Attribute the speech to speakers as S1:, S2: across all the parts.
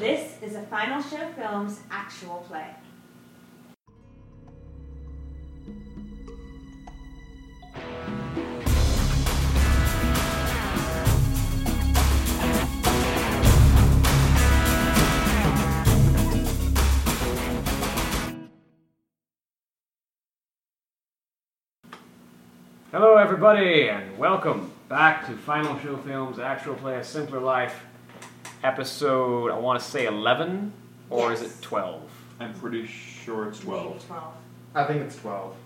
S1: This is a Final Show Films actual play.
S2: Hello, everybody, and welcome back to Final Show Films Actual Play A Simpler Life, episode, I want to say 11, or is
S1: Yes.
S2: it 12?
S3: I'm pretty sure it's
S1: Maybe
S3: 12.
S1: 12.
S4: I think it's 12.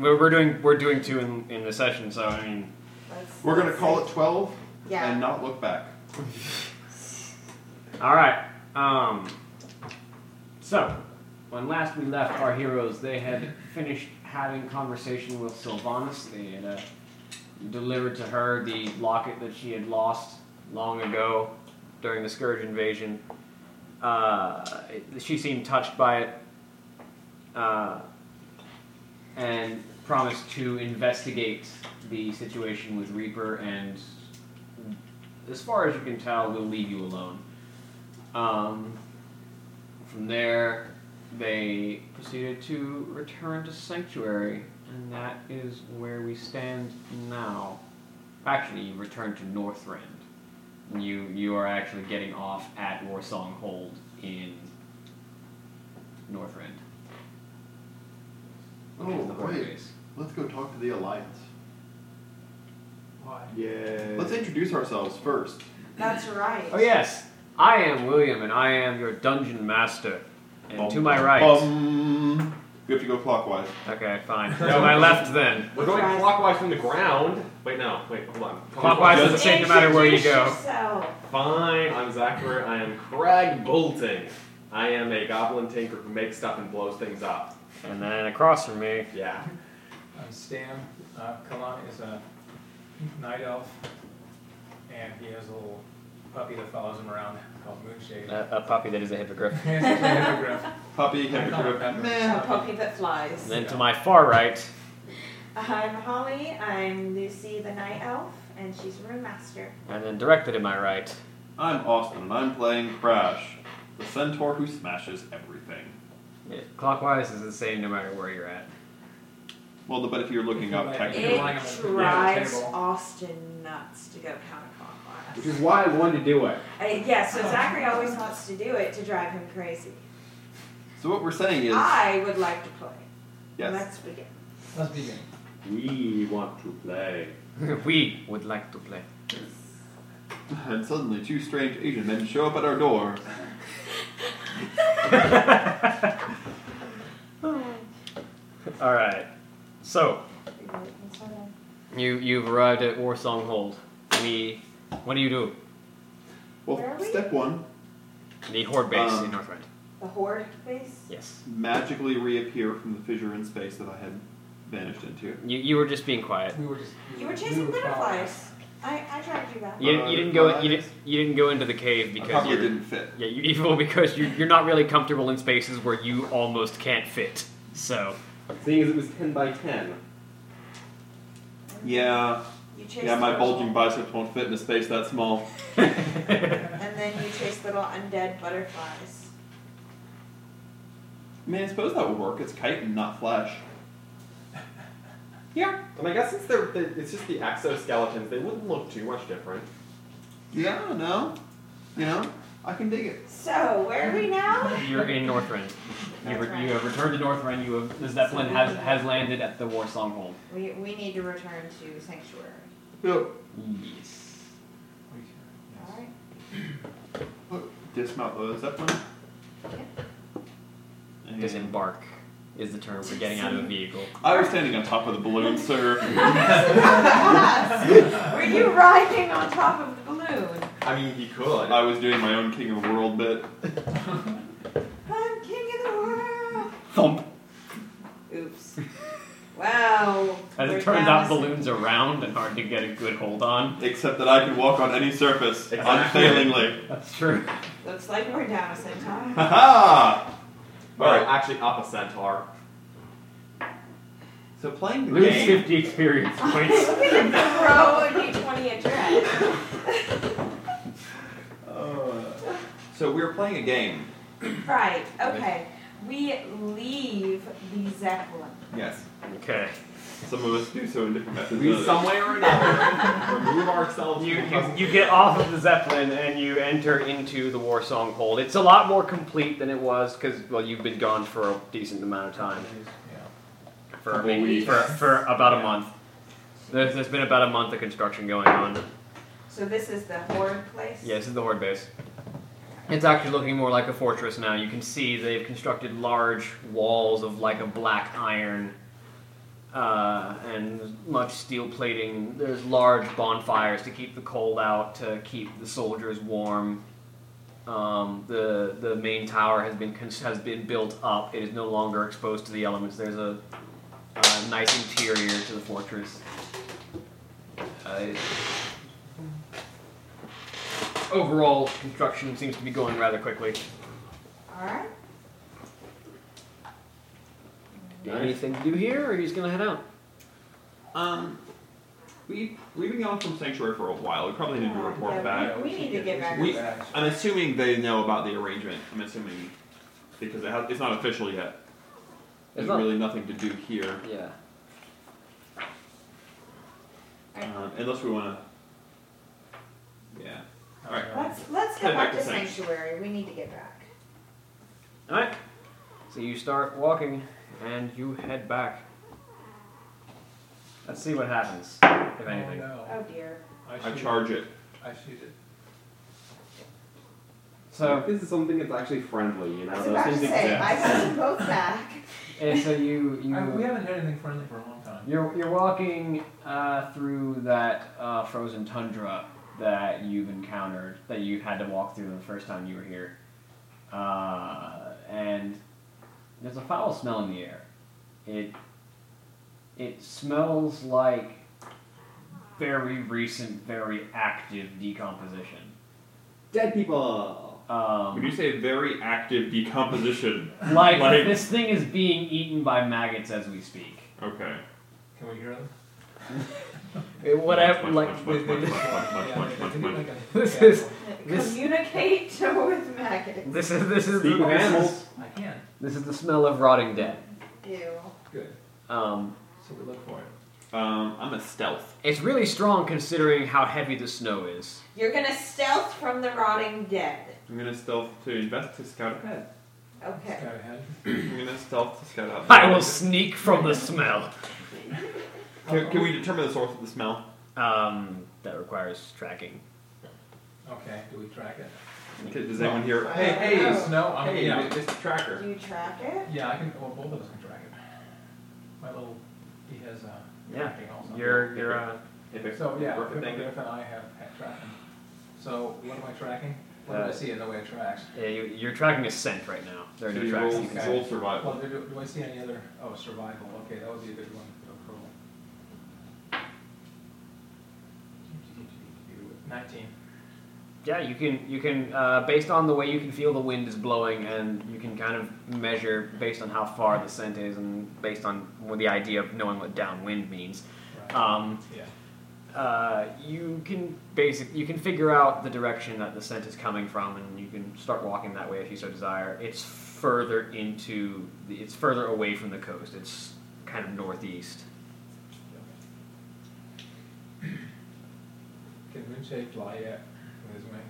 S2: We're, we're doing we're doing two in, in the session, so I mean,
S1: Let's-
S3: We're going to
S1: let's
S3: call
S1: see.
S3: it 12
S1: Yeah.
S3: and not look back.
S2: all right. Um, so, when last we left our heroes, they had finished having conversation with Sylvanas. They had uh, delivered to her the locket that she had lost long ago during the Scourge invasion. Uh, it- she seemed touched by it uh, and promised to investigate the situation with Reaper and, as far as you can tell, we'll leave you alone. Um, from there, they proceeded to return to Sanctuary, and that is where we stand now. Actually, you return to Northrend. You you are actually getting off at Warsong Hold in Northrend. which is
S3: Oh,
S2: the Horde
S3: wait.
S2: base.
S3: Let's go talk to the Alliance.
S4: Why?
S3: Yeah. Let's introduce ourselves first.
S1: That's right.
S2: Oh yes, I am William, and I am your dungeon master. And
S3: Bum,
S2: to my right.
S3: Bum. Um, We have to go clockwise.
S2: Okay, fine. No, my left then.
S5: We're going
S1: Right.
S5: clockwise from the ground. Wait, no, wait, hold on.
S2: Clockwise doesn't change no matter where you go.
S1: Introduce yourself.
S5: Fine, I'm Zachary. I am Craig Bolting. I am a goblin tinker who makes stuff and blows things up.
S2: And then across from me,
S5: Yeah.
S6: I'm Stan. Uh, Kalani is a night elf, and he has a little puppy that follows him around called Moonshade.
S2: a, a puppy that is a hippogriff.
S6: He's actually a hippogriff.
S3: Puppy,
S6: I call him
S3: hippogriff.
S6: Pepper.
S1: A puppy that flies.
S2: And then to my far right,
S1: I'm Holly. I'm Lucy the Night Elf, and she's Room Master.
S2: and then directly to my right.
S3: I'm Austin, and I'm playing Crash, the centaur who smashes everything.
S2: Yeah, clockwise is the same no matter where you're at.
S3: Well, the- but if you're looking up,
S6: Right.
S3: technically.
S6: It lying
S1: It
S6: on the-
S1: drives
S6: yeah, on the table.
S1: Austin nuts to go counterclockwise.
S5: is why I wanted to do it.
S1: Uh, yeah, so Zachary always wants to do it to drive him crazy.
S3: So what we're saying is,
S1: I would like to play.
S3: yes,
S1: Let's begin.
S6: Let's begin.
S3: we want to play.
S2: we would like to play.
S3: And suddenly, two strange Asian men show up at our door.
S2: All right. So you you've arrived at Warsong Hold. We what do you do?
S1: Where
S3: Well,
S1: are we?
S3: step one,
S2: The Horde base in
S3: Um,
S2: Northrend.
S1: The horde base?
S2: Yes.
S3: magically reappear from the fissure in space that I had vanished into.
S2: You you were just being quiet.
S6: We were just.
S1: You were chasing
S6: we were following.
S1: butterflies. I, I tried to do that.
S2: You,
S3: Uh,
S2: you didn't go you, didn't- you didn't go into the cave
S3: I
S2: because
S3: probably
S2: you're
S3: didn't fit.
S2: yeah you evil because you you're not really comfortable in spaces where you almost can't fit. So
S5: Seeing as it was 10 by 10.
S3: Yeah,
S1: You chased
S3: yeah, my
S1: little-
S3: bulging biceps won't fit in a space that small.
S1: And then you chase little undead butterflies.
S3: I mean, I suppose that would work. It's kite and not flash.
S5: Yeah. And I guess since they're, they it's just the exoskeletons, they wouldn't look too much different.
S3: Yeah, no, you know, I can dig it.
S1: So, where are we now?
S2: You're in Northrend. You,
S1: That's
S2: re- you
S1: right.
S2: have returned to Northrend. You have the Zeppelin has, has landed at the War Songhold.
S1: We, we need to return to Sanctuary.
S3: Yep.
S2: Yes.
S6: We- yes.
S1: Alright.
S3: Dismount the zeppelin. And-
S2: Disembark is the term for getting out of a vehicle.
S3: I was standing on top of the balloon, sir.
S1: Were you riding on top of the balloon?
S5: I mean, he could.
S3: I was doing my own king of the world bit.
S1: I'm king of the world!
S2: Thump.
S1: Oops. Wow.
S2: As
S1: We're
S2: it turns
S1: down
S2: out,
S1: this-
S2: balloons are round and hard to get a good hold on.
S3: Except that I can walk on any surface
S5: Exactly.
S3: unfailingly.
S2: That's true.
S1: Looks like we're down a centaur.
S3: Ha ha!
S5: Well, actually, up a centaur.
S3: So playing the
S2: Lose
S3: game.
S2: 50 experience
S1: I'm
S2: points.
S1: going to throw a d20 at your head.
S3: Uh, So we were playing a game.
S1: Right, okay. We leave the Zeppelin.
S3: Yes.
S2: Okay.
S3: Some of us do so in different methods.
S5: We
S3: than
S5: some
S3: others.
S5: way or another remove ourselves.
S2: You,
S5: from
S2: you, you get off of the Zeppelin and you enter into the Warsong Hold. It's a lot more complete than it was because, well, you've been gone for a decent amount of time.
S6: Yeah.
S2: For,
S5: Couple weeks.
S2: for, for about a
S6: Yeah.
S2: month. There's, there's been about a month of construction going on.
S1: So this is the horrid place?
S2: Yeah, this is the Horde base. It's actually looking more like a fortress now. You can see they've constructed large walls of like a black iron uh, and much steel plating. There's large bonfires to keep the cold out, to keep the soldiers warm. Um, the the main tower has been cons- has been built up. It is no longer exposed to the elements. There's a, uh nice interior to the fortress. Uh, overall construction seems to be going rather quickly.
S1: Alright.
S3: Nice.
S2: Anything to do here, or are you just gonna head out?
S3: Um, we we've been gone from sanctuary for a while. We probably need to report
S1: Yeah,
S3: back.
S1: We need to get back.
S3: We- I'm assuming they know about the arrangement. I'm assuming because it has, it's not official yet. There's
S2: It's not-
S3: really nothing to do here,
S2: Yeah.
S3: um, unless we want to. Yeah. All right.
S1: Let's, let's get
S3: Head
S1: back
S3: back
S1: to
S3: to Sanctuary.
S1: Sanctuary. We need to get back.
S2: All right. So you start walking, and you head back. Let's see what happens, if anything.
S6: no.
S1: Oh dear.
S3: I
S6: shoot-
S3: charge it.
S6: I shoot it.
S2: So,
S7: this is something that's actually friendly, you
S1: I
S7: know.
S1: was
S7: Those
S1: about to
S7: things
S1: say, I
S7: exist.
S1: got them both back.
S2: and eh, so you you
S6: I, we haven't had anything friendly for a long time.
S2: You're, you're walking uh, through that uh, frozen tundra that you've encountered, that you had to walk through the first time you were here. Uh, and there's a foul smell in the air. It, it smells like very recent, very active decomposition.
S7: Dead people.
S2: Um,
S3: When you say very active decomposition,
S2: like,
S3: like-
S2: this thing is being eaten by maggots as we speak.
S3: okay.
S6: Can we hear them?
S2: whatever,
S3: Munch,
S2: like
S3: munch, munch, munch, munch, munch, munch, munch, munch.
S2: This is- This-
S1: Communicate with maggots.
S2: this is this is
S7: Speak with
S2: this is-
S7: animals.
S6: I can.
S2: This is the smell of rotting dead.
S1: Ew.
S6: Good.
S2: Um,
S6: So we look for it.
S3: Um, I'm a stealth.
S2: it's really strong considering how heavy the snow is.
S1: You're gonna stealth from the rotting dead.
S3: I'm gonna stealth to invest to scout ahead.
S1: Okay.
S6: Scout ahead.
S3: I'm gonna stealth to scout out.
S2: I will sneak from the smell.
S3: Can, can we determine the source of the smell?
S2: Um, that requires tracking.
S6: Okay. Do we track it?
S3: Okay, Does anyone hear?
S6: Hey, hey, Snow. I'm,
S3: uh,
S7: Hey,
S6: yeah.
S7: it's the tracker.
S1: Do you track it?
S6: Yeah, I can. Well, both of us can track it. My little. He has uh, a.
S2: Yeah,
S6: tracking also.
S2: You're you're uh,
S3: If it's
S6: So yeah,
S3: perfect thing.
S6: Griffin and I have had tracking. So what am I tracking? What do I
S2: Uh,
S6: see in the way of tracks?
S2: yeah, you- you're tracking a scent right now. There are
S3: So
S2: no
S3: you
S2: tracks.
S3: roll,
S2: You can
S6: okay.
S3: roll survival.
S6: Well, do, do I see any other? Oh, survival. Okay, that would be a good one. to roll. Nineteen.
S2: yeah, you can you can uh, based on the way you can feel the wind is blowing, and you can kind of measure based on how far the scent is, and based on well, the idea of knowing what downwind means.
S6: Right.
S2: Um,
S6: yeah.
S2: Uh, you can basic you can figure out the direction that the scent is coming from, and you can start walking that way if you so desire. It's further into the, it's further away from the coast. It's kind of northeast.
S6: Can Moonshade fly yet with his wing?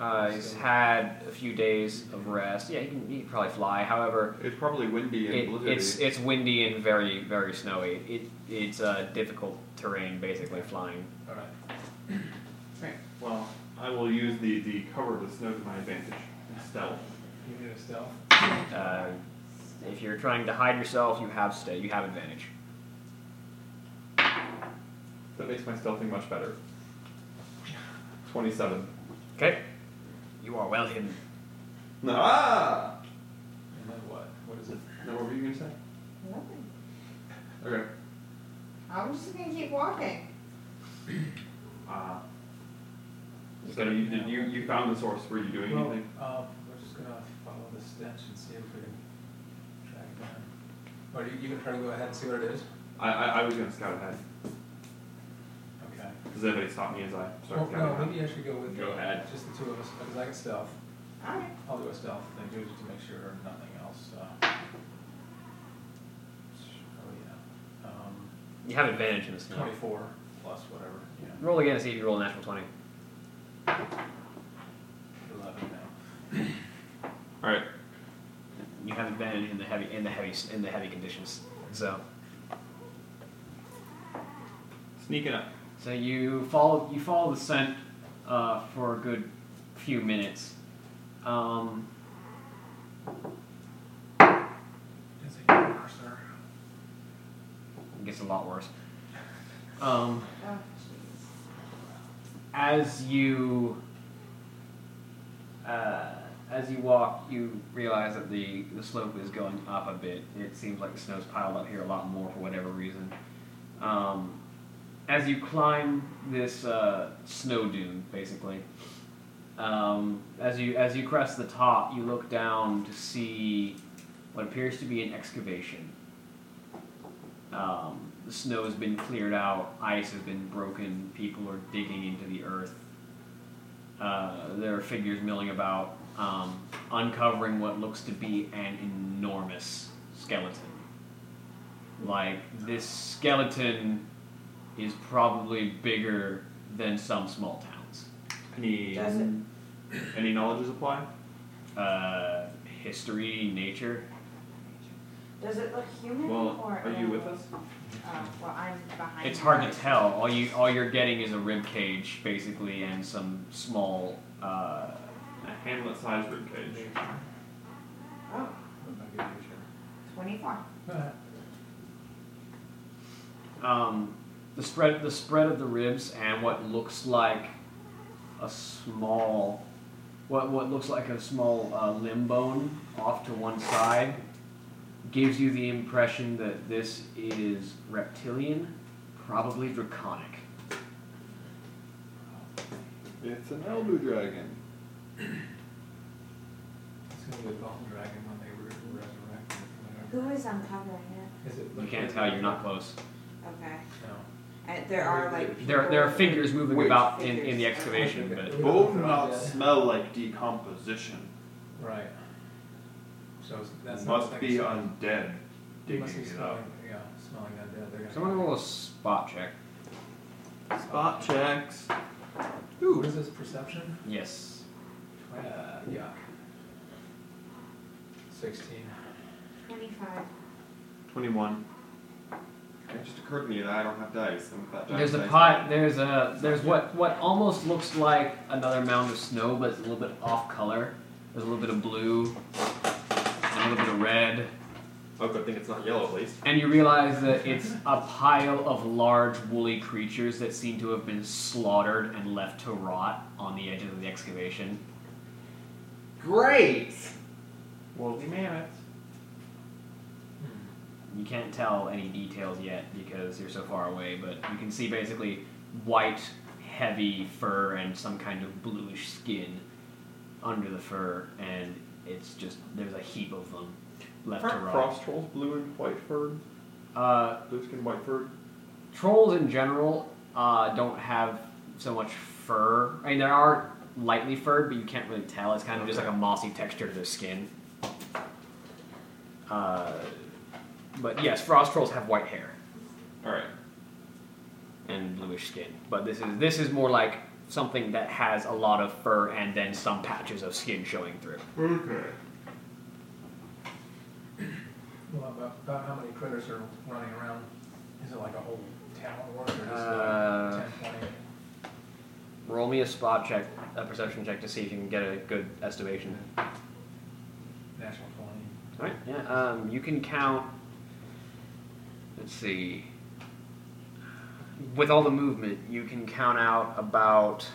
S2: Uh, he's had a few days of rest. Yeah, he can, he can probably fly. However,
S3: It's probably windy and
S2: it,
S3: blizzardy.
S2: it's it's windy and very very snowy. It it's uh, difficult terrain basically flying.
S6: All right.
S3: Well, I will use the, the cover of the snow to my advantage. Stealth.
S6: You need a stealth.
S2: Uh, if you're trying to hide yourself, you have sta you have advantage.
S3: That makes my stealthing much better. 27.
S2: Okay, you are well hidden.
S3: No. Ah!
S6: And then what? What is it?
S3: No, what were you going to say?
S1: Nothing.
S3: Okay.
S1: I'm just gonna keep walking.
S3: Ah. So you, did you, you found the source. Were you doing
S6: Well,
S3: anything?
S6: uh, we're just gonna follow the stench and see if we can track it down. Or you, you can try to go ahead and see what it is?
S3: I, I, I was going to scout ahead.
S6: Okay.
S3: Does anybody stop me as I start
S6: Well,
S3: scouting
S6: no,
S3: ahead?
S6: maybe I should go with
S3: Go
S6: you,
S3: ahead.
S6: just the two of us, because I can stealth.
S1: All right.
S6: I'll do a stealth thing too, just to make sure nothing else. Uh, oh yeah, um,
S8: You have advantage in this now.
S6: twenty-four plus whatever. Yeah,
S8: Roll again to see if you roll a natural 20.
S6: eleven now.
S3: All right.
S8: You have advantage in the heavy in the heavy in the heavy conditions. So
S3: Sneaking up.
S2: So you follow you follow the scent uh, for a good few minutes. Um,
S6: Is it getting worse or?
S2: it gets a lot worse. Um,
S1: Oh, jeez.
S2: as you uh, as you walk, you realize that the the slope is going up a bit. It seems like the snow's piled up here a lot more for whatever reason. Um, as you climb this uh, snow dune, basically, um, as you as you crest the top, you look down to see what appears to be an excavation. Um, the snow has been cleared out, ice has been broken, people are digging into the earth. Uh, there are figures milling about, um, uncovering what looks to be an enormous skeleton. Like, this skeleton is probably bigger than some small towns.
S3: Any
S1: Does it?
S3: any knowledges apply?
S2: Uh, history, nature.
S1: Does it look human
S3: Well,
S1: or
S3: are you with
S1: animal?
S3: us?
S1: Uh, well, I'm behind.
S2: It's
S1: you
S2: hard
S1: guys.
S2: to tell. All you all you're getting is a rib cage, basically, and some small. Uh,
S3: A Hamlet-sized ribcage.
S1: Oh,
S6: What am I gonna do here?
S1: 24.
S2: um, the spread the spread of the ribs and what looks like a small what what looks like a small uh, limb bone off to one side gives you the impression that this is reptilian, probably draconic.
S5: It's an elder dragon.
S6: It's gonna be a golden dragon when they re- resurrect it.
S1: Who is uncovering
S6: whatever. Is it?
S2: You can't tell. You're not close.
S1: it? Okay.
S6: No.
S1: And there are like.
S2: There there are
S1: people-
S2: figures moving
S5: Wait.
S2: about in, in the excavation, but.
S6: Bone not
S5: smell like decomposition.
S6: Right. So it's- that's not
S5: undead.
S6: They must be smelling. Yeah, smelling undead. They're gonna.
S2: Someone roll a spot check.
S3: Spot checks.
S6: What is this perception?
S2: Yes.
S6: Uh, yeah. Sixteen.
S1: 25.
S3: Twenty-one.
S5: It just occurred to me that I don't have dice. and that dice-
S2: There's a
S5: dice-
S2: pot. There's a there's what what almost looks like another mound of snow, but it's a little bit off color. There's a little bit of blue, a little bit of red,
S3: Oh, good thing it's not yellow, at least.
S2: and you realize that it's a pile of large woolly creatures that seem to have been slaughtered and left to rot on the edges of the excavation.
S5: Great.
S3: Woolly mammoths.
S2: You can't tell any details yet because you're so far away, but you can see basically white, heavy fur and some kind of bluish skin under the fur, and it's just there's a heap of them left to
S3: Aren't
S2: right.
S3: cross trolls blue and white furred?
S2: Uh,
S3: Blue skin, white furred.
S2: trolls in general uh, don't have so much fur. I mean, there are lightly furred, but you can't really tell. It's kind of just like a mossy texture to their skin. Uh, but yes, frost trolls have white hair.
S3: All right.
S2: and bluish skin. But this is this is more like something that has a lot of fur and then some patches of skin showing through.
S3: Okay.
S6: Well, about, about how many critters are running around? Is it like a whole town worth, or just
S2: Uh,
S6: like 10, 20?
S2: Roll me a spot check, a perception check to see if you can get a good estimation.
S6: National twenty.
S2: All right. Yeah. Um, you can count. Let's see. With all the movement, you can count out about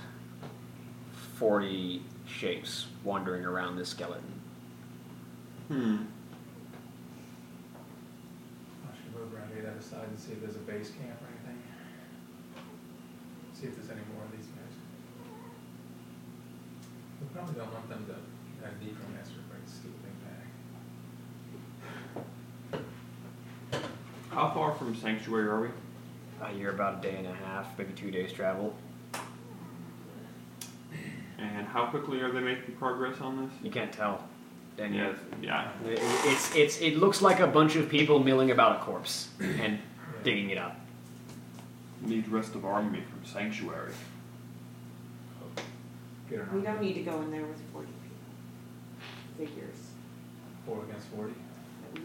S2: forty shapes wandering around this skeleton.
S3: Hmm.
S6: I should move around to the other side and see if there's a base camp or anything. See if there's any more of these guys. We probably don't want them to have necromancer bring stupid back.
S3: How far from sanctuary are we?
S2: Uh, you're about a day and a half, maybe two days travel.
S3: And
S9: how quickly are they making progress on this?
S2: You can't tell. Daniel.
S9: Yes. Yeah.
S2: It- It's it's it looks like a bunch of people milling about a corpse and digging it up.
S9: Need rest of army from sanctuary.
S6: Get an
S1: We
S6: arm.
S1: don't need to go in there with forty people. Figures.
S6: Four against forty.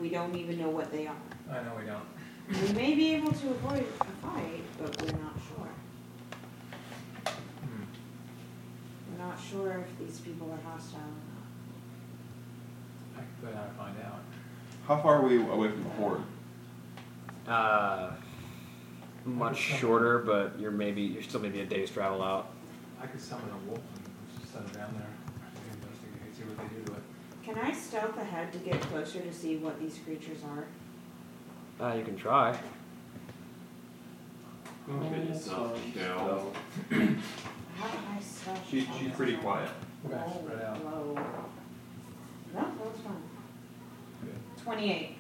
S1: We don't even know what they are.
S6: I know we don't.
S1: We may be able to avoid a fight, but we're not sure.
S6: Hmm.
S1: We're not sure if these people are hostile or
S6: I can go down and find out.
S3: How far are we away from the horde?
S2: Uh, much shorter, but you're maybe you're still maybe a day's travel out.
S6: I could summon a wolf and just set it down there. Maybe Investigate, see what they do to it.
S1: not. Can I stealth ahead to get closer to see what these creatures are?
S2: Uh, you can try.
S5: Okay, yourself, Cal.
S1: How do I stealth?
S3: She,
S1: on
S3: she's
S1: this
S3: pretty
S1: one?
S3: quiet.
S6: We're gonna
S1: Oh,
S6: spread out.
S1: whoa. No, that was fine. Twenty-eight.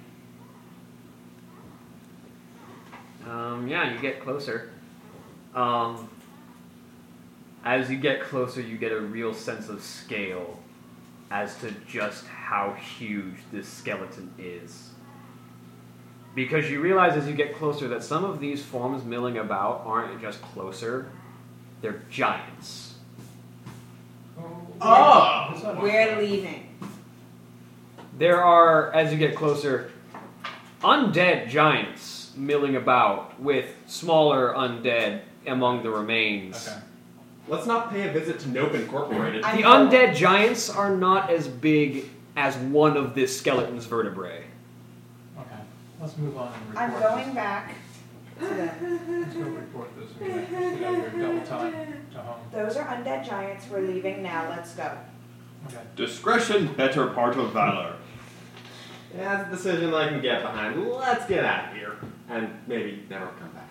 S2: Um, yeah, you get closer. Um, as you get closer, you get a real sense of scale as to just how huge this skeleton is. Because you realize as you get closer that some of these forms milling about aren't just closer, they're giants.
S1: Oh!
S6: That's not-
S1: We're leaving.
S2: There are, as you get closer, undead giants milling about with smaller undead among the remains.
S6: Okay.
S5: Let's not pay a visit to Nope Incorporated.
S1: I-
S2: The
S1: know.
S2: undead giants are not as big as one of this skeleton's vertebrae.
S6: Okay. Let's move on and report.
S1: I'm
S6: this.
S1: going back to them.
S6: Let's go report this. We're gonna sit out here double time to home.
S1: Those are undead giants. We're leaving now. Let's go.
S6: Okay.
S3: Discretion, better part of valor.
S5: That's a decision I can get behind. Let's get out of here. And maybe never come back.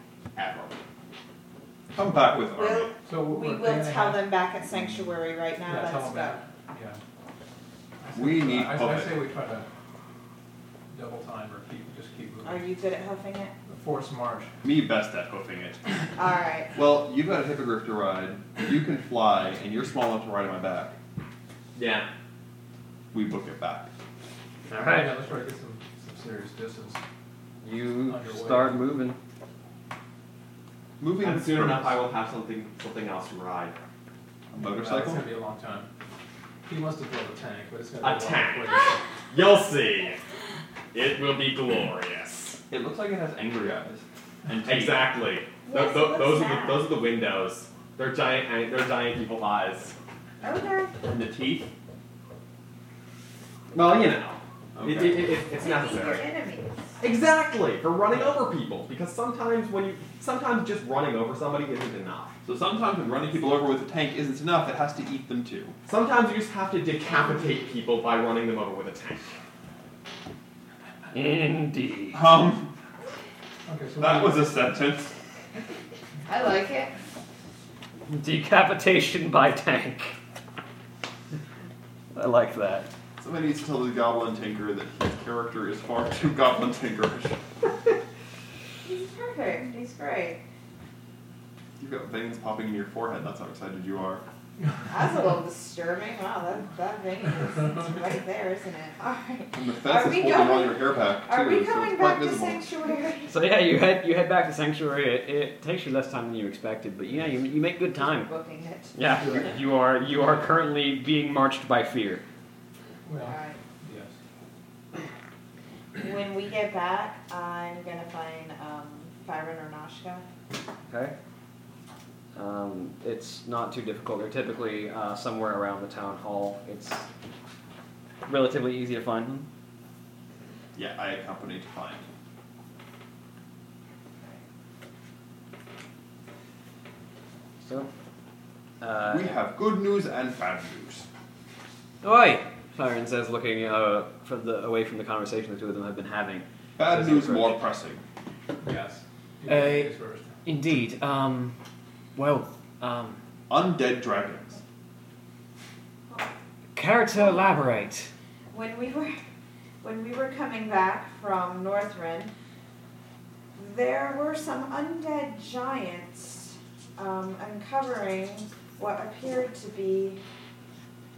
S5: Ever.
S3: Come back with
S1: We'll,
S3: army.
S6: So what
S1: we
S6: we're
S1: will
S6: planning
S1: tell
S6: on-
S1: them back at sanctuary right now.
S6: Yeah, tell
S1: Let's
S6: them
S1: go.
S6: that. Yeah. I say-
S3: We need
S6: I, I
S3: puppet.
S6: say we try to double time or keep, just keep moving.
S1: Are you good at hoofing it?
S6: The Force march.
S3: Me best at hoofing it.
S1: All right.
S3: Well, you've got a hippogriff to ride. You can fly, and you're small enough to ride on my back.
S5: Yeah.
S3: We book it back.
S2: All
S6: Yeah, let's try to get some, some serious distance.
S2: you
S6: Underway.
S2: start moving.
S3: Moving
S5: And soon
S3: from
S5: enough, I will have something something else to ride.
S3: a
S6: Uh, It's
S3: motorcycle.
S6: gonna be a long time. He wants to build a tank, but it's gonna
S5: A
S6: be a
S5: tank.
S6: Long before this-
S5: You'll see. It will be glorious.
S3: It looks like it has angry eyes. And teeth.
S5: Exactly. Th-
S1: Yes,
S5: th-
S1: what's
S5: those are
S1: that?
S5: the, those are the windows. They're giant. They're giant evil eyes.
S1: Okay.
S5: And the teeth. Well, you know,
S3: Okay.
S5: it, it, it, it's- it's
S1: Maybe Your
S5: necessary.
S1: enemies.
S5: Exactly for running over people because sometimes when you sometimes just running over somebody isn't enough.
S3: So sometimes when running people over with a tank isn't enough, it has to eat them too.
S5: Sometimes you just have to decapitate people by running them over with a tank.
S2: Indeed.
S3: Um,
S6: Okay, so
S3: that
S6: we-
S3: was a sentence.
S1: I like it.
S2: Decapitation by tank. I like that.
S3: Somebody needs to tell the Goblin Tinker that his character is far too Goblin Tinkerish.
S1: He's perfect. He's great.
S3: You've got veins popping in your forehead. That's how excited you are.
S1: That's a little disturbing. Wow, that that vein is right there, isn't it? All right.
S3: And the
S1: Are
S3: fest is
S1: we
S3: holding
S1: going-
S3: on your hair back
S1: Are
S3: too,
S1: we
S3: so
S1: going
S3: it's quite
S1: back to
S3: visible.
S1: sanctuary?
S2: So yeah, you head you head back to sanctuary. It, it takes you less time than you expected, but yeah, you, you make good time.
S1: Booking it.
S2: Yeah, you, you are you are currently being marched by fear.
S1: All
S6: Well,
S1: right.
S6: yes.
S1: When we get back, I'm gonna find um, Byron or Noshka.
S2: Okay. Um, it's not too difficult. They're typically uh, somewhere around the town hall. It's relatively easy to find them.
S3: Yeah, I accompanied to find.
S2: So, uh,
S3: we have good news and bad news.
S2: Oi! Siren says, looking uh, from the, away from the conversation the two of them have been having.
S3: Bad
S2: As
S3: news
S2: approach.
S3: more pressing.
S6: Yes. Do
S2: Uh,
S6: this first.
S2: Indeed. Um, well, um,
S3: Undead dragons.
S2: character elaborate.
S1: When we were when we were coming back from Northrend, there were some undead giants um, uncovering what appeared to be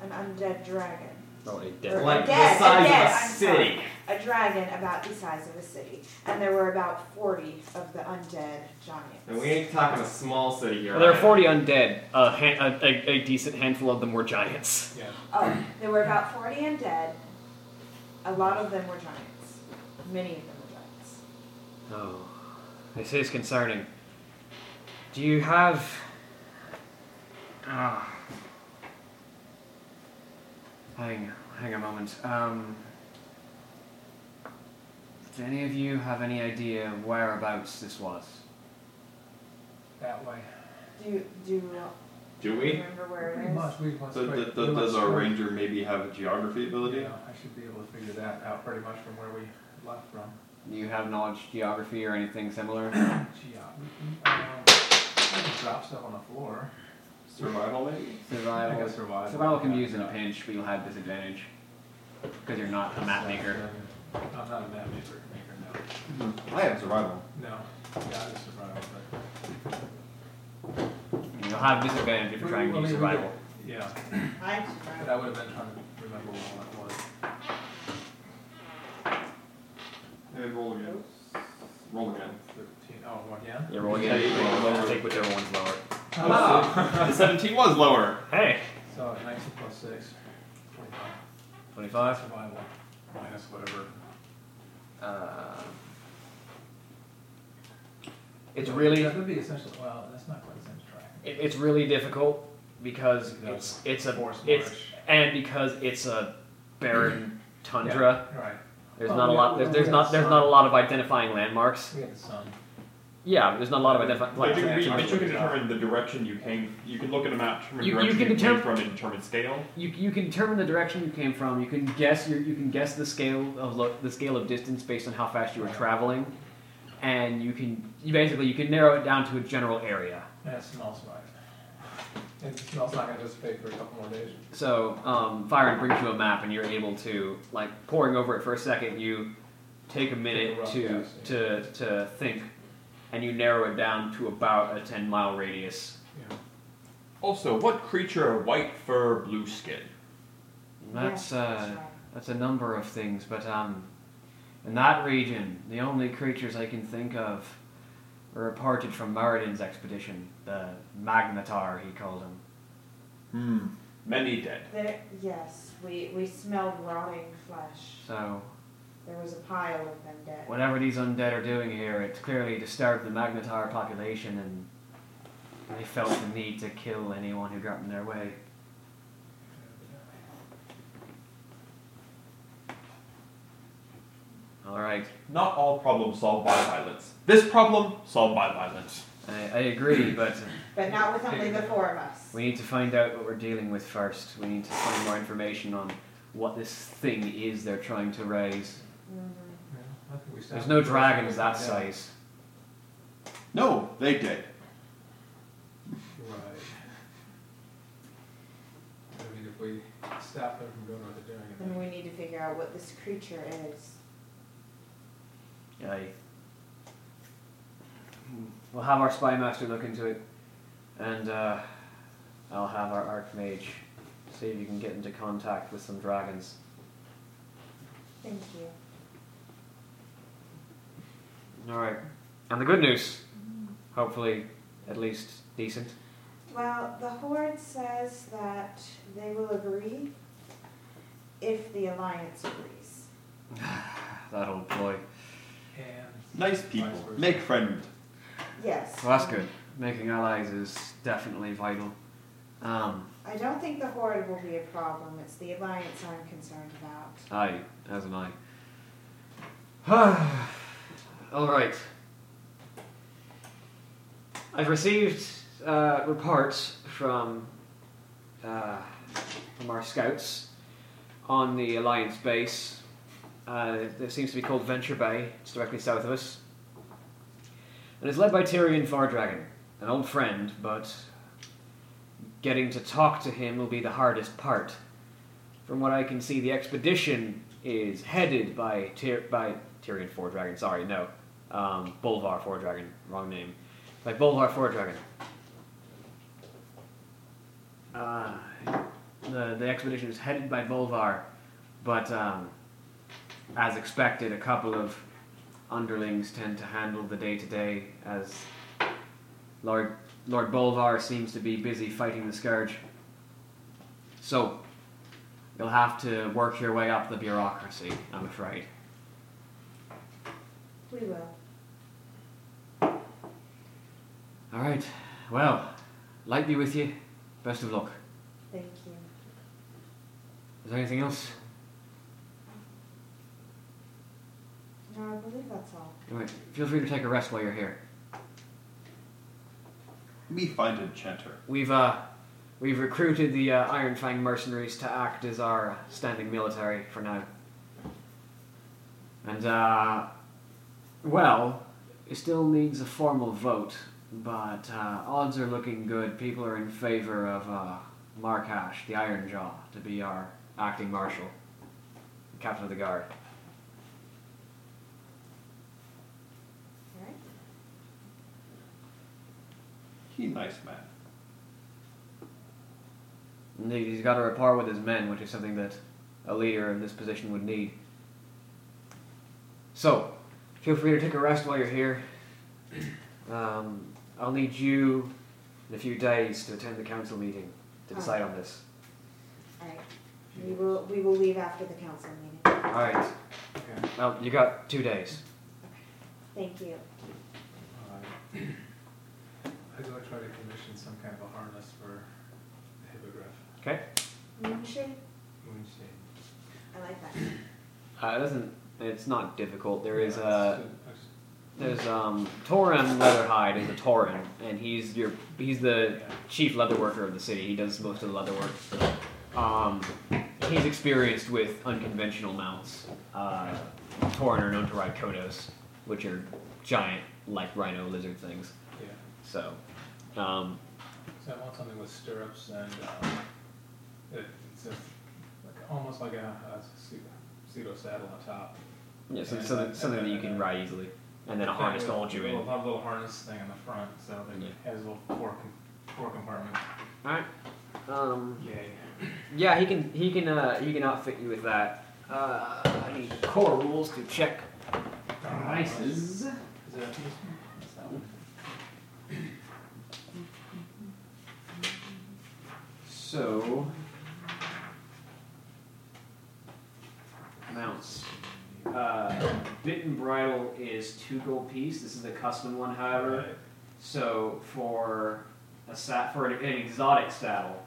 S1: an undead dragon.
S2: Oh, a
S1: Or
S2: dead.
S1: a
S5: Like
S1: dead-
S5: the size
S1: dead,
S5: of a
S1: I'm
S5: city.
S1: sorry, a dragon about the size of a city, and there were about forty of the undead giants.
S5: And we ain't talking a small city here.
S2: Well, there are
S5: right?
S2: 40 undead. A, han- a, a, a decent handful of them were giants.
S6: Yeah.
S1: Oh, there were about 40 undead. A lot of them were giants. Many of them were giants.
S2: Oh, this is concerning. Do you have. Ah. hang, hang a moment. Um, do any of you have any idea whereabouts this was?
S6: That way.
S1: Do you, do you
S5: Do we?
S1: remember where it
S6: We
S1: is?
S6: must, we must.
S3: So
S6: figure-
S3: th- th-
S6: we
S3: does
S6: must
S3: our
S6: figure-
S3: ranger maybe have a geography ability?
S6: Yeah, I should be able to figure that out pretty much from where we left from.
S10: Do you have knowledge geography or anything similar?
S6: Gee, uh, um, I can drop stuff on the floor.
S3: Survival maybe?
S6: I think I
S10: Survival.
S6: survived.
S10: Survival can be used in a pinch, but you'll have disadvantage because you're not a map maker.
S6: I'm not a map maker, maker
S3: I have survival.
S6: no. No, yeah, I just survived, but.
S10: You'll have disadvantage if you're trying to use survival.
S6: Yeah,
S1: I
S6: but I would have been trying to remember what all that was.
S3: Hey, roll again. Roll again.
S6: Thirteen, oh, what, yeah?
S2: Yeah, roll again. Take whichever one's lower.
S5: Ah.
S9: The 17 was lower.
S2: Hey!
S6: So nineteen plus six, twenty-five.
S2: 25?
S6: Survival, minus whatever.
S2: Uh, it's really.
S6: That would be essential, well, that's not quite essential tracking.
S2: It, it's really difficult because it's it's a
S6: Force
S2: it's
S6: march.
S2: and because it's a barren tundra.
S6: Right,
S2: There's
S6: Well,
S2: not a
S6: we-
S2: lot. There's,
S6: we
S2: there's
S6: have
S2: not there's
S6: sun.
S2: not a lot of identifying landmarks.
S6: we had the sun.
S2: Yeah, there's not a lot of identifying.
S9: But you, can,
S2: Like,
S9: be- but you can determine the direction you came. You can look at a map, determine
S2: You- you
S9: direction
S2: can
S9: you came
S2: determ-
S9: from, and determine scale.
S2: you, you can determine the direction you came from. You can guess your, you can guess the scale of lo- the scale of distance based on how fast you were traveling, and you can you basically you can narrow it down to a general area.
S6: Yeah, it smells right. It smells not gonna dissipate for a couple more days.
S2: So, um, Fire brings you a map, and you're able to, like, pouring over it for a second, you take a
S6: Take a
S2: minute
S6: rough
S2: to,
S6: guess, yeah.
S2: to, to think, and you narrow it down to about a 10 mile radius.
S6: Yeah.
S9: Also, what creature, white fur, blue skin?
S2: That's, uh, that's a number of things, but, um, in that region, the only creatures I can think of were reported from Maradin's expedition, the Magnetar, he called him.
S9: Hmm. Many dead.
S1: There, yes, we, we smelled rotting flesh.
S2: So,
S1: There was a pile of them dead.
S2: whatever these undead are doing here, it's clearly disturbed the Magnetar population, and they felt the need to kill anyone who got in their way. All right,
S9: Not all problems solved by violence. This problem solved by violence.
S2: I, I agree, but
S1: But not with only the four of us.
S2: we need to find out what we're dealing with first. We need to find more information on what this thing is they're trying to raise.
S1: Mhm.
S6: Yeah, I think we
S2: There's
S6: sound-
S2: no dragons that
S6: Yeah.
S2: size.
S3: No, they did.
S6: Right. I mean, if we stop them from doing what they're doing,
S1: Then
S6: then
S1: we need to figure out what this creature is.
S2: Aye. We'll have our spy master look into it, and uh, I'll have our archmage see if you can get into contact with some dragons.
S1: Thank you.
S2: All right. And the good news, hopefully, at least decent.
S1: Well, the Horde says that they will agree if the Alliance agrees.
S2: That old boy.
S6: and
S3: Nice people. Make friend.
S1: Yes.
S2: Well, that's good. Making allies is definitely vital. Um,
S1: I don't think the Horde will be a problem. It's the Alliance I'm concerned about.
S2: aye, as am I. All right. I've received uh, reports from uh, from our scouts on the Alliance base. Uh, it seems to be called Venture Bay. It's directly south of us, and it's led by Tyrion Fardragon, an old friend. But getting to talk to him will be the hardest part. From what I can see, the expedition is headed by Tyr- by Tyrion Fordragon. Sorry, no, um, Bolvar Fordragon. Wrong name. By Bolvar Fordragon. Uh, the, the expedition is headed by Bolvar, but um, as expected, a couple of underlings tend to handle the day to day as Lord Lord Bolvar seems to be busy fighting the scourge. So you'll have to work your way up the bureaucracy, I'm afraid.
S1: We will.
S2: All right. Well, light be with you. Best of luck.
S1: Thank you.
S2: Is there anything else?
S1: No, I believe that's all.
S2: All right. Feel free to take a rest while you're here.
S5: Me find enchanter.
S2: We've uh, we've recruited the uh, Iron Fang mercenaries to act as our uh, standing military for now. And uh, well, it still needs a formal vote, but uh, odds are looking good. People are in favor of uh, Markash, the Iron Jaw, to be our acting marshal, captain of the guard.
S1: All right.
S5: He nice man.
S2: Indeed, he's got a rapport with his men, which is something that a leader in this position would need. So, feel free to take a rest while you're here. Um, I'll need you in a few days to attend the council meeting to decide on this.
S1: All right. We will. We will leave after the council meeting.
S2: All right.
S6: Okay.
S2: Well, you got two days.
S1: Thank you.
S6: Uh, I go try to commission some kind of a harness for the hippogriff.
S2: Okay.
S1: Moonshade.
S6: Moonshade.
S1: I like that.
S2: Uh, it doesn't. It's not difficult. There is
S6: Yeah,
S2: a.
S6: I just-
S2: There's um Torin Leatherhide is a Torin, and he's your he's the chief leather worker of the city. He does most of the leather work. Um, he's experienced with unconventional mounts. Uh, Torin are known to ride kodos, which are giant like rhino lizard things.
S6: Yeah.
S2: So, um,
S6: So I want something with stirrups and um, it, it's a, like almost like a, a pseudo, pseudo saddle on top.
S2: yeah, so,
S6: Yeah,
S2: so
S6: I-
S2: that, something that you can ride easily, and then a harness to
S6: With
S2: hold you
S6: a
S2: in.
S6: Little, a little harness thing in the front, so that
S2: Yeah.
S6: it has little four com- four compartments.
S2: Um,
S6: Yay.
S2: Yeah, he can. He can. Uh, he can outfit you with that. Uh, I need core rules to check prices.
S6: Is that this one? Is that one?
S2: So mounts. Uh, bit and bridle is two gold piece. This is the custom one, however.
S6: Right.
S2: So for a sat for an, an exotic saddle,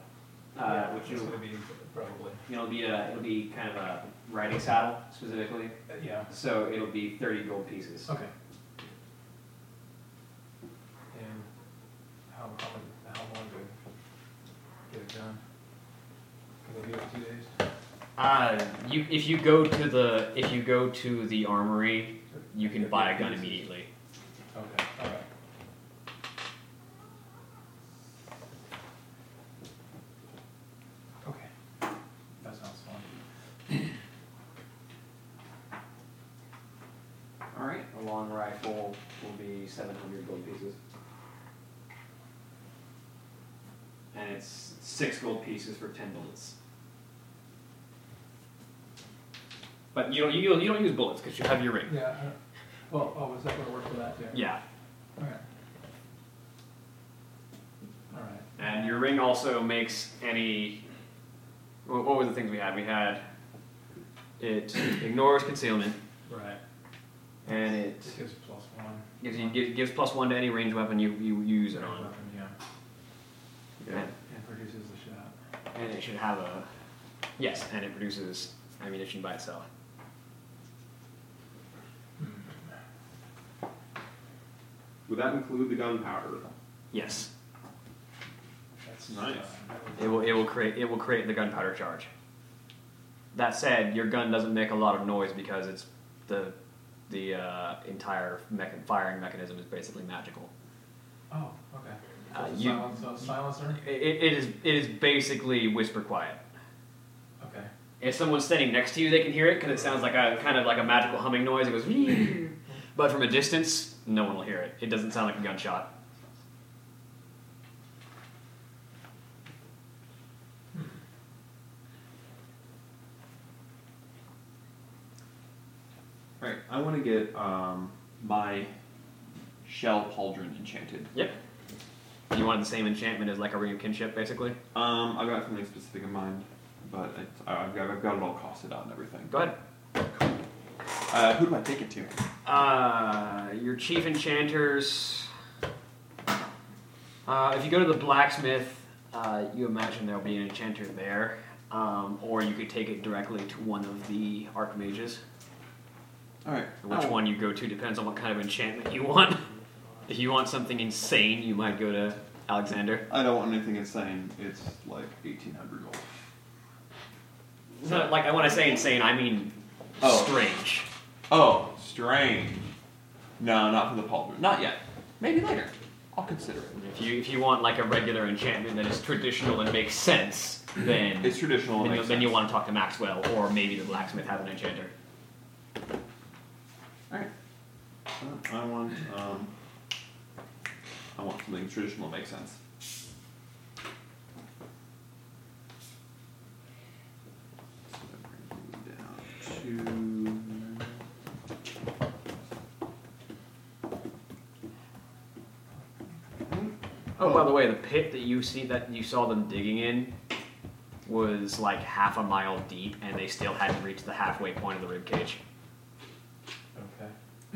S2: uh,
S6: yeah,
S2: which
S6: is
S2: will
S6: going to be probably.
S2: it'll be a it'll be kind of a riding saddle specifically.
S6: Uh, yeah.
S2: So it'll be thirty gold pieces.
S6: Okay. And how how long, how long to get it done? Can they do it in two days?
S11: Uh, you if you go to the if you go to the armory, you can buy a gun immediately.
S6: Okay. All right. Okay. That sounds fun.
S2: All right, a long rifle will be 700 gold pieces. And it's six gold pieces for 10 bullets.
S11: But you don't you, don't- you don't use bullets because you have your ring.
S6: Yeah. I don't- Well, oh, was that going to work for that? Yeah.
S11: Yeah,
S6: Okay. All right.
S11: and your ring also makes any. What what were the things we had? We had it ignores concealment
S6: Right.
S11: and it
S6: It gives plus one.
S11: gives you gi- gives plus one to any range weapon you, you use it on,
S6: Weapon, yeah.
S11: Yeah.
S6: And produces the shot.
S11: and it should have a yes, and it produces ammunition by itself.
S3: Would that include the gunpowder?
S11: Yes,
S6: That's uh,
S3: Nice.
S6: that would-
S11: it will it will create it will create the gunpowder charge. That said, your gun doesn't make a lot of noise because it's the the uh, entire mechan- firing mechanism is basically magical.
S6: Oh, okay.
S11: Uh,
S6: So
S11: you-
S6: silence- so silencer.
S11: It, it is it is basically whisper quiet.
S6: Okay.
S11: If someone's standing next to you, they can hear it because it sounds like a kind of like a magical humming noise. It goes, but from a distance, no one will hear it. It doesn't sound like a gunshot.
S9: All right, I want to get um, my shell pauldron enchanted.
S2: You wanted the same enchantment as like a ring of kinship, basically.
S9: Um, I've got something specific in mind, but it's, I- I've, got, I've got it all costed out and everything.
S2: Go ahead.
S9: Uh, who do I take it to?
S2: Uh, your chief enchanters. Uh, if you go to the blacksmith, uh, you imagine there'll be an enchanter there, um, or you could take it directly to one of the archmages.
S9: All right.
S2: Which one you go to depends on what kind of enchantment you want. If you want something insane, you might go to Alexander.
S9: I don't want anything insane. It's like eighteen hundred gold.
S2: So, like when I say insane, I mean
S9: Oh.
S2: strange.
S9: Oh, strange. No, not for the pauldron. Not yet. Maybe later. I'll consider it.
S2: If you if you want like a regular enchantment that is traditional and makes sense, then
S9: It's traditional.
S2: then,
S9: it
S2: you,
S9: makes
S2: then you
S9: sense.
S2: want to talk to Maxwell, or maybe the blacksmith has an enchanter.
S9: I want. Um, I want something traditional. that Makes sense. So that brings me down to-
S2: Oh, by the way, the pit that you see that you saw them digging in was like half a mile deep, and they still hadn't reached the halfway point of the rib cage.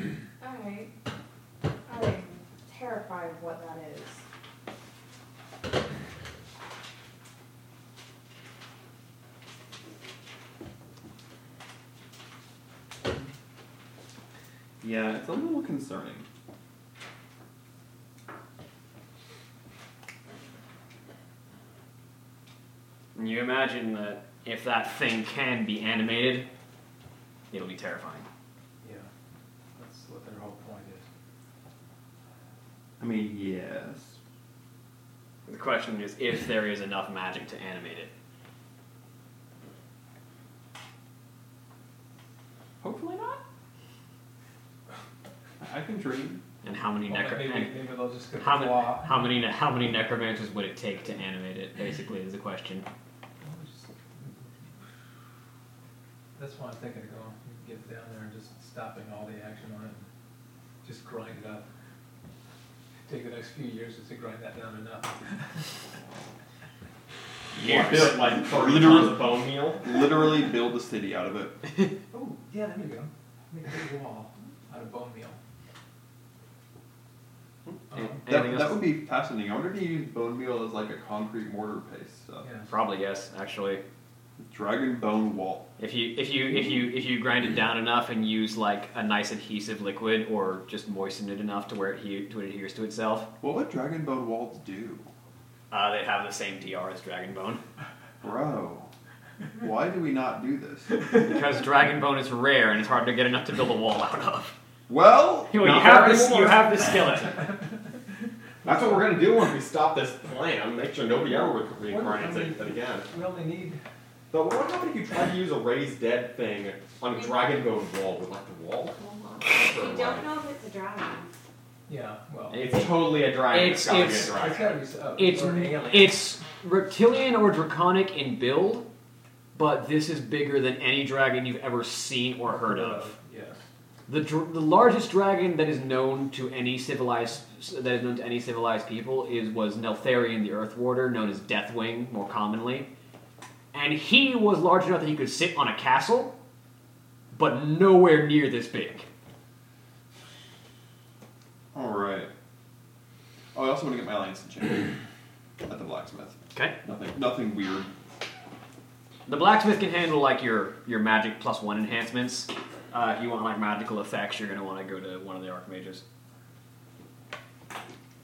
S6: Okay.
S1: Alright. I am terrified of what that is.
S9: Yeah, it's a little concerning.
S2: And you imagine that if that thing can be animated, it'll be terrifying.
S6: Yeah. That's what their whole point is.
S9: I mean, yes.
S2: The question is if there is enough magic to animate it.
S9: Hopefully not. I I can dream.
S2: And how many
S6: Well,
S2: necro-
S6: maybe,
S2: and-
S6: maybe they'll just go
S2: How many,
S6: claw.
S2: how many how many necromancers would it take to animate it? Basically, is the question.
S6: That's why I'm thinking of going, get down there and just stopping all the action on it, and just grind it up. Take the next few years just to grind that down enough.
S9: Yes.
S5: Built like three
S9: Literally-
S5: tons of bone meal.
S9: Literally build a city out of it.
S6: Oh, yeah, there you go. Make a big wall out of bone meal.
S2: Uh-huh.
S6: Um,
S9: That,
S2: Anything
S9: that
S2: else?
S9: would be fascinating. I wonder if you use bone meal as like a concrete mortar paste. So.
S6: Um, yeah.
S2: Probably yes, actually.
S9: Dragon bone wall.
S2: If you if you if you if you grind it down enough and use like a nice adhesive liquid or just moisten it enough to where it, he- to it adheres to itself,
S9: What would dragon bone walls do,
S2: uh, they have the same DR as Dragonbone
S9: bro? Why do we not do this?
S2: because Dragonbone is rare and it's hard to get enough to build a wall out of.
S9: Well,
S2: You
S5: Not
S2: have
S5: hard
S2: this you
S5: anymore.
S2: have the skeleton.
S5: That's what we're gonna do when we stop this plan. Make sure nobody ever reincarnates
S6: What- I mean-
S5: anything again.
S6: We only need,
S5: But what would happen if you tried to use a raised dead thing on a dragon bone wall? Would like the wall come off? Or
S1: We
S5: like-
S1: don't know if it's a dragon.
S6: yeah, well.
S5: It's totally a dragon.
S2: It's-
S5: gotta be
S2: it's-
S5: a
S6: It's
S5: dragon.
S6: gotta be, so-
S2: It's
S6: or an alien.
S2: it's reptilian or draconic in build, but this is bigger than any dragon you've ever seen or heard of.
S6: Yes.
S2: The, dr- the largest dragon that is known to any civilized that is known to any civilized people is was Neltharion the Earth Warder, known as Deathwing more commonly, and he was large enough that he could sit on a castle, but nowhere near this big.
S9: all right. Oh, I also want to get my lance enchanted at the blacksmith.
S2: Okay.
S9: Nothing, nothing weird.
S2: The blacksmith can handle like your your magic plus one enhancements. Uh, if you want like magical effects, you're gonna want to go to one of the archmages.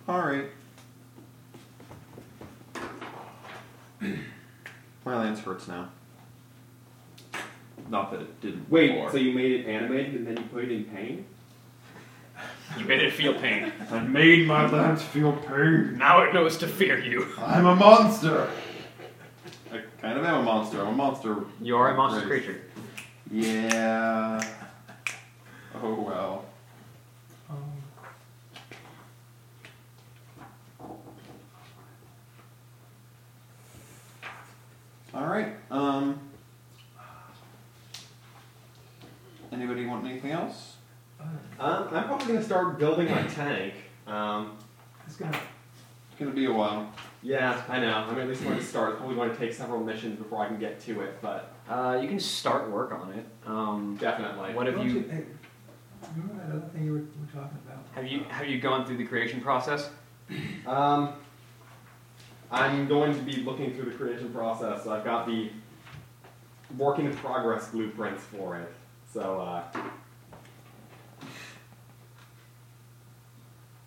S9: All right. My lance hurts now. Not that it didn't. before.
S10: you made it animated and then you put it in pain?
S2: You made it feel pain.
S3: I made my lance feel pain.
S2: Now it knows to fear you.
S3: I'm a monster.
S9: I kind of am a monster. I'm a monster.
S2: You are a monster
S9: Great.
S2: creature.
S9: Yeah. Oh well.
S6: Um,
S9: All right. Um.
S3: Anybody want anything else?
S5: Um, I'm probably gonna start building my tank. Um,
S6: It's gonna
S3: It's gonna be a while.
S5: yeah, I know. I'm at least going to start. Probably going to take several missions before I can get to it, but
S10: Uh, you can start work on it. Um,
S5: definitely.
S10: what have
S6: Don't
S10: you
S6: hey, remember that other thing you were, we were talking about? Uh,
S10: have you have you gone through the creation process?
S5: Um, I'm going to be looking through the creation process. So I've got the work in progress blueprints for it. So uh,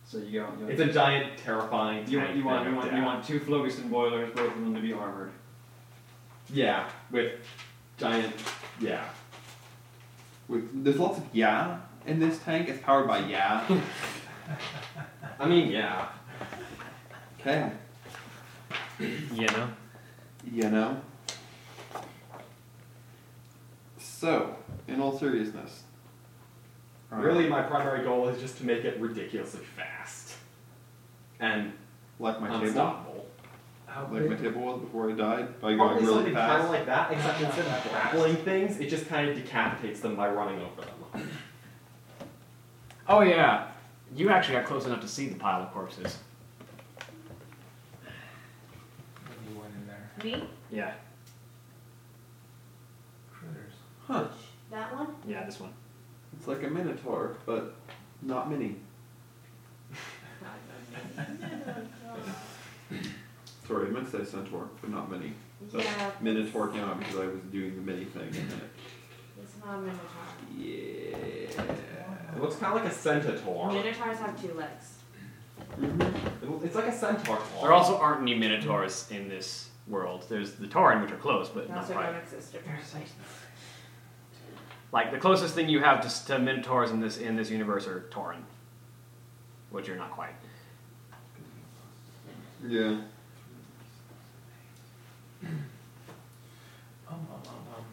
S12: So you got you,
S5: it's a giant, terrifying.
S12: you,
S5: tank
S12: you want
S5: thing
S12: you
S5: of
S12: want
S5: death.
S12: you want two Phlogiston boilers, both of them to be armored.
S5: Yeah, with giant. Yeah.
S3: With, there's lots of yeah in this tank. It's powered by yeah.
S5: I mean, yeah.
S3: Okay.
S2: You know?
S3: You know? So, in all seriousness. alright,
S5: Really, my primary goal is just to make it ridiculously fast and
S3: Like my table?
S5: unstoppable.
S6: How
S3: Like my
S6: big-
S3: table was before I died? By
S5: Probably
S3: going really
S5: something kind of
S3: fast?
S5: like that, except instead of grappling things, it just kind of decapitates them by running over them.
S10: Oh yeah, you actually got close enough to see the pile of corpses.
S6: when you went in there,
S1: Me?
S2: Yeah,
S6: critters.
S3: Huh.
S1: That one?
S2: yeah, this one.
S3: It's like a minotaur, but not mini. Sorry, I meant to say centaur, but not mini. That's-
S1: Yeah,
S3: Minotaur came out because I was doing the mini thing. and then
S1: it's not a minotaur.
S3: it-
S5: It looks kind of like a centaur.
S1: Minotaurs have two legs.
S3: Mhm.
S5: It- It's like a centaur.
S2: There also aren't any minotaurs in this world. There's the tauren, which are close,
S1: They
S2: but not
S1: also
S2: quite.
S1: don't exist apparently.
S2: Like the closest thing you have to, s- to minotaurs in this in this universe are tauren, which are not quite.
S3: Yeah.
S6: Um, um, um, um.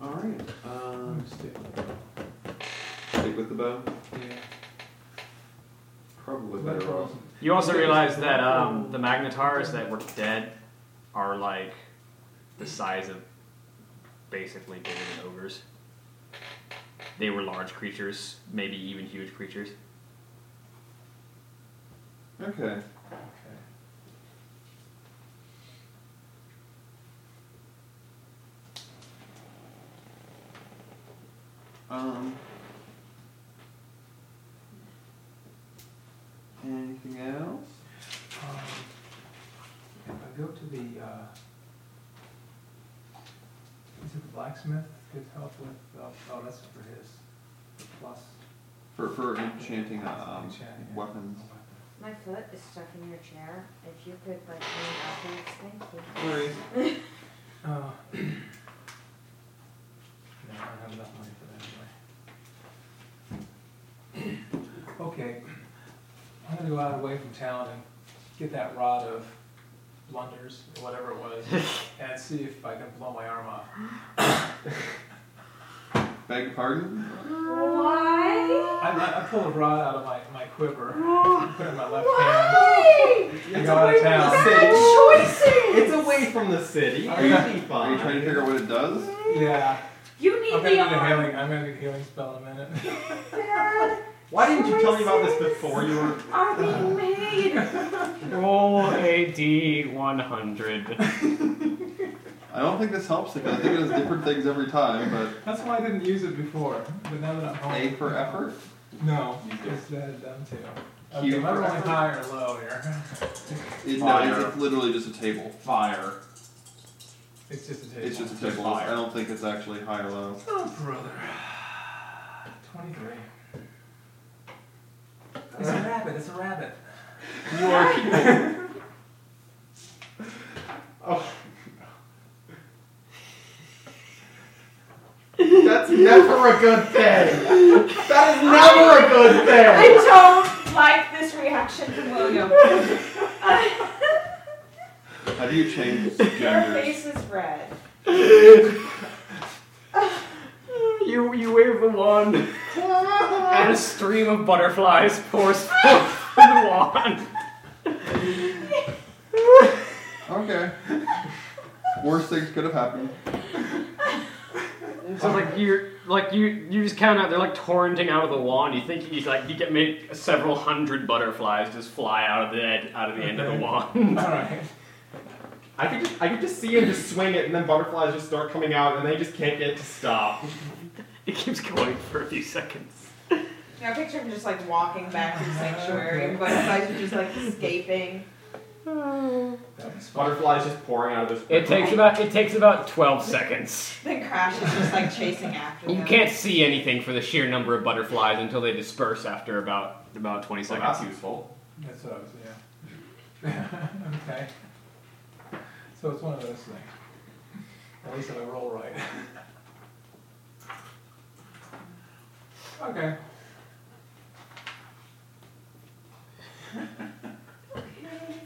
S3: Alright. Um,
S6: I'm stick.
S3: stick with the bow.
S6: Yeah.
S3: Probably
S6: What
S3: better off.
S6: else?
S2: You also realize that um, the magnetars that were dead are like the size of basically bigger than ogres. They were large creatures, maybe even huge creatures.
S3: Okay.
S6: Okay.
S3: Um. Anything else?
S6: Um, If I go to the, uh, is it the blacksmith could help with, uh, oh, that's for his, the plus.
S3: For for enchanting uh, um,
S6: Enchanting, yeah.
S3: weapons.
S1: My foot is stuck in your chair. If you could like lean backwards, thank you.
S3: Sorry.
S6: Uh, No, I don't have enough money for that anyway. Okay, I'm gonna go out away from town and get that rod of blunders, or whatever it was, and see if I can blow my arm off.
S3: Beg your pardon?
S1: Why?
S6: I, I pull a rod out of my, my quiver, put it in my left hand.
S1: Why?
S5: It's
S6: You go out of town.
S1: Bad
S5: It's
S1: choices.
S5: away from the city.
S3: Are you,
S5: It'll
S3: are
S5: be
S3: you trying to
S5: fine.
S3: figure out what it does?
S6: Yeah.
S1: You
S6: I'm
S1: need
S6: gonna need
S1: the
S6: a
S1: arm.
S6: healing. I'm gonna need a healing spell in a minute.
S1: Dad,
S5: Why didn't you tell me about this before you were?
S1: are
S5: Uh-huh.
S1: being made.
S10: Roll a d one hundred.
S3: I don't think this helps because I think it does different things every time, but
S6: That's why I didn't use it before. But now that I'm home.
S3: A for effort?
S6: No,
S3: You do.
S6: it's that dumb too.
S3: Q
S6: Okay, am I
S3: for
S6: rolling
S3: effort?
S6: high or low here?
S3: It, no,
S9: Fire.
S3: it's, it's literally just a table.
S9: Fire.
S6: It's just a table.
S3: It's just a
S9: Just
S3: table.
S9: fire.
S3: I don't think it's actually high or low.
S6: Oh, brother. Twenty-three. It's a rabbit. It's a rabbit.
S5: You are. oh. That's never a good thing. That is never a good
S1: I
S5: thing.
S1: don't like this reaction from William.
S3: How do you change
S1: Your
S3: genders?
S1: face is red.
S2: You you you wave the wand, and a stream of butterflies pours forth from the wand.
S3: Okay. Worst things could have happened.
S2: So like you're like you you just count out. They're like torrenting out of the wand. You think you like you get make several hundred butterflies just fly out of the end, out of the end of the wand.
S6: Alright.
S5: I could just I could just see him just swing it, and then butterflies just start coming out, and they just can't get it to stop.
S2: It keeps going for a few seconds.
S1: Now picture him just like walking back to
S5: Uh-huh.
S1: the sanctuary, and butterflies are just like escaping.
S6: That was fun.
S5: Butterflies just pouring out of this.
S2: It takes about it takes about twelve seconds.
S1: Then Crash is just like chasing after them.
S2: You can't see anything for the sheer number of butterflies until they disperse after about about 20
S5: So
S2: seconds.
S5: that's useful.
S6: That's what I was, yeah. okay. So it's one of those things. At least if I roll right. okay.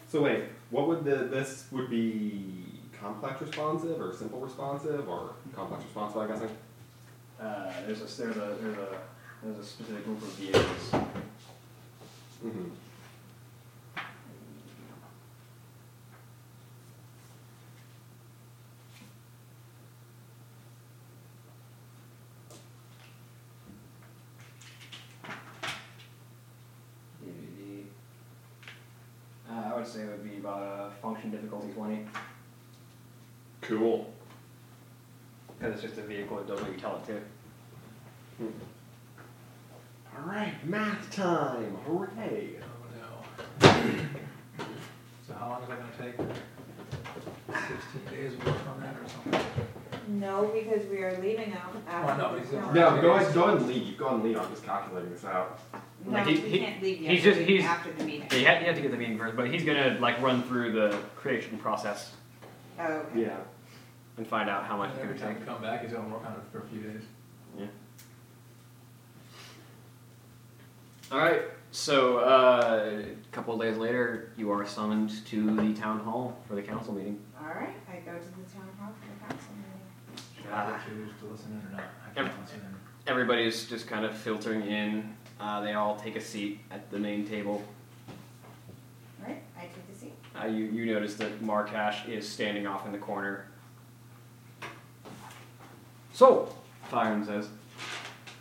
S5: So wait, what would the this would be complex responsive or simple responsive or complex responsive? I guess.
S12: Uh, there's a there's a there's a there's a specific group of VAs.
S5: Mm-hmm.
S12: DVD. Uh, I would say it would be about a function difficulty twenty
S5: Cool.
S12: because it's just a vehicle. It does what you tell it to.
S5: All right, math time! Hooray!
S6: Oh no. So how long is that gonna take? Sixteen days work on that or something?
S1: No, because we are leaving out
S6: Oh,
S1: after.
S6: no, he's
S1: no,
S6: not.
S5: No, go ahead, go ahead and lead. You go ahead and lead. I'm just calculating this out.
S1: No,
S2: Like, he-
S1: we
S2: he-
S1: can't leave yet.
S2: he's just- he's-
S1: after the meeting.
S2: You have, you have to get the meeting first, but he's gonna like run through the creation process
S1: Oh, okay.
S5: Yeah.
S2: and find out how much it's
S6: Every
S2: gonna
S6: time
S2: take.
S6: I come back, he's gonna work on it for a few days.
S2: All right. So uh, a couple of days later, you are summoned to the town hall for the council meeting.
S1: All right, I go to the town hall for the council meeting.
S6: Should I let you to listen in or not? I can't listen in.
S2: Everybody's just kind of filtering in. Uh, they all take a seat at the main table.
S1: All right, I take a seat.
S2: Uh, you you notice that Markash is standing off in the corner. So, Fireman says,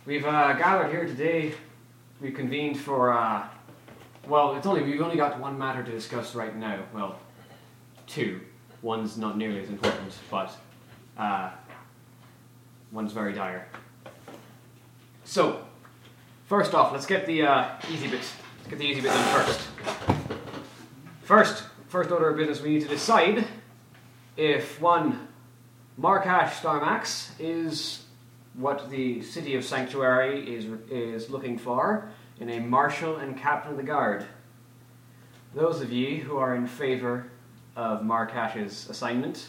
S2: we've uh, gathered here today. We convened for uh, well, it's only we've only got one matter to discuss right now. Well, two. One's not nearly as important, but uh, one's very dire. So, first off, let's get the uh, easy bit. Let's get the easy bit done first. First, first order of business, we need to decide if one Markash Starmax is what the city of Sanctuary is is looking for in a marshal and captain of the guard. Those of ye who are in favor of Markash's assignment,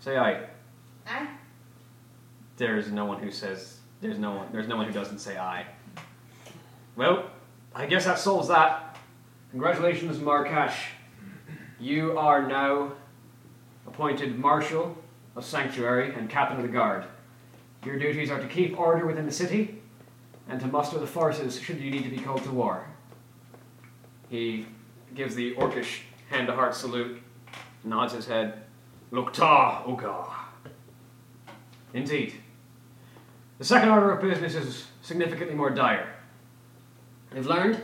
S2: say aye.
S1: Aye.
S2: There's no one who says there's no one there's no one who doesn't say aye. Well, I guess that solves that. Congratulations, Markash. You are now appointed Marshal of Sanctuary and Captain of the Guard. Your duties are to keep order within the city and to muster the forces should you need to be called to war. He gives the orcish hand to heart salute, nods his head. Lukta Uga. Indeed. The second order of business is significantly more dire. I've learned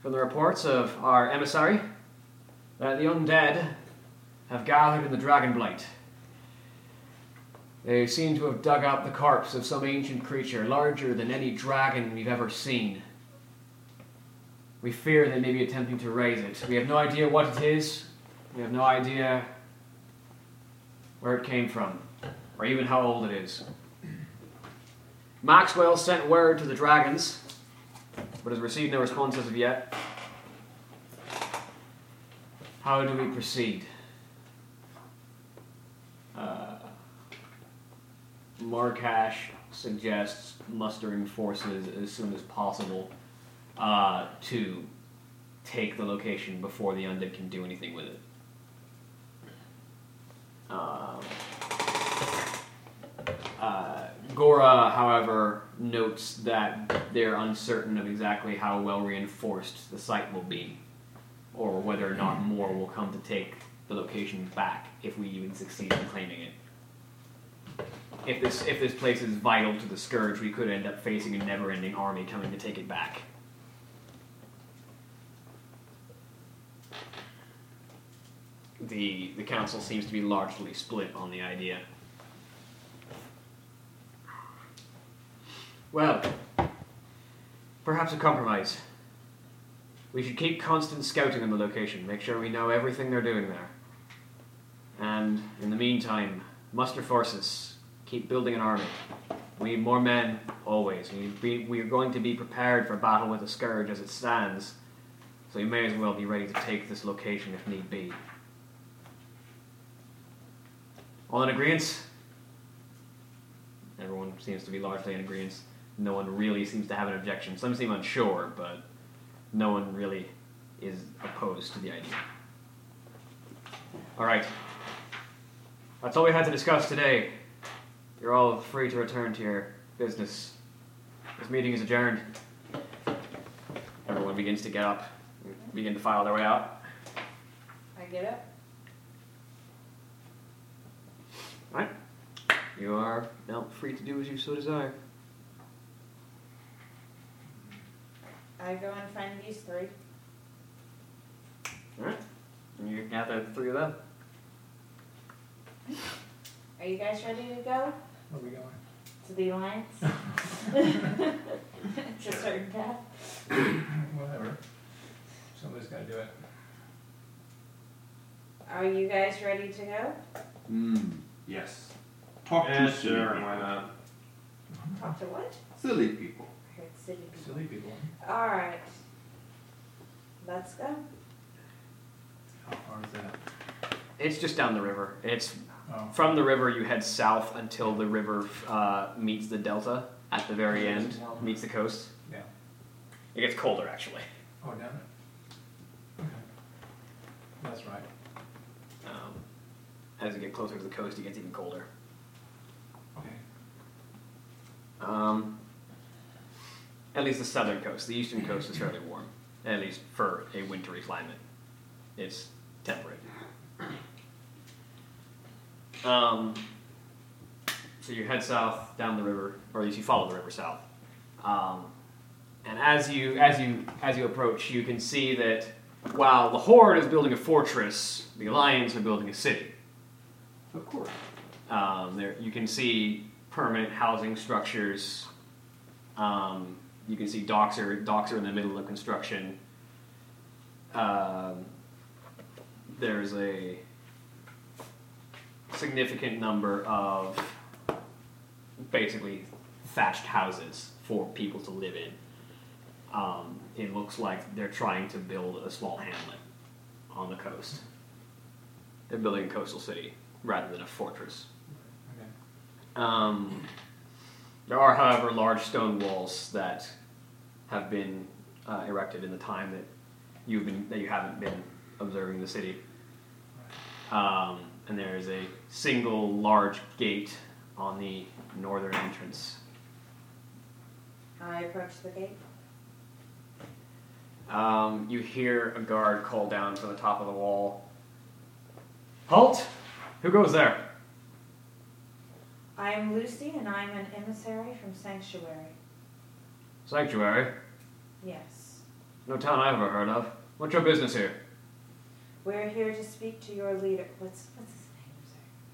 S2: from the reports of our emissary that the undead have gathered in the Dragonblight. They seem to have dug out the corpse of some ancient creature larger than any dragon we've ever seen. We fear they may be attempting to raise it. We have no idea what it is. We have no idea where it came from, or even how old it is. Maxwell sent word to the dragons but has received no response as of yet. How do we proceed? Uh, Markash suggests mustering forces as soon as possible uh, to take the location before the undead can do anything with it. Um, Uh, Gora, however, notes that they're uncertain of exactly how well reinforced the site will be, or whether or not more will come to take the location back if we even succeed in claiming it. If this if this place is vital to the scourge, we could end up facing a never-ending army coming to take it back. The the council seems to be largely split on the idea. Well, perhaps a compromise. We should keep constant scouting on the location, make sure we know everything they're doing there. And in the meantime, muster forces, keep building an army. We need more men, always. We, we, we are going to be prepared for battle with the Scourge as it stands, so we may as well be ready to take this location if need be. All in agreement? Everyone seems to be largely in agreement. No one really seems to have an objection. Some seem unsure, but no one really is opposed to the idea. All right. That's all we had to discuss today. You're all free to return to your business. This meeting is adjourned. Everyone begins to get up, and begin to file their way out.
S1: I get up.
S2: All right. You are now free to do as you so desire.
S1: I go and find these three.
S2: All right. And you gather the three of them.
S1: Are you guys ready to go
S6: Where are we going?
S1: to the alliance? to certain death.
S6: Whatever. Somebody's gotta do it.
S1: Are you guys ready to go?
S3: Mm, yes. Talk to silly
S5: why not?
S1: Talk to what?
S3: people. Silly people.
S1: I heard silly people.
S6: Silly people.
S1: All right. Let's go.
S6: How far is that?
S2: It's just down the river. It's
S6: Oh,
S2: from the river you head south until the river uh, meets the delta at the very end, meets the coast.
S6: Yeah.
S2: It gets colder actually.
S6: oh, down it? Okay. That's right.
S2: Um, as you get closer to the coast, it gets even colder.
S6: Okay.
S2: Um, at least the southern coast. The eastern coast is fairly warm, at least for a wintry climate. It's temperate. Um, so you head south down the river, or at least you follow the river south. Um, and as you as you as you approach, you can see that while the Horde is building a fortress, the Alliance are building a city.
S3: Of course.
S2: Um, there, you can see permanent housing structures. Um, you can see docks are docks are in the middle of construction. Um, there's a significant number of basically thatched houses for people to live in. Um, it looks like they're trying to build a small hamlet on the coast. They're building a coastal city rather than a fortress.
S6: Okay.
S2: Um, there are, however, large stone walls that have been uh, erected in the time that you've been that you haven't been observing the city. Um, and there is a single large gate on the northern entrance.
S1: I approach the gate.
S2: Um, you hear a guard call down from the top of the wall. Halt! Who goes there?
S1: I am Lucy, and I am an emissary from Sanctuary.
S2: Sanctuary.
S1: Yes.
S2: No town I've ever heard of. What's your business here?
S1: We're here to speak to your leader. What's what's his name?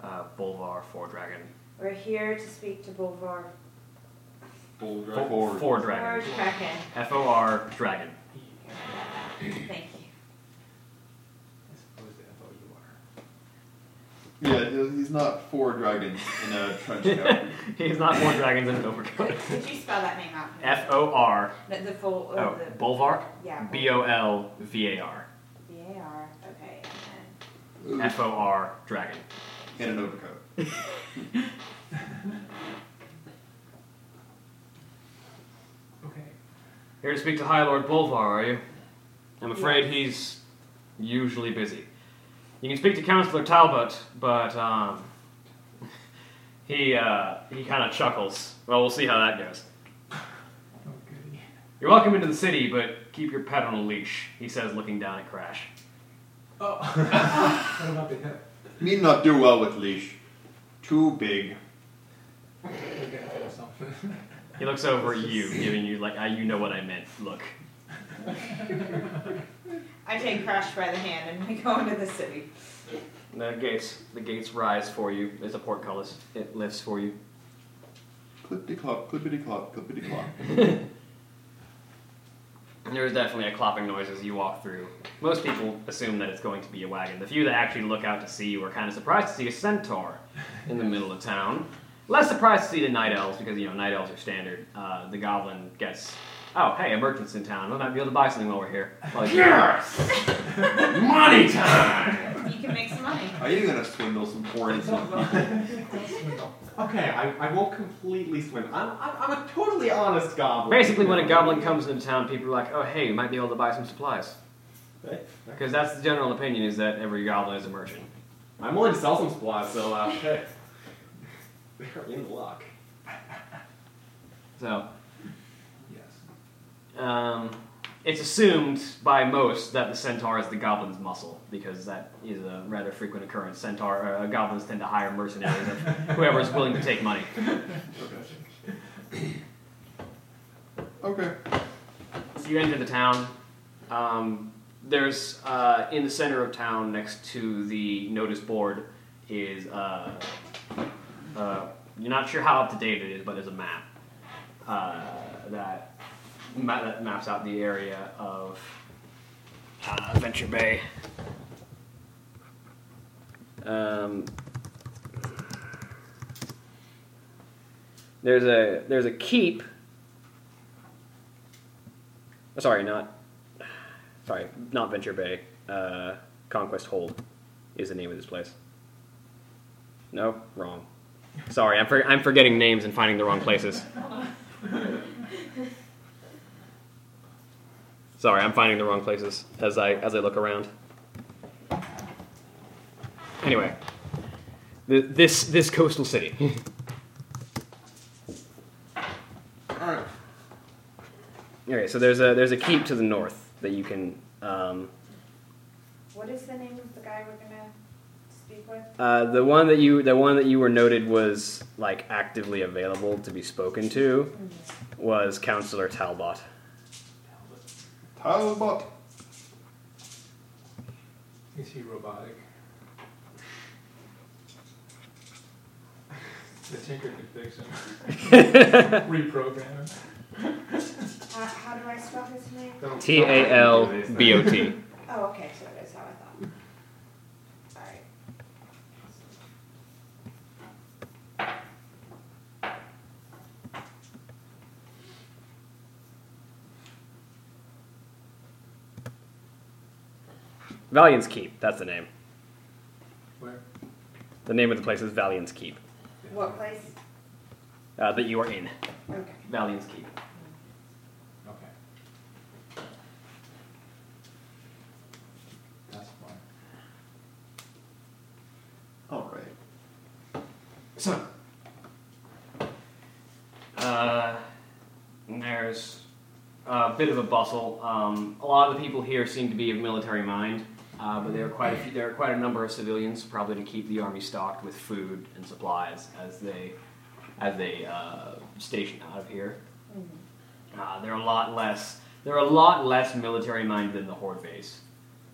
S1: I'm sorry.
S2: Uh, Bolvar Four Dragon.
S1: We're here to speak to Bolvar.
S3: Bold right
S2: Four, Four Dragon.
S1: Or Kraken.
S2: F O R Dragon.
S1: Thank you.
S6: I suppose the F O U R.
S3: Yeah, he- he's not four dragons in a trench coat.
S2: He's not Four Dragons in an overcoat.
S1: Could you spell that name out? for me?
S2: F O R.
S1: No, the full. Oh,
S2: Oh,
S1: the,
S2: Bolvar.
S1: yeah.
S2: B O L V A R.
S1: B A R. Okay. and
S2: F O R Dragon.
S3: in an overcoat.
S6: Okay.
S2: Here to speak to High Lord Bolvar, are you? I'm afraid he's usually busy. You can speak to Counselor Talbot, but um, He uh, he kind of chuckles. Well, we'll see how that goes.
S6: Oh, goody.
S2: You're welcome into the city, but keep your pet on a leash. He says, looking down at Crash.
S6: Oh. what about the hip?
S3: Me not do well with leash. Too big.
S6: We're gonna do something.
S2: He looks over at you, giving you like, I, you know what I meant. Look.
S1: I take Crash by the hand and we go into the city.
S2: The gates, the gates rise for you. There's a portcullis. It lifts for you.
S3: Clippity clop, clippity clop, clippity clop.
S2: And there's definitely a clopping noise as you walk through. Most people assume that it's going to be a wagon. The few that actually look out to see you are kind of surprised to see a centaur in the middle of town. Less surprised to see the night elves because you know night elves are standard. Uh, the goblin gets, oh hey, a merchant's in town. I might be able to buy something while we're here. Like,
S3: Yes! Money time!
S1: You can make some money.
S3: Are you gonna swindle some poor innocent people?
S6: Don't swindle.
S5: Okay, I, I won't completely swim. I'm, I'm, I'm a totally honest goblin.
S2: Basically, when a goblin comes into town, people are like, oh hey, you might be able to buy some supplies
S5: Hey,
S2: because that's the general opinion is that every goblin is a merchant.
S5: I'm willing to sell some supplies, so uh, hey. They're in luck.
S2: So
S6: Yes.
S2: Um, it's assumed by most that the centaur is the goblin's muscle because that is a rather frequent occurrence. Centaur uh, goblins tend to hire mercenaries of whoever is willing to take money.
S3: Okay.
S2: So you enter the town. Um, there's uh, in the center of town, next to the notice board, is uh, uh, you're not sure how up to date it is, but there's a map uh, that ma- that maps out the area of uh, Venture Bay. Um, there's a there's a keep Oh, sorry, not sorry, not Venture Bay. Uh, Conquest Hold is the name of this place. No, wrong. Sorry, I'm, for, I'm forgetting names and finding the wrong places. Sorry, I'm finding the wrong places as I as I look around. Anyway, th- this this coastal city.
S3: Alright.
S2: okay, so there's a there's a keep to the north that you can. Um,
S1: What is the name of the guy we're gonna speak with?
S2: Uh, the one that you the one that you were noted was like actively available to be spoken to was Counselor Talbot.
S3: Talbot.
S6: Is he robotic? The tinker could fix him. Reprogram him.
S1: How, how do I spell his name?
S5: Don't-
S2: T
S5: don't
S2: A L B O T.
S1: Oh, okay, so that is how I thought. Alright.
S2: Valiant's Keep. That's the name.
S6: Where?
S2: The name of the place is Valiant's Keep.
S1: What place?
S2: Uh, that you are in.
S1: Okay.
S2: Valiant's Keep.
S6: Okay. That's fine.
S3: Alright.
S2: So, uh, there's a bit of a bustle. Um, a lot of the people here seem to be of military mind, uh, but there are quite a few, there are quite a number of civilians, probably to keep the army stocked with food and supplies as they as they uh, station out of here. Uh, they're a lot less they're a lot less military minded than the horde base.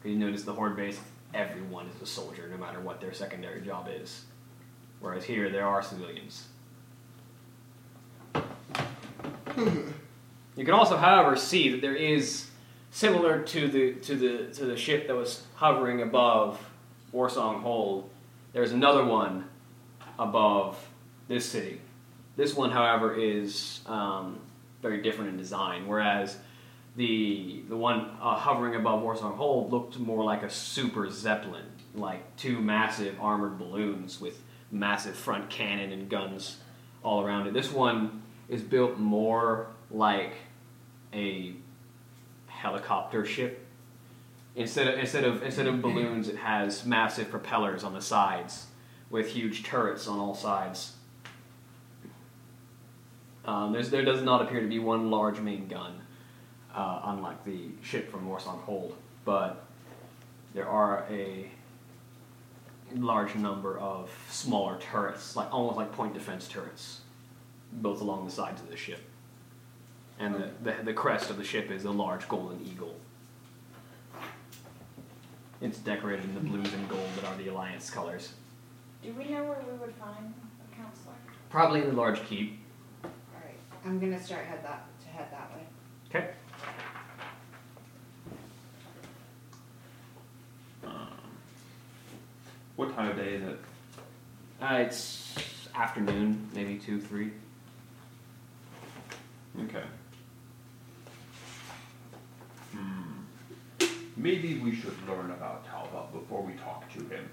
S2: 'Cause You notice the horde base, everyone is a soldier, no matter what their secondary job is. Whereas here, there are civilians. you can also, however, see that there is similar to the to the to the ship that was hovering above Warsong Hold. There's another one above this city. This one, however, is um, very different in design. Whereas the the one uh, hovering above Warsong Hold looked more like a super zeppelin, like two massive armored balloons with massive front cannon and guns all around it. This one is built more like a helicopter ship. Instead of instead of instead of balloons, it has massive propellers on the sides with huge turrets on all sides. Um, there's, there does not appear to be one large main gun, uh, unlike the ship from Morse on hold, but there are a large number of smaller turrets, like almost like point defense turrets, built along the sides of the ship. And the, the, the crest of the ship is a large golden eagle. It's decorated in the blues and gold that are the Alliance colors.
S1: Do we know where we would find a counselor?
S2: Probably in the large keep.
S1: Alright, I'm gonna start head that, to head that way.
S2: Okay.
S3: Um,
S9: What time of day is it?
S2: Uh, it's afternoon, maybe two, three.
S9: Okay. Hmm. Maybe we should learn about Talbot before we talk to him.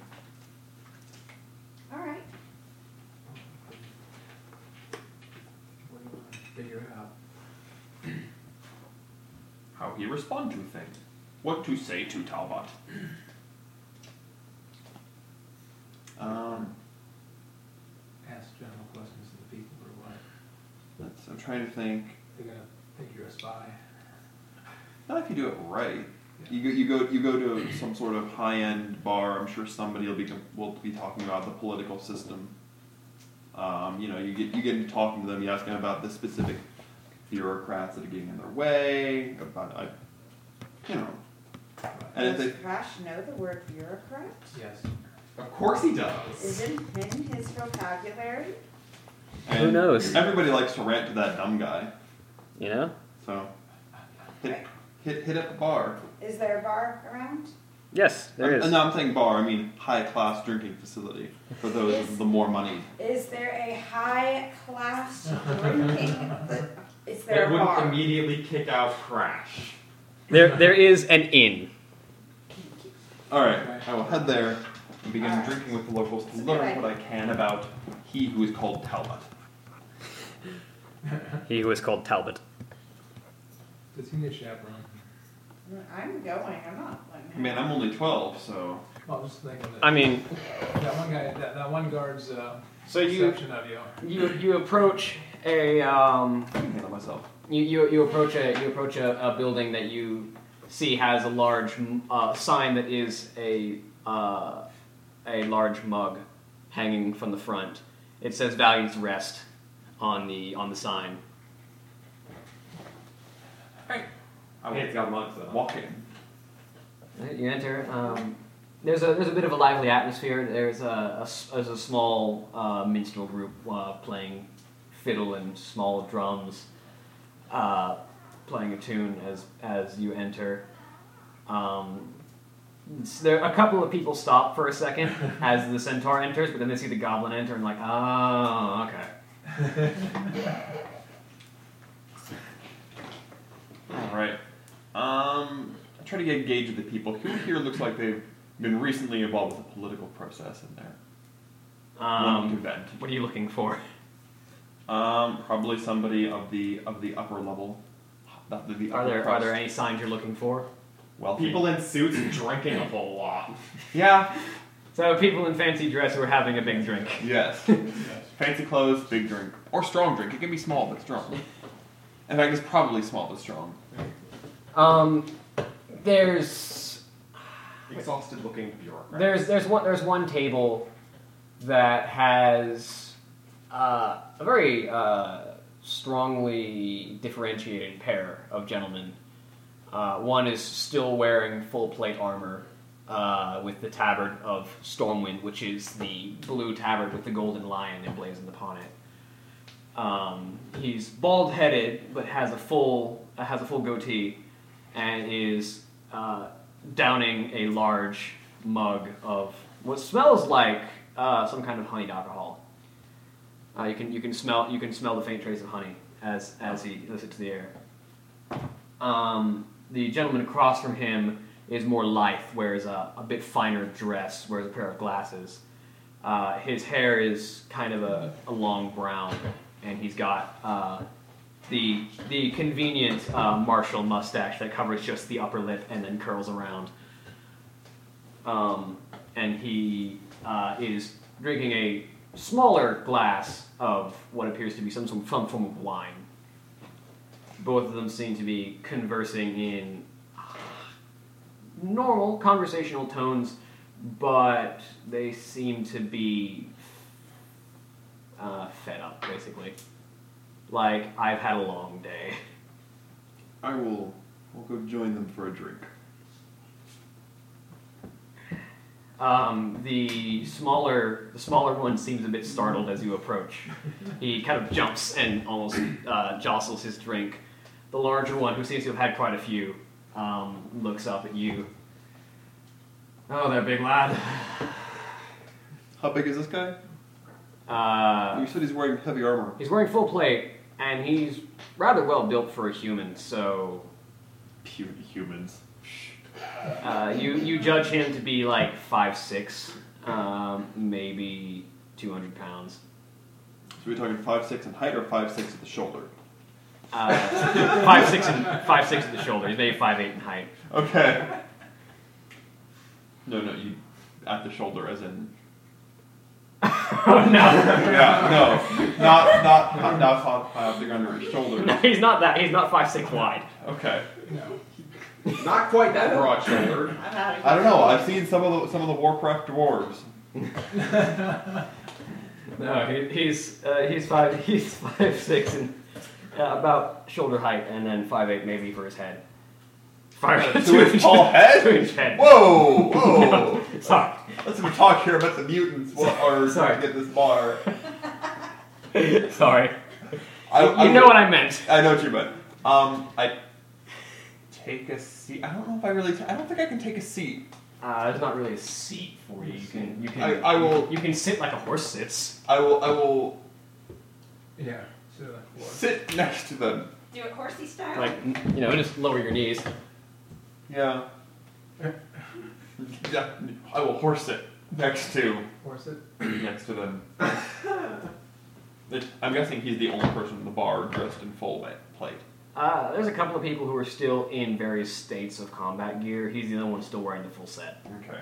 S1: Alright,
S6: What do you want to figure out?
S9: How he respond to things. What to say to Talbot.
S3: Um,
S6: Ask general questions to the people or what?
S3: that's, I'm trying to think.
S6: They're gonna think you're a spy.
S3: Not if you do it right.
S6: Yeah.
S3: You go, you go, you go to some sort of high-end bar. I'm sure somebody will be com- will be talking about the political system. Um, you know, you get you get into talking to them. You ask them about the specific bureaucrats that are getting in their way. About, I, you know, and if
S1: does
S3: they
S1: Crash know the word bureaucrat?
S6: Yes.
S5: Of course he does.
S1: Isn't in his vocabulary?
S3: and
S2: Who knows?
S3: Everybody likes to rant to that dumb guy.
S2: You know?
S3: So hit hit hit up a bar.
S1: Is there a bar around?
S2: Yes, there
S3: I'm-
S2: is.
S3: No, I'm saying bar. I mean high-class drinking facility for those
S1: Yes.
S3: with the more money.
S1: Is there a high class drinking? Is
S5: It
S1: there a
S5: wouldn't
S1: bar?
S5: immediately kick out Crash.
S2: There, there is an inn.
S3: All right, I will head there and begin
S1: All right.
S3: drinking with the locals to
S1: It's a good
S3: learn what I can about he who is called Talbot.
S2: He who is called Talbot.
S6: Does he need a chaperone?
S1: I'm going. I'm not. letting him.
S3: Man, I'm only twelve, so
S6: Well, I'm just thinking that,
S2: I mean,
S6: that one guy, that, that one guard's uh,
S2: so you
S6: perception of you.
S2: you you approach a um,
S3: I can handle myself.
S2: You, you, you approach a you approach a, a building that you see has a large m- uh, sign that is a uh, a large mug hanging from the front. It says "Valiant's Rest" on the on the sign.
S9: I
S5: Hey, it's
S9: would
S5: got mugs though.
S9: walk in.
S2: You enter. Um, there's a there's a bit of a lively atmosphere. There's a, a s- there's a small uh, minstrel group uh, playing fiddle and small drums, uh, playing a tune as as you enter. Um, s- there a couple of people stop for a second as the centaur enters, but then they see the goblin enter and like, oh, okay.
S3: All right, um, I try to get a gauge of the people. Who here looks like they've been recently involved with the political process in there? to
S2: Um,
S3: vent.
S2: what are you looking for?
S3: Um, probably somebody of the of the upper level. The, the, the
S2: Are
S3: upper
S2: there are there
S3: crust.
S2: any signs you're looking for?
S3: wealthy
S5: People in suits drinking a whole lot.
S3: Yeah.
S2: So people in fancy dress who are having a big drink.
S3: Yes. Fancy clothes, big drink. Or strong drink. It can be small but strong. In fact, it's probably small but strong.
S2: Um, there's
S5: Exhausted looking bureaucrat.
S2: there's there's one there's one table that has uh, a very uh, strongly differentiated pair of gentlemen. Uh, one is still wearing full plate armor uh, with the tabard of Stormwind, which is the blue tabard with the golden lion emblazoned upon it. Um, he's bald headed, but has a full uh, has a full goatee, and is uh, downing a large mug of what smells like uh, some kind of honeyed alcohol. Uh, you can you can smell you can smell the faint trace of honey as as he lifts it to the air. Um, the gentleman across from him is more lithe, wears a, a bit finer dress, wears a pair of glasses. Uh, his hair is kind of a, a long brown, and he's got uh, the the convenient uh, Marshall mustache that covers just the upper lip and then curls around. Um, and he uh, is drinking a smaller glass of what appears to be some, some some form of wine. Both of them seem to be conversing in uh, normal conversational tones, but they seem to be uh, fed up, basically. Like, I've had a long day.
S3: I will. I'll go join them for a drink.
S2: Um, the smaller the smaller one seems a bit startled as you approach. He kind of jumps and almost uh, jostles his drink. The larger one, who seems to have had quite a few, um, looks up at you. Oh, there, big lad.
S3: How big is this guy?
S2: Uh,
S3: You said he's wearing heavy armor.
S2: he's wearing full plate, and he's rather well built for a human. So
S3: Pure humans.
S2: uh, you you judge him to be like five six, um, maybe two hundred pounds.
S3: So we're talking five six in height or five six at the shoulder.
S2: Uh, five six and five six at the shoulder. He's maybe five eight in height.
S3: Okay. No, no, you at the shoulder as in.
S2: oh no.
S3: Yeah, no, not not not not five, five they're under
S2: no!
S3: his shoulder.
S2: He's not that. He's not five six wide.
S3: Okay.
S5: Not quite that broad shouldered.
S1: I'm out of here.
S3: I don't know. I've seen some of the some of the Warcraft dwarves.
S2: No, he, he's uh, he's five he's five six and uh, about shoulder height, and then five eight maybe for his head. Uh, Five
S3: To his tall head?
S2: Two inch head.
S3: Whoa, whoa!
S2: Sorry.
S3: Let's have a talk here about the mutants. What are
S2: Sorry.
S3: to get this bar?
S2: Sorry.
S3: I, I
S2: you know what I meant.
S3: I know what you meant. Um, I take a seat. I don't know if I really. I I don't think I can take a seat.
S2: Uh, there's not really a seat for you. You can you can
S3: I- I will-
S2: you can sit like a horse sits.
S3: I will. I will
S6: Yeah, sit on the floor.
S3: sit next to them.
S1: Do it horsey style.
S2: Like you know, just lower your knees.
S3: Yeah. yeah. I will horse it next to
S6: Horse it.
S3: next to them. I'm guessing he's the only person in the bar dressed in full wa- plate.
S2: Uh, there's a couple of people who are still in various states of combat gear. He's the only one still wearing the full set.
S3: Okay.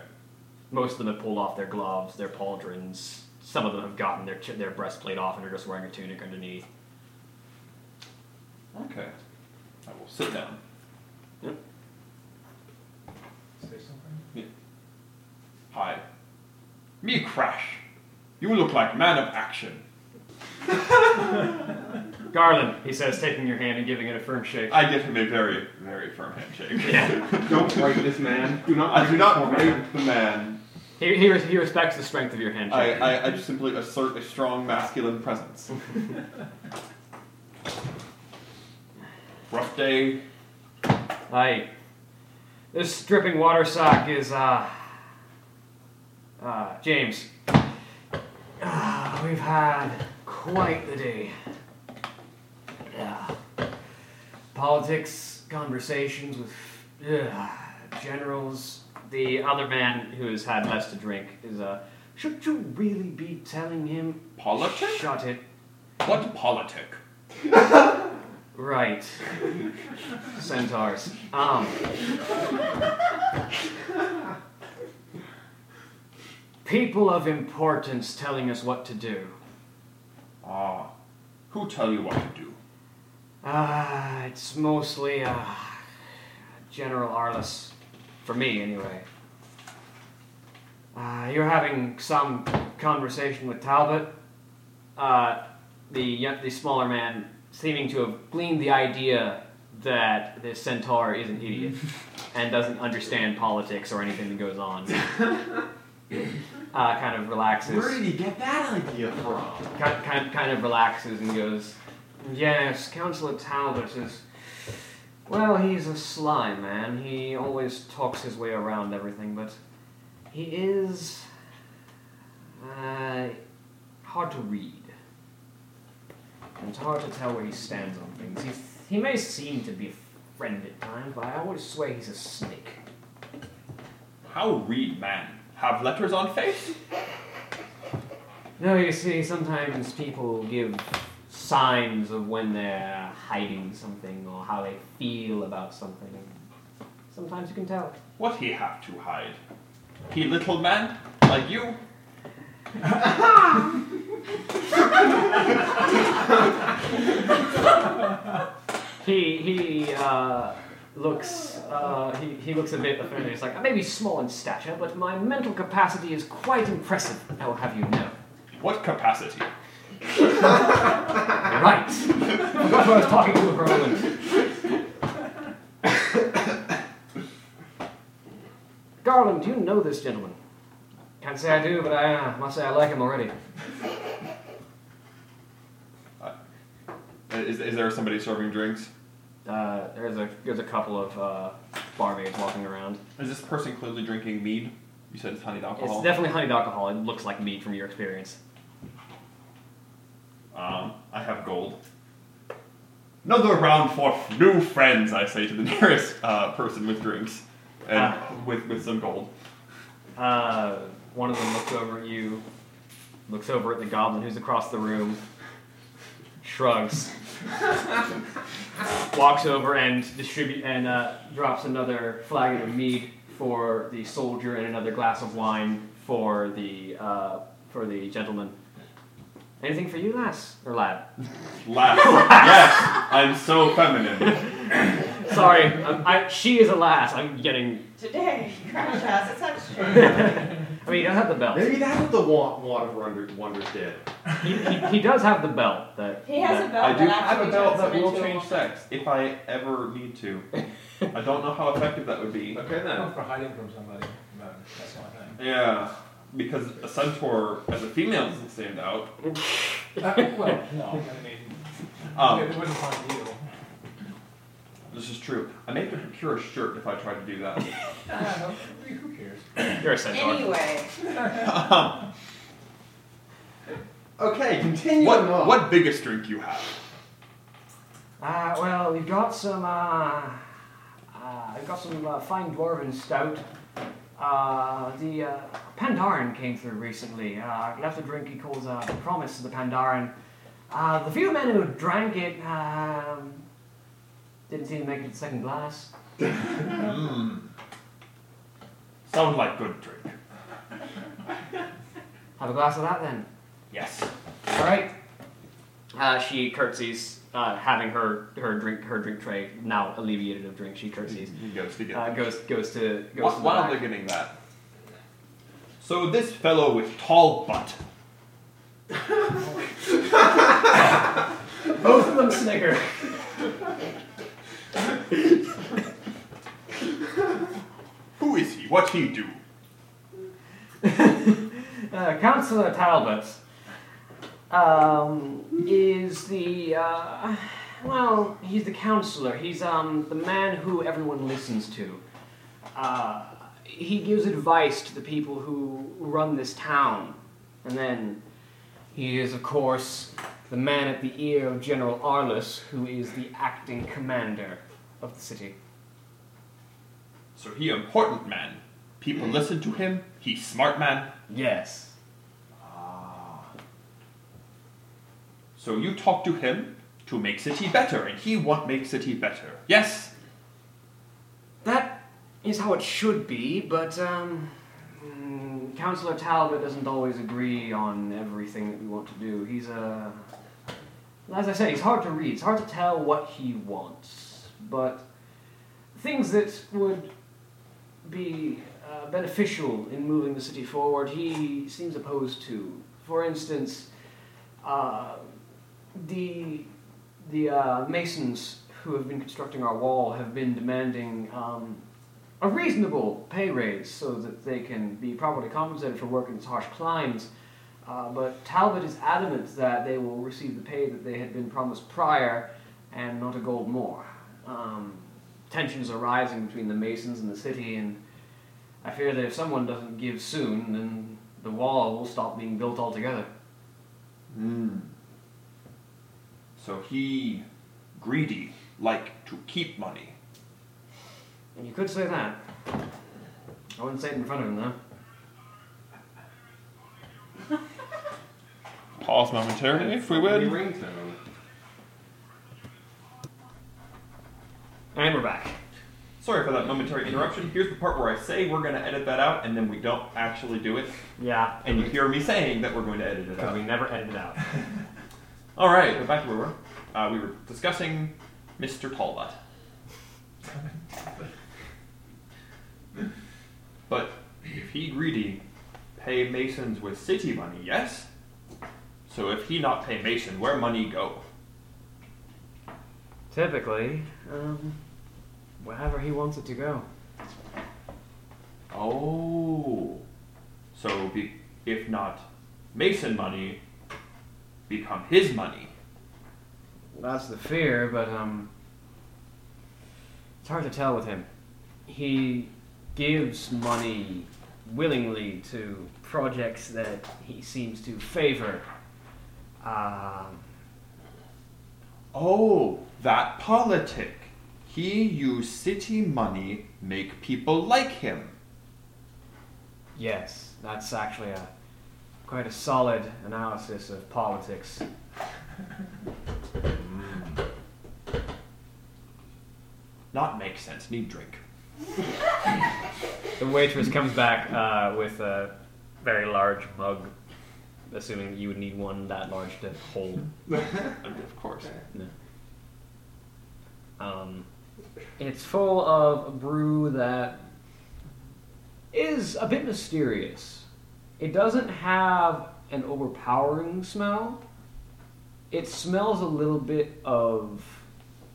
S2: Most of them have pulled off their gloves, their pauldrons. Some of them have gotten their ch- their breastplate off and are just wearing a tunic underneath.
S3: Okay. I will sit down.
S6: Say something.
S3: Hi. Me crash. You look like man of action.
S2: Garland, he says, taking your hand and giving it a firm shake.
S3: I give him a very, very firm handshake.
S2: Yeah.
S5: Don't break this man. Do not.
S3: I do
S5: break
S3: not
S5: this poor man.
S3: rape the man.
S2: He, he, res- he respects the strength of your
S3: I,
S2: handshake.
S3: I, I just simply assert a strong masculine presence. Rough day.
S2: Aye. This dripping water sock is, uh. Uh, James. Ah, we've had quite the day. Yeah. Politics, conversations with ugh, generals. The other man who has had less to drink is, uh. Should you really be telling him?
S3: Politic?
S2: Shut it.
S3: What politic?
S2: Right. Centaurs. Um. people of importance telling us what to do.
S3: Ah. Who tell you what to do?
S2: Ah, it's mostly uh, General Arliss. For me, anyway. Uh, you're having some conversation with Talbot. Uh, the, yo- the smaller man seeming to have gleaned the idea that this centaur is an idiot and doesn't understand politics or anything that goes on. uh, kind of relaxes
S5: Where did he get that idea from?
S2: kind, kind, kind of relaxes and goes, Yes, Councillor Talbot is. Well, he's a sly man. He always talks his way around everything, but he is. Uh, hard to read. And it's hard to tell where he stands on things. He's, he may seem to be a friend at times, but I always swear he's a snake.
S3: How read man? Have letters on face?
S2: No, you see, sometimes people give signs of when they're hiding something or how they feel about something. Sometimes you can tell.
S3: What he have to hide? He little man? Like you?
S2: He he uh, looks uh, he, he looks a bit offended. He's like, I may be small in stature, but my mental capacity is quite impressive. I will have you know.
S9: What capacity?
S2: You're right. That's what I was talking to for a moment. Garland, do you know this gentleman? Can't say I do, but I uh, must say I like him already.
S9: Uh, Is, is there somebody serving drinks?
S2: Uh, there's a there's a couple of uh, barmaids walking around.
S9: Is this person clearly drinking mead? You said it's honeyed alcohol.
S2: It's definitely honeyed alcohol. It looks like mead from your experience.
S9: um, I have gold. Another round for f- new friends, I say to the nearest uh, person with drinks and with, with some gold.
S2: Uh, one of them looks over at you, looks over at the goblin who's across the room, shrugs, walks over and distribute and uh, drops another flagon of mead for the soldier and another glass of wine for the uh, for the gentleman. Anything for you, lass or lad?
S9: Laugh. yes, I'm so feminine.
S2: Sorry, I'm, I, she is a lass. I'm getting.
S1: Today, crash house, it's extra.
S2: I mean, he does have the belt.
S5: Maybe that's what the want, want of Wonder, Wonders did.
S2: He, he, he does have the belt that
S1: He has a belt
S3: I do
S1: that
S3: have
S1: actually
S3: a belt
S1: turns
S3: that
S1: him
S3: will
S1: into a
S3: change
S1: woman.
S3: sex if I ever need to. I don't know how effective that would be.
S5: Okay
S6: Oh,
S5: then.
S6: for hiding from somebody. No, that's my thing.
S3: Yeah, because a centaur as a female doesn't stand out.
S6: Uh, well, no, I mean,
S3: Um,
S6: it wouldn't harm you.
S3: this is true. I may have to procure a shirt if I try to do that.
S6: Ah, no, who cares?
S2: you're a centaur.
S1: Anyway,
S5: Okay, continuing
S9: What,
S5: on.
S9: what biggest drink you have?
S2: Uh, well, we've got some. Uh, uh, I've got some uh, fine dwarven stout. Uh, the uh, Pandaren came through recently. Uh, left a drink he calls uh, the Promise of the Pandaren. Uh, the few men who drank it um, didn't seem to make it to the second glass.
S9: Sound like good drink.
S2: Have a glass of that then.
S9: Yes.
S2: All right. Uh, she curtsies, uh, having her, her drink her drink tray now alleviated of drink. She curtsies.
S3: Mm-hmm.
S9: He goes to get
S2: Uh, goes goes to
S9: Why,
S2: goes to the
S9: why
S2: back.
S9: are they getting that? So this fellow with tall butt.
S2: Both of them snicker.
S9: Who is he? What he do?
S2: uh, Councillor Talbot um, is the uh, well, he's the counselor. He's um, the man who everyone listens to. Uh, he gives advice to the people who run this town, and then he is, of course, the man at the ear of General Arliss, who is the acting commander of the city.
S9: So he important man.
S2: Hmm.
S9: People listen to him. He smart man.
S2: Yes. Ah.
S9: So you talk to him to make city better, and he want make city better. Yes.
S2: That is how it should be, but um, mm, Councillor Talbot doesn't always agree on everything that we want to do. He's a. As I said, he's hard to read. It's hard to tell what he wants, but things that would be uh, beneficial in moving the city forward, he seems opposed to. For instance, uh, the the uh, masons who have been constructing our wall have been demanding um, a reasonable pay raise so that they can be properly compensated for work in its harsh climes. Uh, but Talbot is adamant that they will receive the pay that they had been promised prior and not a gold more. Um, tensions are rising between the masons and the city, and I fear that if someone doesn't give soon, then the wall will stop being built altogether.
S9: Hmm. So he greedy, like to keep money.
S2: And you could say that. I wouldn't say it in front of him, though.
S9: Pause momentarily, if we
S5: Any ringtone?
S2: And we're back.
S3: Sorry for that momentary interruption. Here's the part where I say we're going to edit that out, and then we don't actually do it.
S2: Yeah.
S3: And you hear me saying that we're going to edit it
S2: Because
S3: out.
S2: we never edited out.
S3: All right, we're back to where we were. Uh, we were discussing Mr. Tallbutt. but if he greedy, pay masons with city money, yes? So if he not pay mason, where money go?
S2: Typically, um, wherever he wants it to go.
S3: Oh. So be, if not mason money, become his money.
S2: That's the fear, but um, it's hard to tell with him. He gives money willingly to projects that he seems to favor. Um,
S3: Oh, that politic. He use city money make people like him.
S2: yes, that's actually a quite a solid analysis of politics.
S3: Not make sense. Need drink.
S2: The waitress comes back uh, with a very large mug, assuming you would need one that large to hold.
S3: Of course.
S2: Um, it's full of a brew that is a bit mysterious. It doesn't have an overpowering smell. It smells a little bit of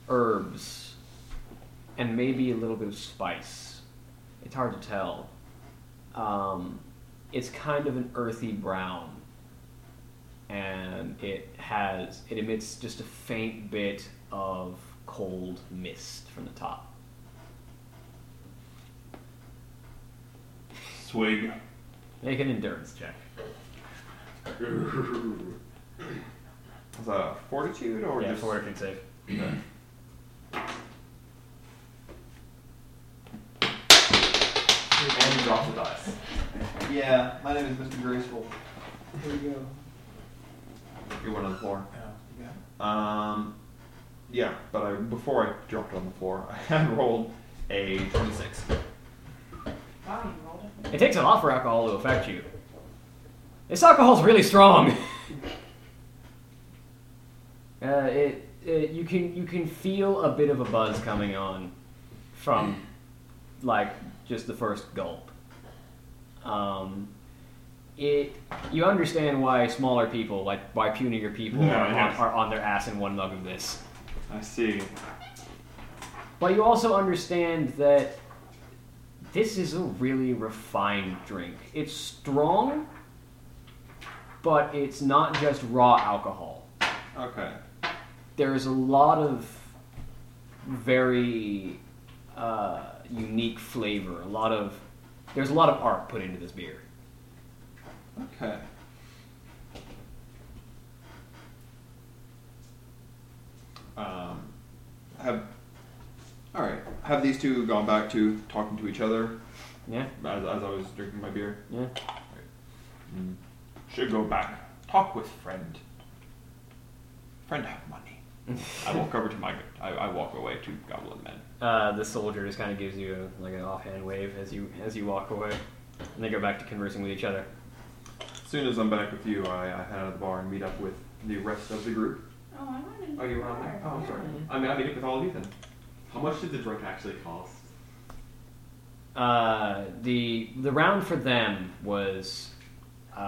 S2: herbs and maybe a little bit of spice. It's hard to tell. Um, it's kind of an earthy brown. And it has, it emits just a faint bit of cold mist from the top.
S9: Swig.
S2: Make an endurance check.
S3: Is that a fortitude or
S2: yeah,
S3: just
S2: fortitude save.
S3: and drop the dice?
S5: Yeah, my name is Mr. Graceful.
S12: Here we go.
S6: Um,
S3: You went on the floor.
S6: Oh, yeah.
S3: Um, yeah, but I, before I dropped on the floor, I had rolled a twenty-six.
S1: Wow, you rolled it.
S2: It takes a lot for alcohol to affect you. This alcohol's really strong. uh, it, it you can you can feel a bit of a buzz coming on from like just the first gulp. Um, it you understand why smaller people like why punier people
S9: Yeah,
S2: are, on,
S9: yes.
S2: are on their ass in one mug of this.
S9: I see.
S2: But you also understand that this is a really refined drink. It's strong, but it's not just raw alcohol.
S3: Okay.
S2: There is a lot of very uh, unique flavor. A lot of there's a lot of art put into this beer.
S3: Okay. Um, have all right. Have these two gone back to talking to each other
S2: Yeah,
S3: as, as I was drinking my beer?
S2: yeah.
S3: Should go back. Talk with friend. Friend have money. I walk over to my. I, I walk away to Goblin Men.
S2: Uh, the soldier just kind of gives you a, like an offhand wave as you as you walk away, and they go back to conversing with each other.
S3: As soon as I'm back with you, I, I head out of the bar and meet up with the rest of the group.
S1: Oh, I wanted to.
S3: Oh, you were on there? Oh, I'm sorry. I mean, I meet up with all of you then.
S5: How much did the drink actually cost?
S2: Uh, the the round for them was uh,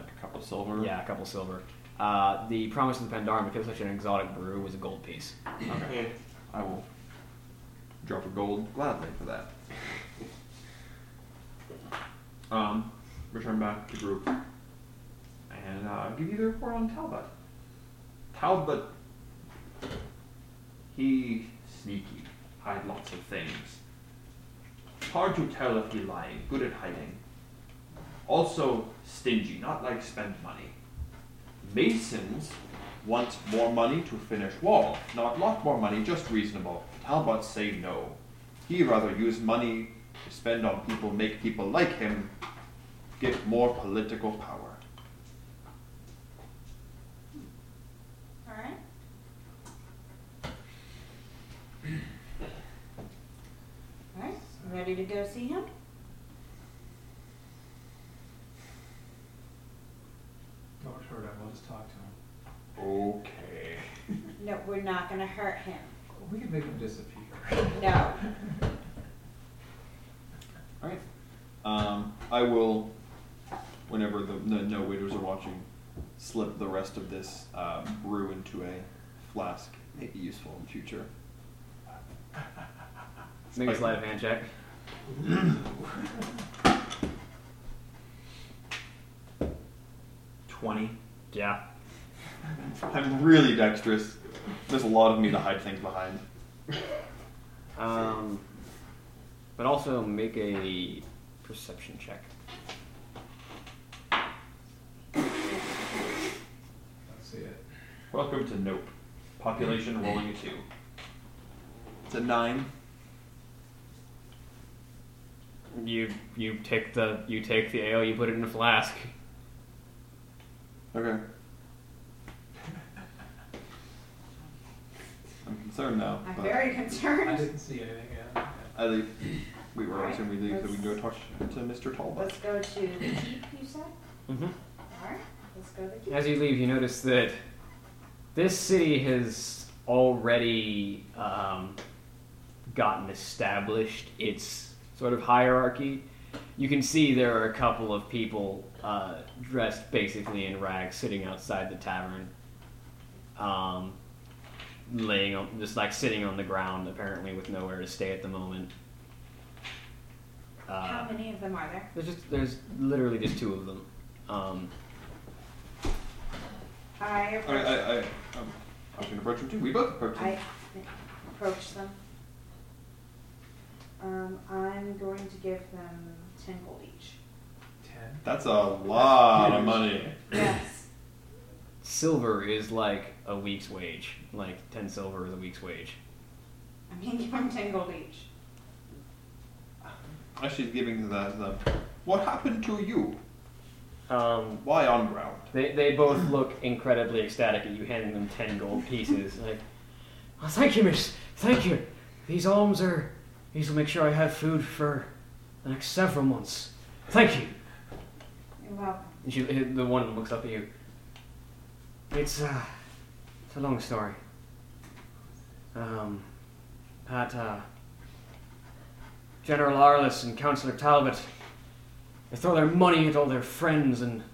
S3: A couple silver.
S2: yeah a couple silver. Uh, the promise of the Pandarum because it's such an exotic brew was a gold piece.
S5: Okay.
S3: I will drop a gold gladly for that. Um, return back to group and uh, give you the report on Talbot. Talbot, he sneaky, hide lots of things. Hard to tell if he lying, good at hiding. Also stingy, not like spend money. Masons want more money to finish wall, not lot more money, just reasonable. Talbot say no. He rather use money to spend on people, make people like him, get more political power.
S1: Alright. ready to go see him?
S6: Don't hurt him, we'll just talk to him.
S13: Okay.
S1: No, we're not gonna hurt him.
S6: We can make him disappear.
S1: No.
S3: Um, I will, whenever the no, no waiters are watching, slip the rest of this uh, brew into a flask. May be useful in future.
S2: Make a sleight of hand check.
S14: Twenty.
S2: Yeah.
S3: I'm really dexterous. There's a lot of me to hide things behind.
S2: Um, but also make a perception check.
S6: Let's see it.
S13: Welcome to Nope. Population rolling a two.
S3: Mm-hmm. It's a nine.
S2: You you take the you take the ale, you put it in a flask.
S3: Okay. I'm concerned now.
S1: I'm
S3: but
S1: very
S6: I
S1: concerned.
S6: didn't see anything, yeah.
S3: I leave. We were
S1: Alright,
S3: assume we leave, so we
S1: let's-
S3: go talk to Mr. Tallback.
S1: Let's go to the keep, you said?
S2: Mm-hmm.
S1: Alright, let's go to the keep.
S2: As you leave, you notice that this city has already um, gotten established its sort of hierarchy. You can see there are a couple of people uh, dressed basically in rags sitting outside the tavern, um, laying on, just like sitting on the ground, apparently with nowhere to stay at the moment. Uh,
S1: How many of them are there?
S2: There's just there's literally just two of them. Um,
S1: I
S3: I,
S1: approach,
S3: I, I, um, I was gonna approach him too. We both approached him.
S1: I approach them. Um, I'm going to give them ten gold each.
S6: Ten.
S3: That's a lot of money.
S1: Yes.
S2: silver is like a week's wage. Like ten silver is a week's wage.
S1: I'm gonna give them ten gold each.
S3: As she's giving the, the, what happened to you?
S2: Um,
S3: Why on ground?
S2: they they both look incredibly ecstatic at you handing them ten gold pieces. like, oh, thank you, miss. Thank you. These alms are. These will make sure I have food for the next several months. Thank you.
S1: You're welcome.
S2: And she, the one looks up at you. It's uh, it's a long story. Um, but uh, General Arliss and Councillor Talbot, they throw their money at all their friends and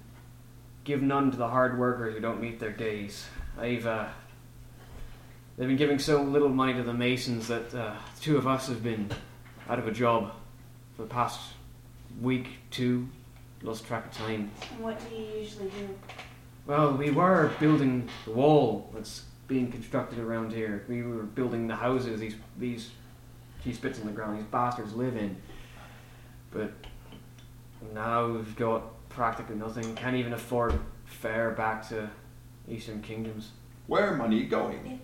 S2: give none to the hard workers who don't meet their days. I've uh, they've been giving so little money to the masons that uh, the two of us have been out of a job for the past week, two, lost track of time.
S1: And what do you usually do?
S2: Well, we were building the wall that's being constructed around here. We were building the houses these these she spits on the ground these bastards live in. But now we've got practically nothing. Can't even afford fare back to Eastern Kingdoms.
S3: Where money going?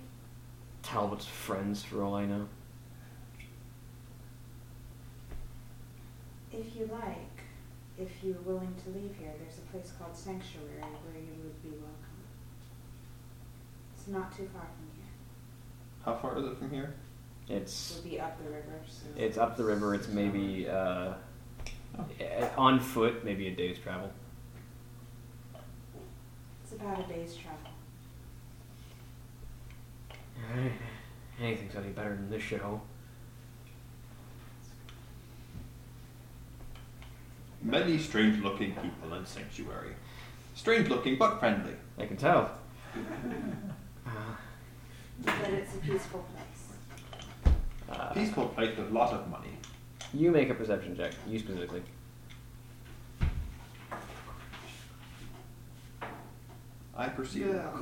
S2: Talbot's friends, for all I know.
S1: If you like, if you're willing to leave here, there's a place called Sanctuary where you would be welcome. It's not too far from here.
S3: How far is it from here?
S2: It's
S1: It would be up the river, so.
S2: it's up the river. It's maybe uh, eh, on foot, maybe a day's travel.
S1: It's about a day's travel.
S2: Alright. Anything's gonna be better than this shithole.
S3: Many strange looking people in sanctuary. Strange looking but friendly.
S2: I can tell.
S1: But it's a peaceful place.
S2: Uh,
S3: Peaceful place with a lot of money.
S2: You make a perception check, you specifically.
S3: I perceive that.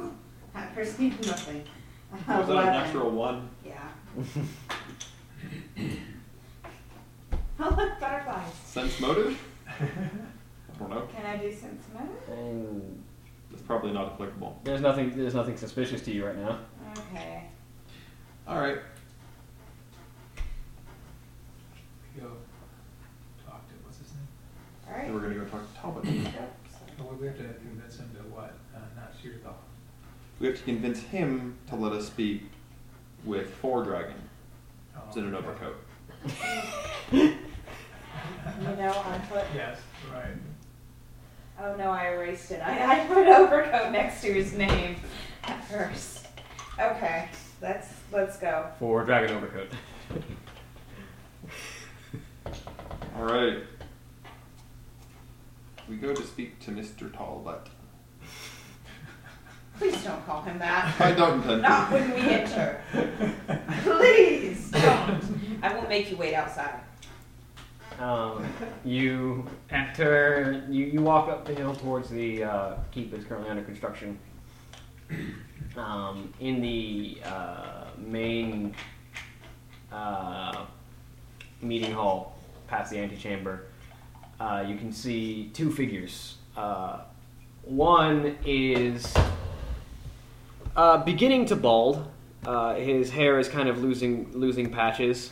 S1: I perceive nothing.
S3: Was that a
S1: Eleven.
S3: natural one?
S1: Yeah. Oh, look, butterflies.
S3: Sense motive? I don't know.
S1: Can I do sense motive?
S2: And
S3: It's probably not applicable.
S2: there's nothing there's nothing suspicious to you right now.
S1: Okay.
S3: Alright.
S6: We go talk to, what's his name?
S1: All
S3: Then
S1: right.
S3: we're gonna go talk to Talbot.
S1: Yep, so-
S6: Oh, we have to convince him to what? Uh, not shoot it off.
S3: We have to convince him to let us speak with Four Dragon.
S6: Oh,
S3: It's in an
S6: okay.
S3: overcoat.
S6: Yes, right.
S1: Oh no, I erased it. I, I put overcoat next to his name at first. Okay, let's let's go.
S15: for Dragon Overcoat.
S3: All right. We go to speak to Mr. Tallbutt.
S1: Please don't call him that.
S3: I don't intend
S1: Not
S3: to.
S1: when we enter. Please don't. I will make you wait outside.
S2: Um, you enter. You, you walk up the hill towards the uh, keep that's currently under construction. Um, in the uh, main uh, meeting hall, past the antechamber, uh, you can see two figures. Uh, one is uh, beginning to bald. Uh, his hair is kind of losing losing patches.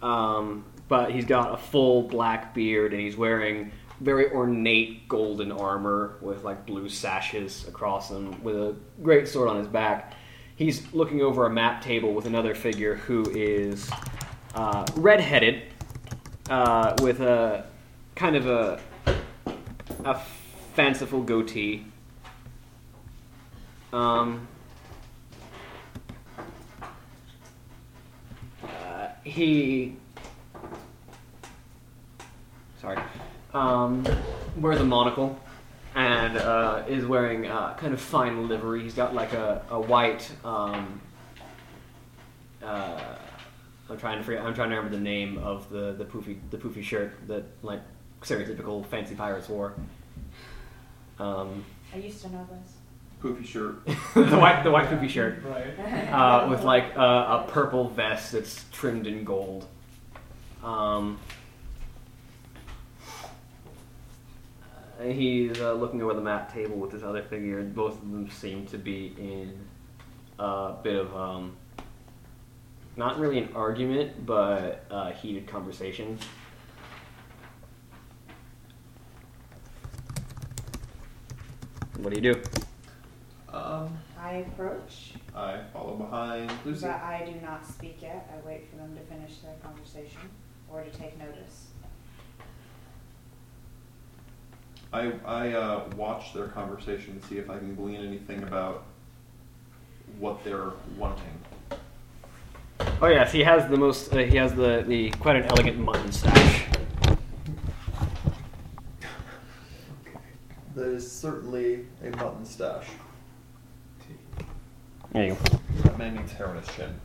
S2: Um, but he's got a full black beard and he's wearing very ornate golden armor with like blue sashes across them with a great sword on his back. He's looking over a map table with another figure who is uh, redheaded uh, with a kind of a, a fanciful goatee. Um, uh, he sorry, um, wears a monocle and uh, is wearing uh, kind of fine livery. He's got like a, a white. Um, uh, I'm trying to forget, I'm trying to remember the name of the, the poofy the poofy shirt that like stereotypical fancy pirates wore. Um,
S1: I used to know this.
S3: Poofy shirt.
S2: the white the white poofy shirt
S6: Right.
S2: uh, with like a, a purple vest that's trimmed in gold. Um, uh, he's uh, looking over the map table with this other figure. Both of them seem to be in a bit of um, not really an argument, but uh, heated conversation. What do you do?
S3: Um,
S1: I approach,
S3: I follow behind
S1: but
S3: Lucy.
S1: I do not speak yet. I wait for them to finish their conversation or to take notice.
S3: I, I uh, watch their conversation to see if I can glean anything about what they're wanting.
S2: Oh yes, he has the most. Uh, he has the, the quite an elegant mutton stash.
S3: That is certainly a mutton stash.
S2: There you go.
S3: That man needs hair on his chin.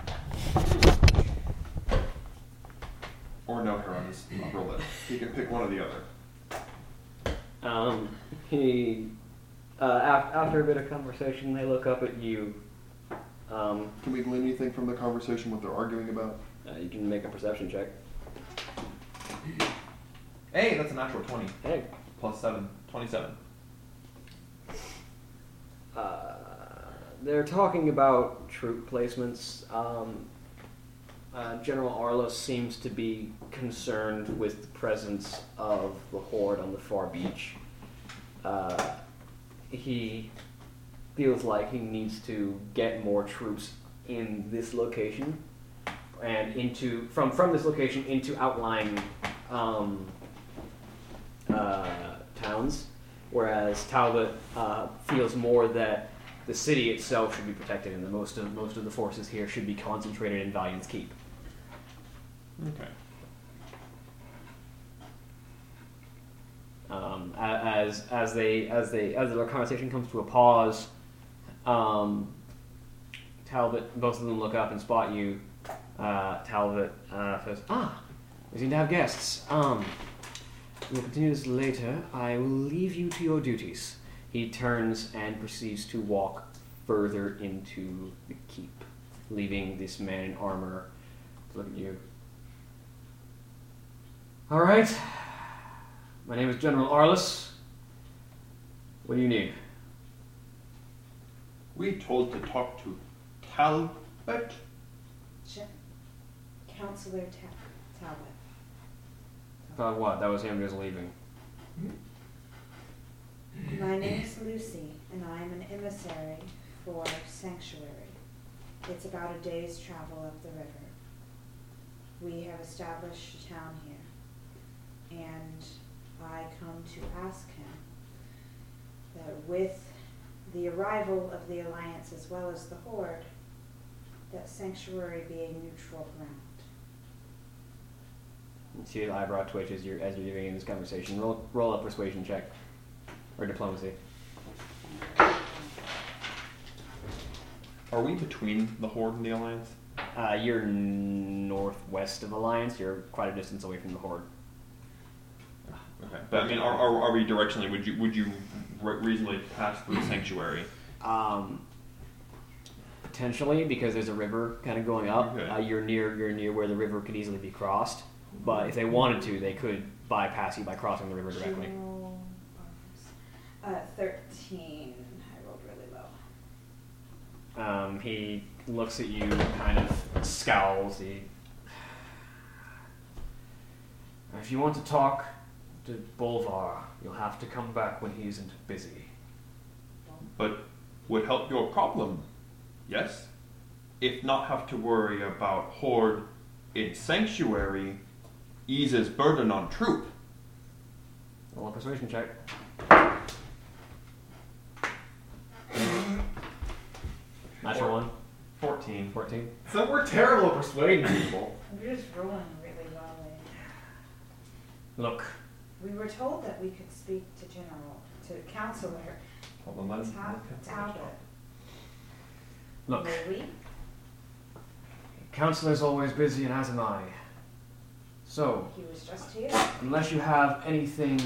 S3: Or no hair on his upper lip. He can pick one or the other.
S2: Um, he, uh, af- after a bit of conversation, they look up at you. Um,
S3: Can we glean anything from the conversation, what they're arguing about?
S2: uh, you can make a perception check.
S3: Hey, that's a natural 20.
S2: Hey.
S3: Plus 7. 27.
S2: Uh, they're talking about troop placements. Um, uh, General Arlo seems to be concerned with the presence of the horde on the far beach. Uh, he feels like he needs to get more troops in this location and into from from this location into outlying um, uh, towns whereas Talbot uh, feels more that the city itself should be protected, and the most of most of the forces here should be concentrated in Valiant's Keep.
S3: Okay.
S2: Um, a- as as they as they as their conversation comes to a pause, um, Talbot, both of them look up and spot you. Uh, Talbot uh, says, "Ah, we seem to have guests. Um, we'll continue this later. I will leave you to your duties." He turns and proceeds to walk further into the keep, leaving this man in armor to look at you. All right. My name is General Arliss. What do you need?
S3: We told to talk to Talbot.
S1: Sure. Counselor Ta- Talbot.
S2: Thought what? That was him just leaving.
S1: My name is Lucy, and I am an emissary for Sanctuary. It's about a day's travel up the river. We have established a town here, and I come to ask him that with the arrival of the Alliance as well as the Horde, that sanctuary be a neutral ground.
S16: See the eyebrow twitch as you're as you're giving in this conversation. Roll roll a persuasion check or diplomacy.
S3: Are we between the Horde and the Alliance?
S16: Uh, you're northwest of Alliance. You're quite a distance away from the Horde.
S3: Okay. But I mean, are, are, are we directionally? Would you would you re- reasonably pass through sanctuary?
S16: Um, potentially, because there's a river kind of going up.
S3: Okay.
S16: Uh, you're near you're near where the river could easily be crossed. But if they wanted to, they could bypass you by crossing the river directly.
S1: General arms. Uh, thirteen. I rolled really low.
S16: Um, he looks at you, kind of scowls. He,
S2: If you want to talk to Bolvar, you'll have to come back when he isn't busy.
S3: But would help your problem, yes? If not have to worry about Horde in sanctuary, eases burden on troop.
S16: roll a persuasion check. Natural one.
S3: 14.
S16: 14.
S5: So we're terrible at persuading people.
S1: We're just rolling really low.
S2: Look,
S1: We were told that we could speak to General, to Counselor
S3: Hold on, let us-
S1: Ta- Talbot.
S2: look.
S1: Will we?
S2: Counselor's always busy and has an eye. So,
S1: He was just here.
S2: unless you have anything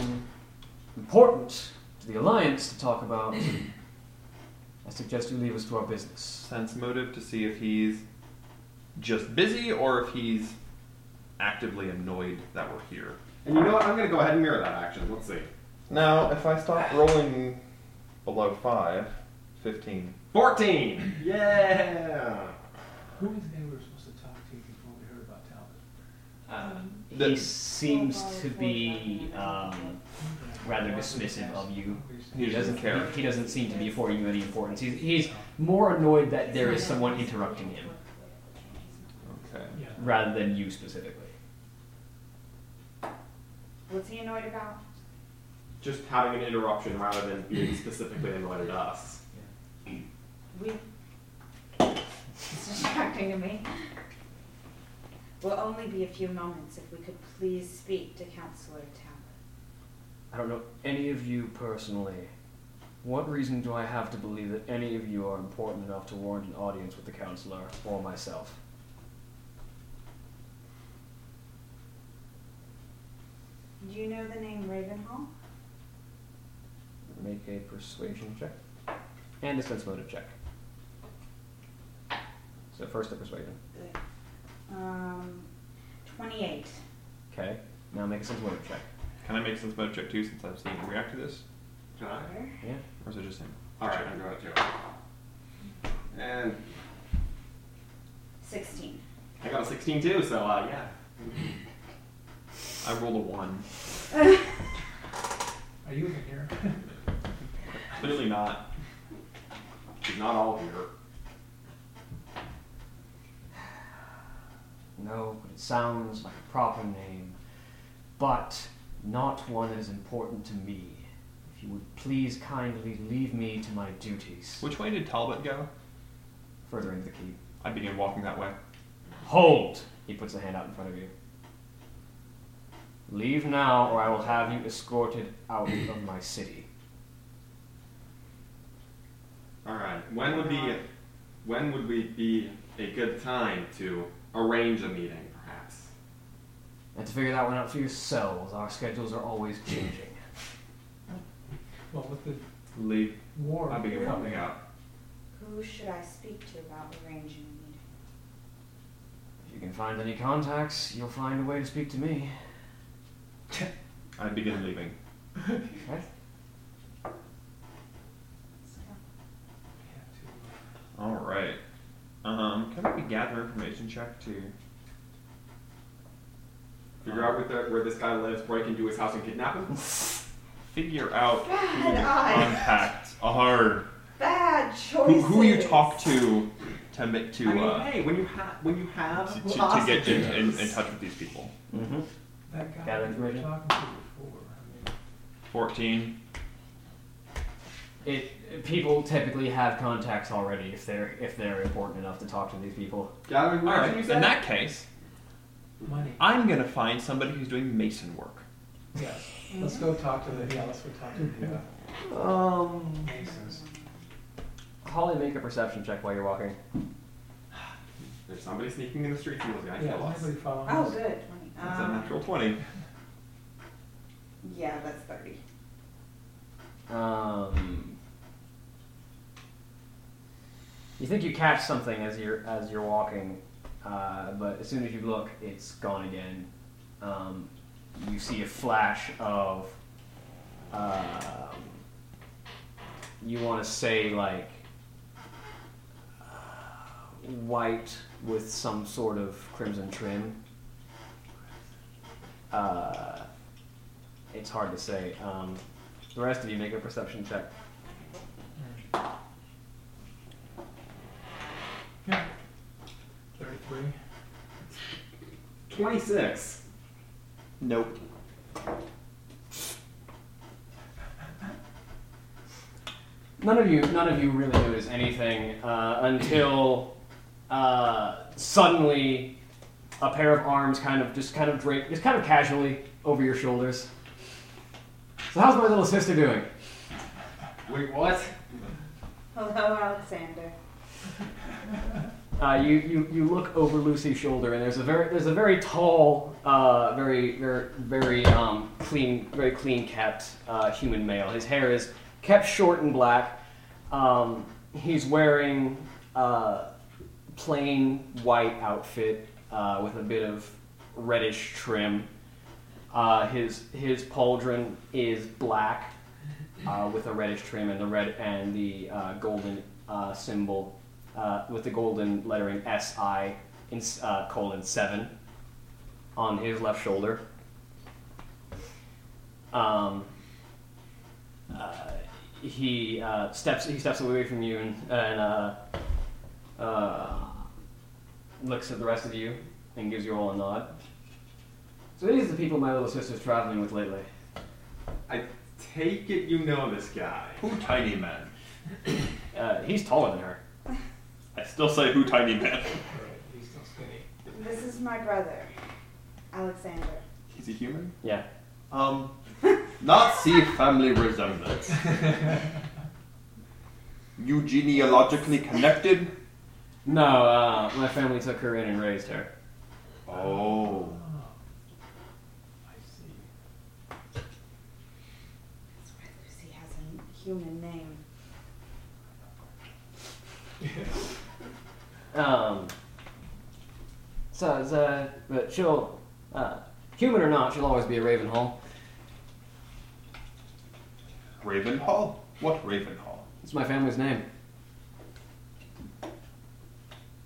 S2: important to the Alliance to talk about, I suggest you leave us to our business.
S3: sense motive to see if he's just busy or if he's actively annoyed that we're here.
S5: And you know what? I'm gonna go ahead and mirror that action. Let's see.
S3: Now, if I stop rolling below 5, 15.
S5: Fourteen. Yeah.
S6: Who was the guy we were supposed to talk to before we heard about Talbot?
S16: Um,
S3: The-
S16: he seems to be um, rather dismissive of you.
S3: He doesn't care.
S16: He, he doesn't seem to be affording you any importance. He's, he's more annoyed that there is someone interrupting him
S3: Okay.
S6: Yeah.
S16: rather than you specifically.
S1: What's he annoyed about?
S5: Just having an interruption rather than being specifically annoyed at us.
S1: We. It's distracting to me. Will only be a few moments if we could please speak to Counselor Talbot.
S2: I don't know any of you personally. What reason do I have to believe that any of you are important enough to warrant an audience with the counselor or myself?
S1: Do you know the name Ravenhall?
S16: Make a persuasion check and a sense motive check. So first a persuasion.
S1: Good. Um, 28.
S16: Okay. Now make a sense motive check.
S3: Can I make sense motive check too since I've seen him react to this?
S5: Can I?
S3: Or is it just him?
S5: All right, I'm doing it too. And
S1: 16.
S5: I got a 16 too, so uh, yeah.
S3: I rolled a 1.
S6: Are you even here?
S3: Clearly not.
S5: She's not all here.
S2: No, but it sounds like a proper name, but not one that is important to me. If you would please kindly leave me to my duties.
S3: Which way did Talbot go?
S16: Further into the key.
S3: I began walking that way.
S2: Hold!
S16: He puts a hand out in front of you. Leave now, or I will have you escorted out of my city.
S5: All right. When would
S1: Uh,
S5: be when would we be a good time to arrange a meeting, perhaps?
S2: And to figure that one out for yourselves, our schedules are always changing.
S6: Well, with the
S3: Leave.
S6: war.
S3: I began walking out.
S1: Who should I speak to about arranging a meeting?
S2: If you can find any contacts, you'll find a way to speak to me.
S3: I began leaving.
S2: Okay?
S6: We have to, uh,
S3: All right. Um, can we gather information check to
S5: Figure out where, the, where this guy lives, break into his house, and kidnap him.
S3: figure out who
S1: Bad
S3: your
S1: eye.
S3: contacts are,
S1: Bad
S3: who,
S1: choices.
S3: who you talk to to make to
S5: I mean,
S3: uh,
S5: hey, when you have when you have
S3: to, to, to get
S5: hostages.
S3: in, in, in touch with these people.
S16: Mm-hmm.
S6: That guy
S16: Gather
S6: we were
S16: information.
S6: talking to before. I mean,
S3: Fourteen.
S2: It people typically have contacts already if they're if they're important enough to talk to these people.
S5: Gathering
S3: All right.
S5: you said?
S3: In that case,
S6: Money.
S3: I'm gonna find somebody who's doing mason work.
S6: Yeah.
S1: Mm-hmm.
S6: Let's go talk to the. Yeah. Let's go talk to the uh,
S2: Um,
S6: Masons.
S2: Holly, make a perception check while you're walking.
S5: There's somebody sneaking in the streets and was gonna
S6: Yeah.
S5: kill
S6: Is
S5: us.
S6: anybody following
S1: Oh,
S6: us?
S1: good.
S3: That's a
S5: Ah.
S1: Um,
S3: natural twenty.
S1: yeah, that's 30.
S2: Um, you think you catch something as you're as you're walking, uh, but as soon as you look, it's gone again. Um, you see a flash of, um, you want to say like uh, white with some sort of crimson trim. Uh, it's hard to say. Um, the rest of you make a perception check.
S6: Yeah. Thirty-three.
S5: Twenty-six.
S3: Nope.
S2: None of you, none of you really notice anything uh, until uh, suddenly a pair of arms kind of just kind of drape, just kind of casually over your shoulders. So how's my little sister doing?
S5: Wait, what?
S1: Hello, Alexander.
S2: Uh, you, you, you look over Lucy's shoulder, and there's a very there's a very tall, uh, very very very um, clean very clean kept uh, human male. His hair is kept short and black. Um, he's wearing uh, plain white outfit uh, with a bit of reddish trim. Uh, his his pauldron is black uh, with a reddish trim and the red and the uh, golden uh, symbol uh, with the golden lettering SI in, s- uh, colon seven on his left shoulder. Um, uh, he uh, steps he steps away from you and, and uh, uh, looks at the rest of you and gives you all a nod. So these are the people my little sister's traveling with lately.
S5: I take it you know this guy.
S3: Who tiny man?
S2: Uh, he's taller than her.
S3: I still say who tiny man.
S6: All right. He's still skinny.
S1: This is my brother, Alexander.
S3: Is he human?
S2: Yeah.
S3: Um, not see family resemblance. You genealogically connected?
S2: No, uh, my family took her in and raised her.
S3: Oh.
S6: I see.
S1: That's why Lucy has a human name.
S2: Um, so, it's, uh, but she'll, uh, human or not, she'll always be a Ravenhall.
S3: Ravenhall? What Ravenhall?
S2: It's my family's name.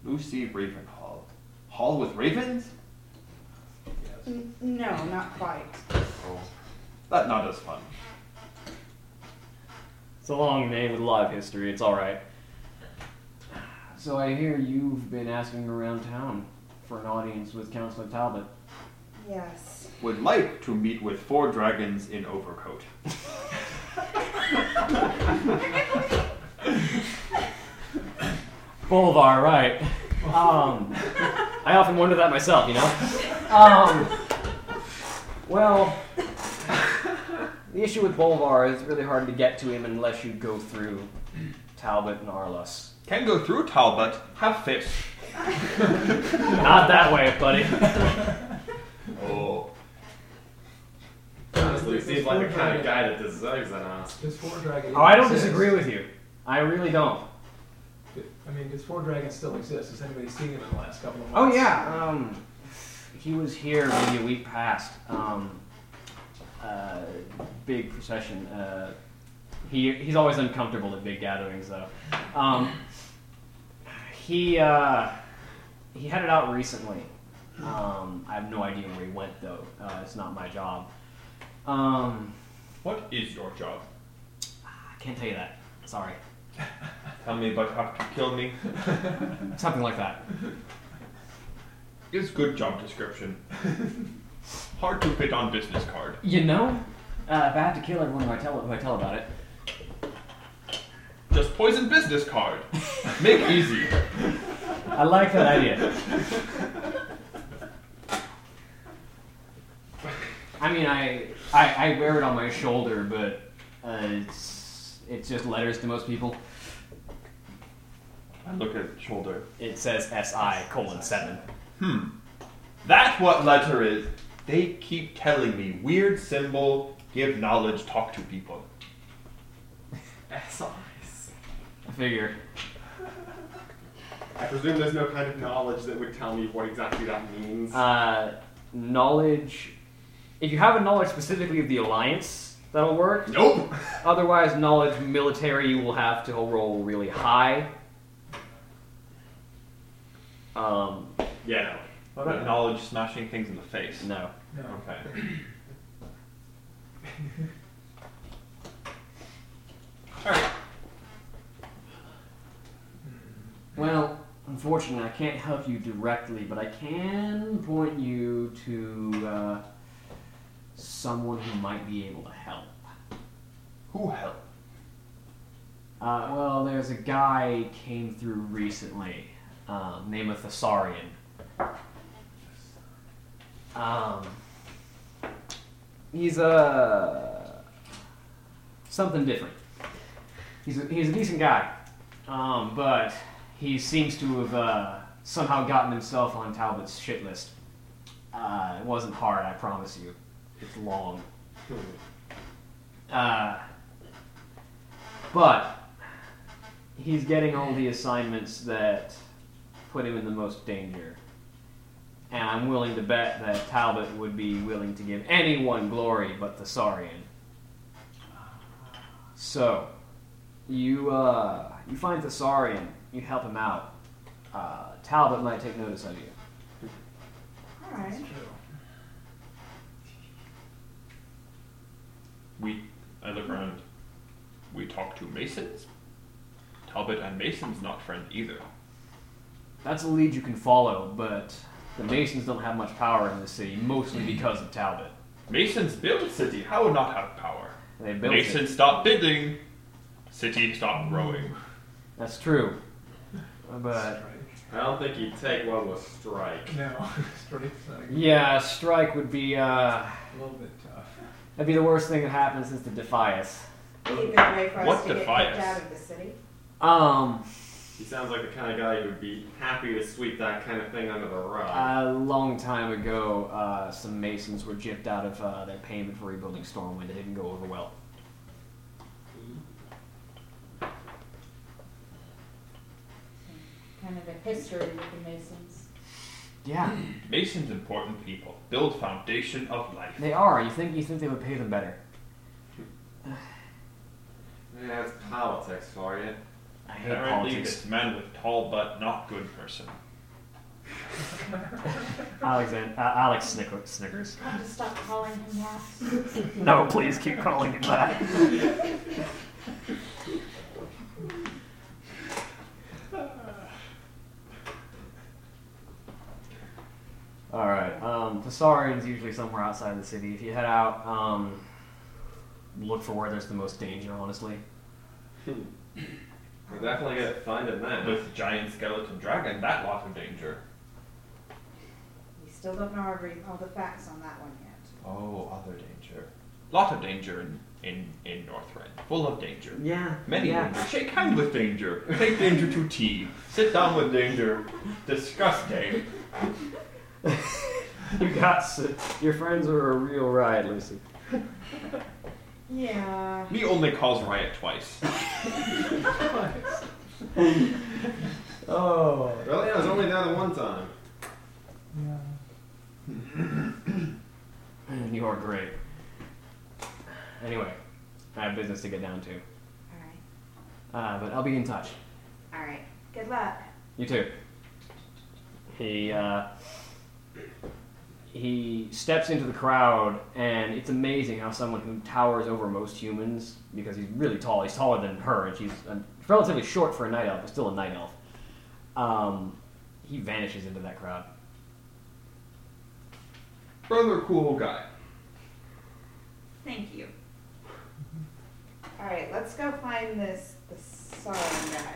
S3: Lucy Ravenhall. Hall with ravens?
S6: Yes.
S1: N- no, not quite.
S3: Oh. That not as fun.
S2: It's a long name with a lot of history. It's all right. So I hear you've been asking around town for an audience with Councilor Talbot.
S1: Yes.
S3: Would like to meet with four dragons in overcoat.
S2: Boulevard, right? Um, I often wonder that myself, you know. Um, well, the issue with Boulevard is it's really hard to get to him unless you go through Talbot and Arlos.
S3: Can go through Talbot, have fish.
S2: Not that way, buddy.
S3: Oh.
S5: Honestly, seems like the kind of guy that deserves an Oscar.
S6: Does four dragon?
S2: Oh, I don't
S6: exist?
S2: disagree with you. I really don't.
S6: I mean, does four dragon still exist? Has anybody seen him in the last couple of
S2: Oh
S6: months?
S2: yeah, um, he was here maybe a week past. Um, uh, big procession. Uh, he he's always uncomfortable at big gatherings though. Um, he uh, he headed out recently. Um, I have no idea where he went though. Uh, it's not my job. Um,
S3: What is your job?
S2: I can't tell you that. Sorry.
S3: Tell me about how to kill me.
S2: Something like that.
S3: It's good job description. Hard to fit on business card.
S2: You know, Uh, if I have to kill everyone who I tell who I tell about it,
S3: Just poison business card. Make easy.
S2: I like that idea. I mean, I, I I wear it on my shoulder, but uh, it's it's just letters to most people.
S3: I look at shoulder.
S2: It says SI colon seven.
S3: Hmm. That's what letter is. They keep telling me weird symbol, give knowledge, talk to people.
S5: SIs.
S2: I figure.
S5: I presume there's no kind of knowledge that would tell me what exactly that means.
S2: Uh, knowledge. If you have a knowledge specifically of the alliance, that'll work.
S3: Nope.
S2: Otherwise, knowledge military you will have to roll really high. Um,
S5: yeah,
S3: What about knowledge smashing things in the face?
S2: no.
S6: No.
S3: Okay.
S2: Well, unfortunately, I can't help you directly, but I can point you to uh, someone who might be able to help.
S3: Who helped?
S2: Uh, well, there's a guy came through recently, um, name of Thessarian. Um, he's a something different. He's a, he's a decent guy, um, but he seems to have uh, somehow gotten himself on Talbot's shit list. Uh, it wasn't hard, I promise you. It's long. Uh, but he's getting all the assignments that put him in the most danger. And I'm willing to bet that Talbot would be willing to give anyone glory but Thessarian. So, you uh, you find Thessarian, you help him out. Uh, Talbot might take notice of you.
S1: Alright.
S3: We. I look around. We talk to Masons? Talbot and Mason's not friends either.
S2: That's a lead you can follow, but the Masons don't have much power in this city, mostly because of Talbot.
S3: Masons built city. How would not have power?
S2: They built it.
S3: Masons stop bidding. City stop growing.
S2: That's true. But
S5: I don't think you'd take one with strike.
S6: No, strike's not a good,
S2: Yeah, strike would be uh,
S6: a little bit tough.
S2: that'd be the worst thing that happened since the Defias.
S1: Either way for us
S3: What
S1: to get
S3: defies?
S1: kicked out of the city.
S2: Um,
S5: He sounds like the kind of guy who would be happy to sweep that kind of thing under the rug.
S2: a long time ago, uh, some Masons were gypped out of uh, their payment for rebuilding Stormwind. It didn't go over well.
S1: Kind of a history with the Masons.
S2: Yeah,
S3: Masons important people. Build foundation of life.
S2: they are. You think you think they would pay them better?
S5: yeah, it's politics for you.
S2: I hate
S3: Apparently,
S2: politics.
S3: this man with tall but not good person.
S2: Alexander, uh, Alex Snicker, Snickers.
S1: Have to stop calling him that.
S2: No, please keep calling him that. All right. Um, Passarian's usually somewhere outside the city. If you head out, um, look for where there's the most danger. Honestly,
S5: We're definitely gonna find him then.
S3: With giant skeleton dragon, that lot of danger.
S1: We still don't know every, all the facts on that one yet.
S3: Oh, other danger. Lot of danger in in in Northrend. Full of danger.
S2: yeah,
S3: Many
S2: yeah.
S3: dangers. Shake hands with danger. Take danger to tea. Sit down with danger. Disgusting.
S2: You got s- your friends are a real ride, Lucy.
S1: Yeah.
S3: Me only calls riot twice.
S2: Oh,
S5: Really? I was only there the one time.
S6: Yeah.
S2: Mm, you are great. Anyway, I have business to get down to,
S1: Alright.
S2: uh, but I'll be in touch.
S1: Alright. Good luck.
S2: You too. He uh, he steps into the crowd, and it's amazing how someone who towers over most humans, because he's really tall, he's taller than her, and she's uh, relatively short for a night elf, but still a night elf. Um, he vanishes into that crowd.
S3: Brother cool guy.
S1: Thank you. All right, let's go find this the solemn guy.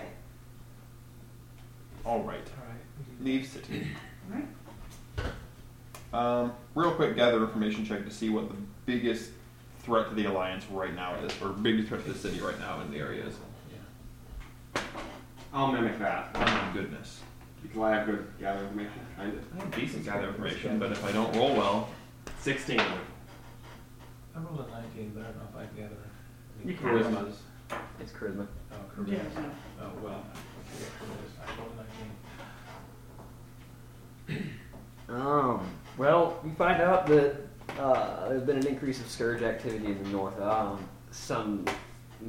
S3: All right.
S6: Alright.
S3: Leave city.
S1: All right.
S3: Um, real quick, gather information check to see what the biggest threat to the alliance right now is, or biggest threat to the city right now in the area is.
S5: I'll mimic that
S3: Oh my goodness.
S5: because I have good gather information. Kind of.
S3: I have decent gather information, but if I don't roll well,
S5: Sixteen.
S6: I rolled a nineteen, but I don't know if I gather.
S2: You can
S6: Charisma.
S2: roll. It's charisma.
S6: Oh, charisma. Oh, well. I rolled a nineteen.
S2: Um, well, you find out that uh, there's been an increase of scourge activity in the north. Um, some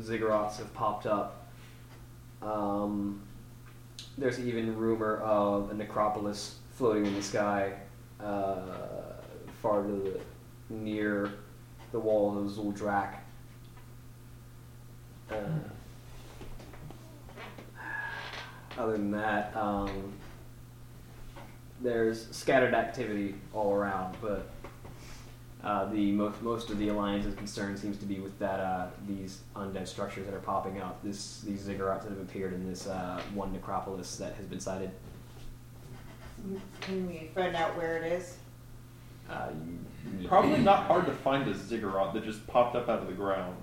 S2: ziggurats have popped up. Um, there's even rumor of a necropolis floating in the sky uh, far to the near the wall of Zuldrak. Uh, other than that, um, there's scattered activity all around, but uh, the most most of the alliance's concern seems to be with that uh, these undead structures that are popping up. This these ziggurats that have appeared in this uh, one necropolis that has been sighted.
S1: Can we find out where it is?
S2: Uh, you-
S3: probably not hard to find a ziggurat that just popped up out of the ground.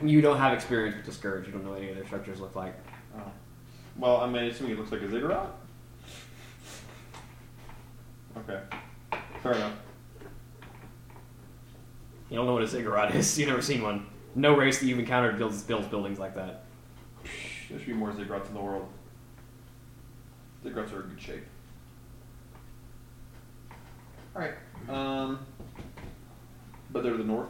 S2: You don't have experience with the scourge. You don't know what any of their structures look like.
S3: Oh. Well, I mean, assuming it looks like a ziggurat. Okay, fair enough.
S2: You don't know what a ziggurat is. You've never seen one. No race that you've encountered builds builds buildings like that.
S3: There should be more ziggurats in the world. Ziggurats are in good shape. Alright. Um, but they're to the north.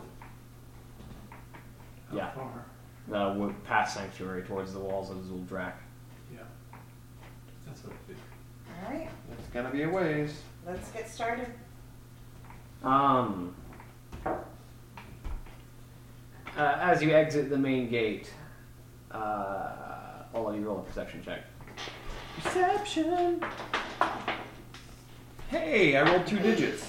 S6: How
S2: Yeah.
S6: Far.
S2: Uh, w- past sanctuary towards the walls of Zuldrak.
S6: Yeah. That's what I think.
S1: All right,
S3: It's gonna be a ways.
S1: let's get started.
S2: Um, uh, as you exit the main gate, uh, all of you roll a perception check.
S3: Perception! Hey, I rolled two digits.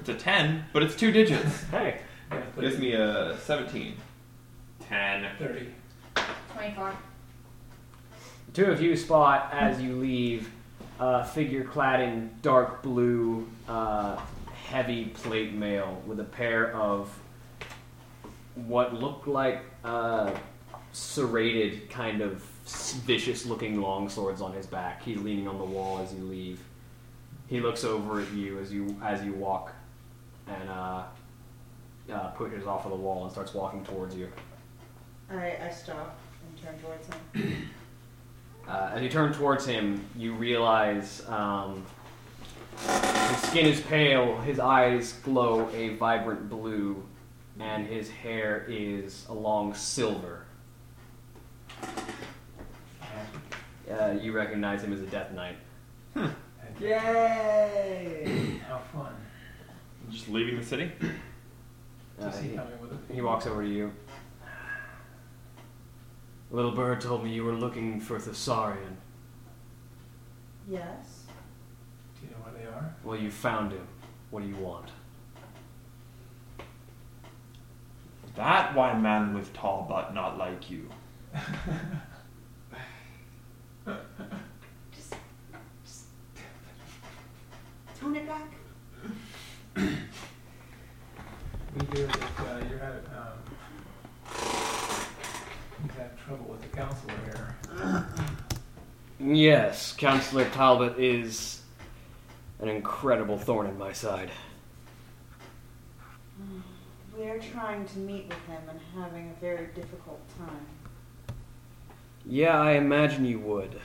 S3: It's a 10, but it's two digits.
S2: Hey,
S6: Yeah,
S3: Gives
S6: 30.
S3: me uh, a 17.
S5: Ten.
S6: 30.
S1: Twenty-four.
S2: two of you spot as you leave a figure clad in dark blue, uh, heavy plate mail with a pair of what looked like uh, serrated, kind of vicious looking long swords on his back. He's leaning on the wall as you leave. He looks over at you as you as you walk, and uh, uh, pushes off of the wall and starts walking towards you.
S1: All right, I stop and turn towards him.
S2: Uh, as you turn towards him, you realize um, his skin is pale, his eyes glow a vibrant blue, and his hair is a long silver. Uh, you recognize him as a Death Knight.
S6: Yay! How fun.
S3: Just leaving the city?
S2: Uh,
S6: Is he
S2: he,
S6: coming with it?
S2: he walks over to you. Little bird told me you were looking for Thessarian.
S1: Yes.
S6: Do you know where they are?
S2: Well, you found him. What do you want?
S3: That why man with tall butt not like you.
S1: Just, just tone it back.
S6: We hear that uh, you're having, um, he's having trouble with the counselor here.
S2: Yes, Counselor Talbot is an incredible thorn in my side.
S1: We're trying to meet with him and having a very difficult time.
S2: Yeah, I imagine you would.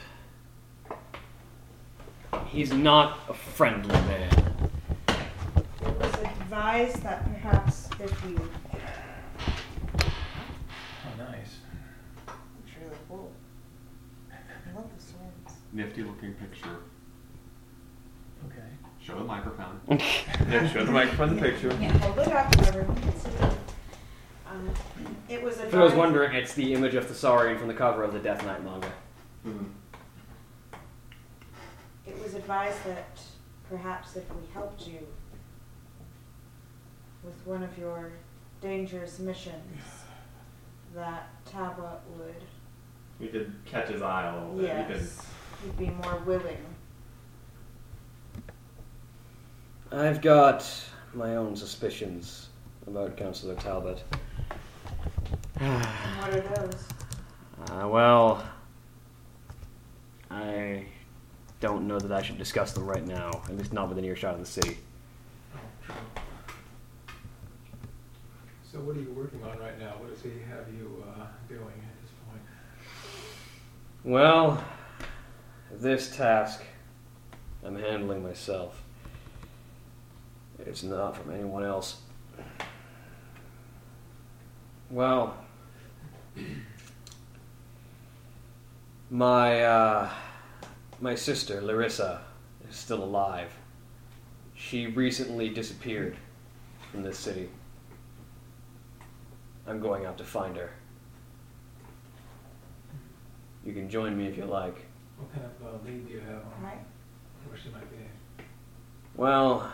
S2: He's not a friendly man.
S1: It was advised that perhaps if we, it's
S6: Oh, nice.
S1: really cool. I love the swords.
S5: Nifty looking picture.
S6: Okay.
S5: Show the microphone.
S3: Yeah, show the microphone the picture.
S1: Yeah, hold it up so everyone can see it. Um, it was advised.
S2: If I was wondering, it's the image of Thessarian from the cover of the Death
S5: Mm-hmm.
S2: Knight manga.
S1: It was advised that Perhaps if we helped you with one of your dangerous missions, that Taba would
S5: We could catch his eye a little bit. We could
S1: Yes, he'd be more willing.
S2: I've got my own suspicions about Councillor Talbot.
S1: And what are those?
S2: Uh, well, I don't know that I should discuss them right now, at least not within earshot of the city.
S6: Oh, true. So what are you working on right now? What does he have you uh, doing at this point?
S2: Well, this task I'm handling myself. It's not from anyone else. Well, my uh, my sister Larissa is still alive. She recently disappeared from this city. I'm going out to find her. You can join me if you like.
S6: What kind of uh, lead do you have on
S1: Right?
S6: where she might be?
S2: Well,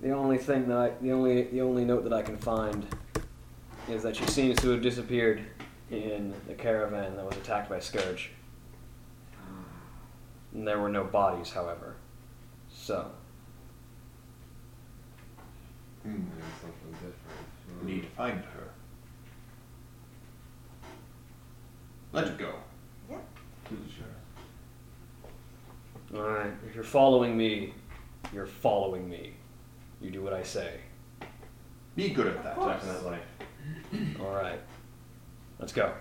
S2: the only thing that I, the only the only note that I can find is that she seems to have disappeared in the caravan that was attacked by Scourge. And there were no bodies, however. So,
S3: something different. We need to find her. Let it go.
S1: Yeah.
S2: all right, if you're following me, you're following me. You do what I say.
S3: Be good at that.
S1: Of course.
S5: definitely.
S2: All right, let's go.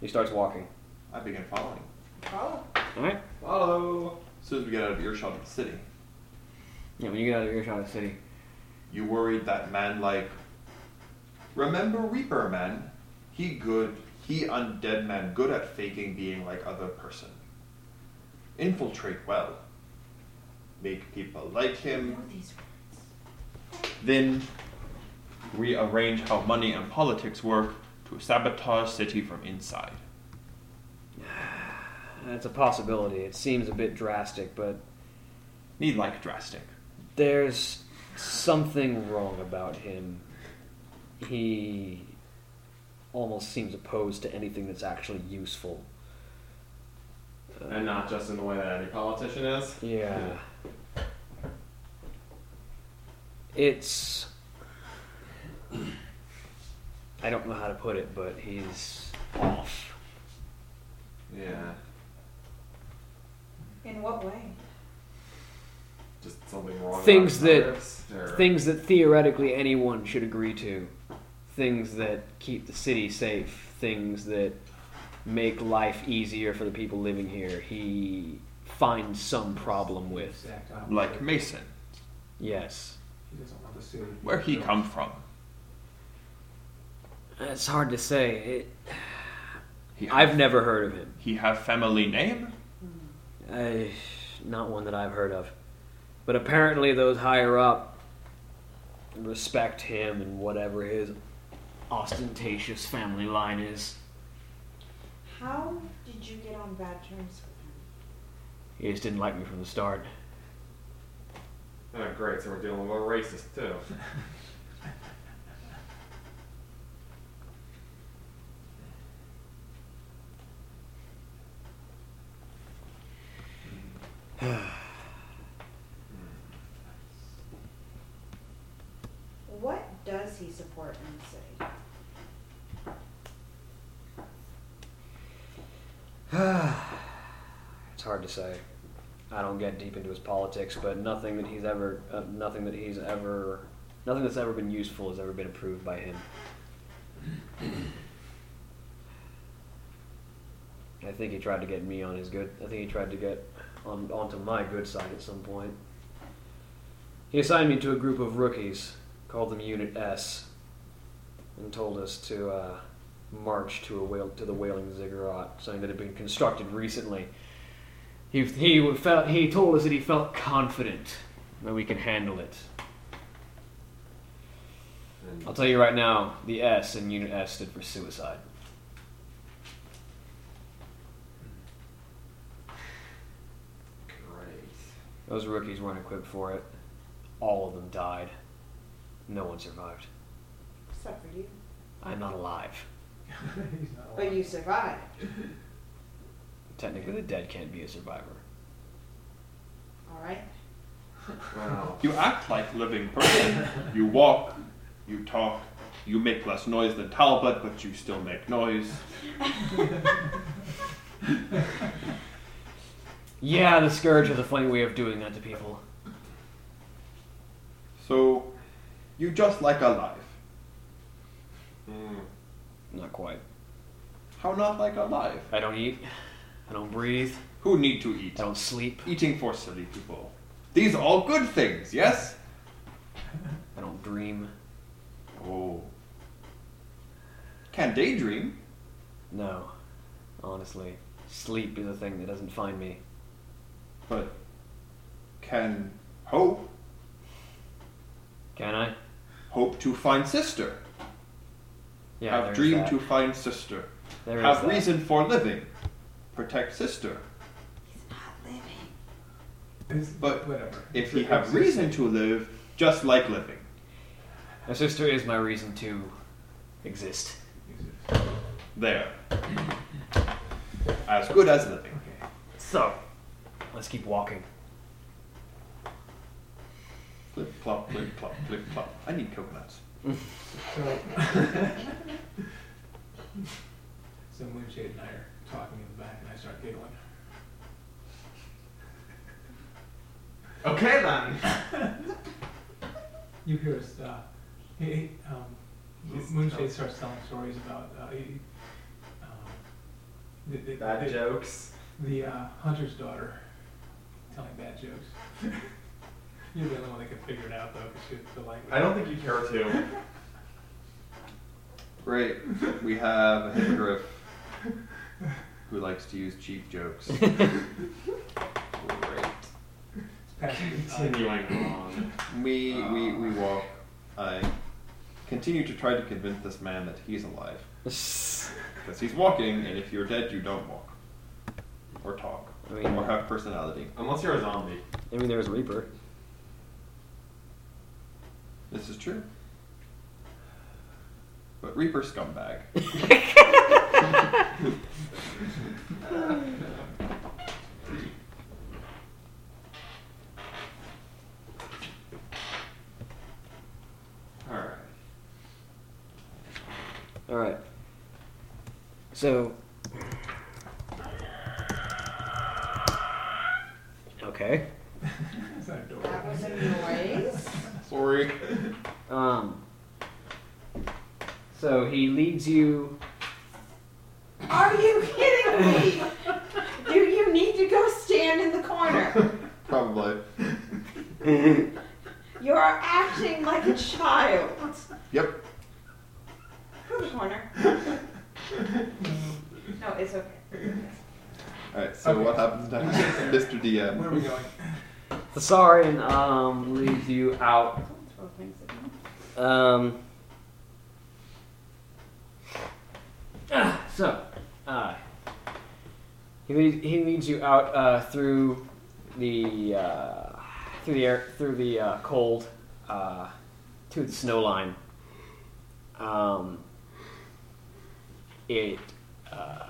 S2: He starts walking.
S3: I begin following.
S1: Follow.
S2: All right.
S5: Follow.
S3: As soon as we get out of earshot of the city,
S2: Yeah, when you get out of earshot of the city.
S3: you worried that man like. Remember Reaper Man? He good. He undead man, good at faking being like other person. Infiltrate well. Make people like him.
S1: Know these words.
S3: then rearrange how money and politics work to sabotage city from inside.
S2: It's a possibility. It seems a bit drastic, but
S3: Need like drastic.
S2: there's something wrong about him. He almost seems opposed to anything that's actually useful. Uh,
S5: And not just in the way that any politician is.
S2: Yeah. It's. I don't know how to put it, but he's off.
S5: Yeah.
S1: In what way?
S5: Just something wrong.
S2: Things
S5: about
S2: that-
S5: Congress, or-
S2: Things that theoretically anyone should agree to. Things that keep the city safe. Things that make life easier for the people living here. He finds some problem with.
S6: Exact opposite.
S3: Like Mason,
S2: Yes.
S6: He doesn't want to see it.
S3: where he come from.
S2: It's hard to say. It,
S3: He
S2: I've never heard of him.
S3: he have family name.
S2: I, not one that I've heard of. But apparently, those higher up respect him and whatever his ostentatious family line is.
S1: How did you get on bad terms with
S2: He just didn't like me from the start.
S5: Oh, great. So we're dealing with a racist too.
S1: him? What does he support in the city?
S2: It's hard to say. I don't get deep into his politics, but nothing that he's ever, uh, nothing that he's ever, nothing that's ever been useful has ever been approved by him. I think he tried to get me on his good. I think he tried to get on onto my good side at some point. He assigned me to a group of rookies, called them Unit S, and told us to uh, march to a whale, to the Wailing Ziggurat, something that had been constructed recently. He, he felt he told us that he felt confident that we can handle it.
S5: And
S2: I'll tell you right now, the S in Unit S stood for suicide.
S5: great.
S2: Those rookies weren't equipped for it. All of them died. No one survived.
S1: Except for you.
S2: I'm not alive.
S6: He's not
S1: But
S6: alive.
S1: you survived.
S2: Technically, the dead can't be a survivor.
S1: All right.
S5: Wow.
S3: You act like living person. you walk, you talk, you make less noise than Talbot, but you still make noise.
S2: Yeah, the scourge has a funny way of doing that to people.
S3: So, you just like alive.
S5: Mm.
S2: Not quite.
S3: How not like alive?
S2: I don't eat. I don't breathe.
S3: Who need to eat?
S2: I don't sleep.
S3: Eating for silly people. These are all good things, yes?
S2: I don't dream.
S3: Oh. Can daydream?
S2: No. Honestly, sleep is a thing that doesn't find me.
S3: But can hope
S2: Can I?
S3: hope to find sister?
S2: Yeah,
S3: have
S2: there's
S3: dream
S2: that.
S3: to find sister.
S2: There is
S3: have
S2: that.
S3: reason for living. Protect sister.
S1: He's not living.
S6: It's-
S3: But
S6: whatever.
S3: If he have reason to live, just like living.
S2: My sister is my reason to exist.
S3: There. As good as living.
S2: So, let's keep walking.
S3: Flip flop, flip flop, flip flop. I need coconuts.
S6: So, so Moonshade and I are talking in the back, and I start giggling.
S5: Okay then.
S6: You hear us? Uh, he, he, um, Moonshade starts telling stories about uh, he, um, the, the,
S5: Bad
S6: the,
S5: jokes.
S6: the uh, hunter's daughter telling bad jokes. You're the only one that can figure it out though, because the language.
S5: I don't think you care to.
S3: Great. We have a hippogriff who likes to use cheap jokes. Great.
S6: It's uh, passing the time.
S5: Continuing on.
S3: We, we, we walk. I continue to try to convince this man that he's alive. Because he's walking, and if you're dead, you don't walk. Or talk.
S2: I mean-
S3: or have personality.
S5: Unless you're a zombie.
S2: I mean, there's Reaper.
S3: This is true. But Reaper scumbag.
S5: Alright.
S2: All right. So. Okay.
S6: It's not a door.
S1: That was a noise.
S3: Sorry.
S2: Um. So he leads you.
S1: Are you kidding me? Do you need to go stand in the corner?
S3: Probably.
S1: You're acting like a child.
S3: Yep.
S1: Go to the corner. No, it's okay.
S3: Alright, so what happens next? Mr. DM.
S6: Where are we going?
S2: Thesaurian um leads you out.
S1: Throw things at me.
S2: Um. ah, so, uh, he leads, he leads you out uh, through the uh, through the air through the uh, cold uh, to the snow line. Um, it uh,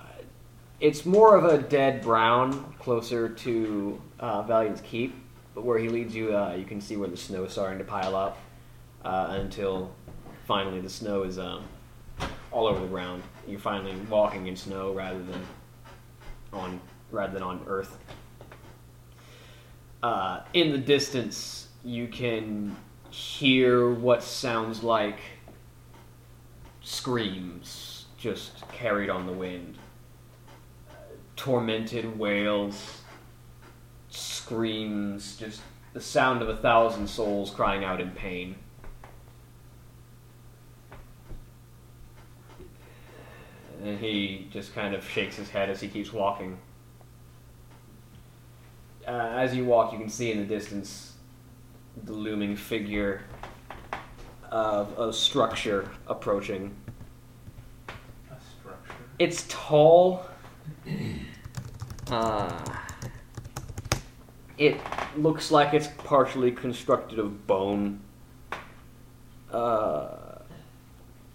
S2: it's more of a dead brown, closer to uh, Valiant's Keep, but where he leads you, uh, you can see where the snow is starting to pile up uh, until finally the snow is um, all over the ground. You're finally walking in snow rather than on rather than on earth. Uh, in the distance, you can hear what sounds like screams just carried on the wind, tormented wails, screams, just the sound of a thousand souls crying out in pain. And he just kind of shakes his head as he keeps walking. Uh, as you walk, you can see in the distance the looming figure of a structure approaching.
S6: A structure.
S2: It's tall. Uh, It looks like it's partially constructed of bone. Uh,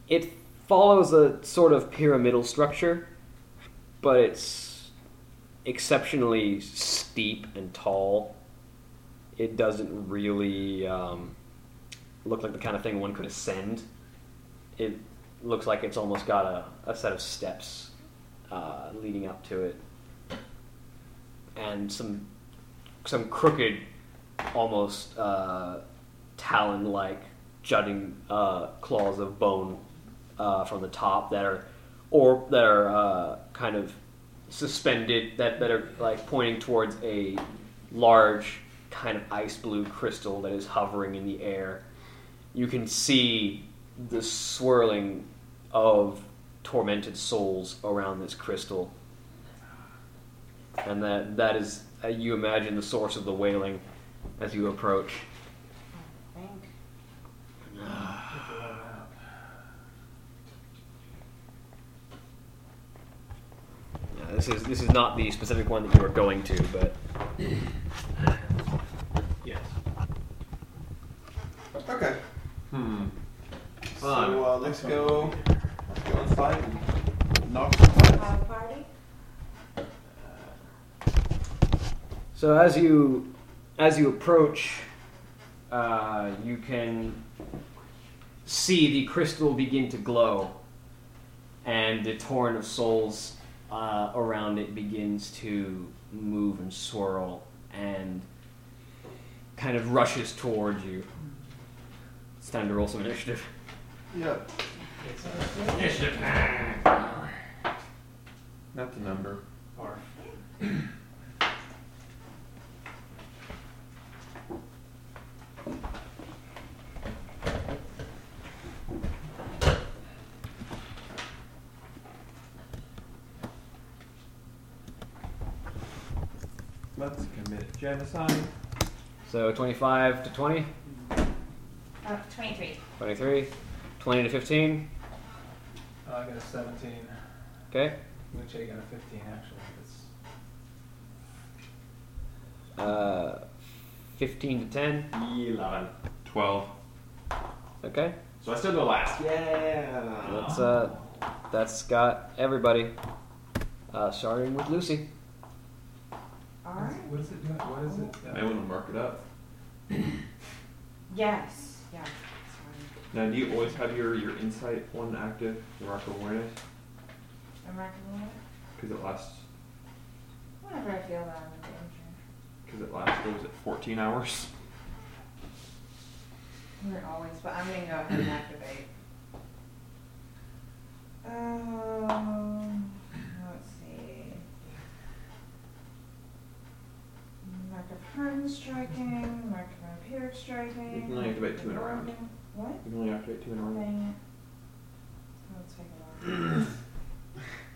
S2: it follows a sort of pyramidal structure, but it's exceptionally steep and tall. It doesn't really um, look like the kind of thing one could ascend. It looks like it's almost got a, a set of steps uh, leading up to it, and some some crooked, almost uh, talon-like jutting uh, claws of bone uh, from the top that are or that are uh, kind of suspended that, that are like pointing towards a large kind of ice blue crystal that is hovering in the air you can see the swirling of tormented souls around this crystal and that that is uh, you imagine the source of the wailing as you approach
S1: I think.
S2: Yeah, this is this is not the specific one that you were going to, but
S6: Yes.
S5: Okay.
S3: Hmm.
S5: So uh, let's go. Let's go inside and knock.
S1: Wild party?
S2: So as you as you approach, uh, you can see the crystal begin to glow, and the torrent of souls uh, around it begins to move and swirl and kind of rushes towards you. It's time to roll some initiative.
S5: Yeah.
S6: It's uh,
S5: Not the number.
S6: barf.
S5: Let's commit genocide.
S2: So 25 to 20,
S17: Uh, 23.
S2: 23, 20 to 15.
S6: Uh, I got a 17,
S2: Okay.
S6: which I got a 15 actually. It's
S2: Uh, 15 to 10.
S5: E
S3: 11.
S5: Twelve.
S2: Okay.
S3: So I still go last. Yeah.
S2: That's uh, that's got everybody. Uh, starting with Lucy.
S1: Alright.
S6: What is it doing? What is it?
S5: I want to mark it up.
S1: Yes, yeah. Sorry.
S5: Now, do you always have your your insight one active, your mark of awareness,
S1: American Woman?
S5: because it lasts
S1: Whenever I feel that, I'm danger.
S5: because it lasts. What was it? Fourteen hours.
S17: We're always, but I'm gonna go ahead and activate.
S1: Um, let's see. Mark of Harden striking, mark of Vampiric striking.
S5: You can only activate two in a round.
S1: What?
S5: You can only activate two in a round.
S1: Dang it. That'll take a while.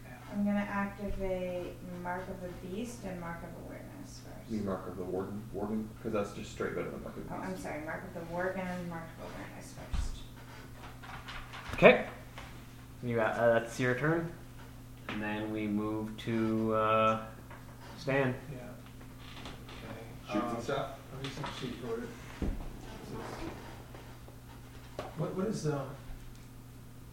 S1: I'm gonna activate Mark of the Beast and Mark of Awareness
S5: You
S1: first.
S5: mean mark of the warden, warden, because that's just straight better than mark of the
S1: Oh, I'm
S5: beast.
S1: sorry, Mark of the Worgen, Mark of Awareness first.
S2: Okay. You uh, that's your turn, and then we move to uh, Stan.
S6: Yeah. Okay.
S3: Shoots
S6: um,
S3: and stuff.
S6: I'll use some sheet for it. So it's- What, what is, um,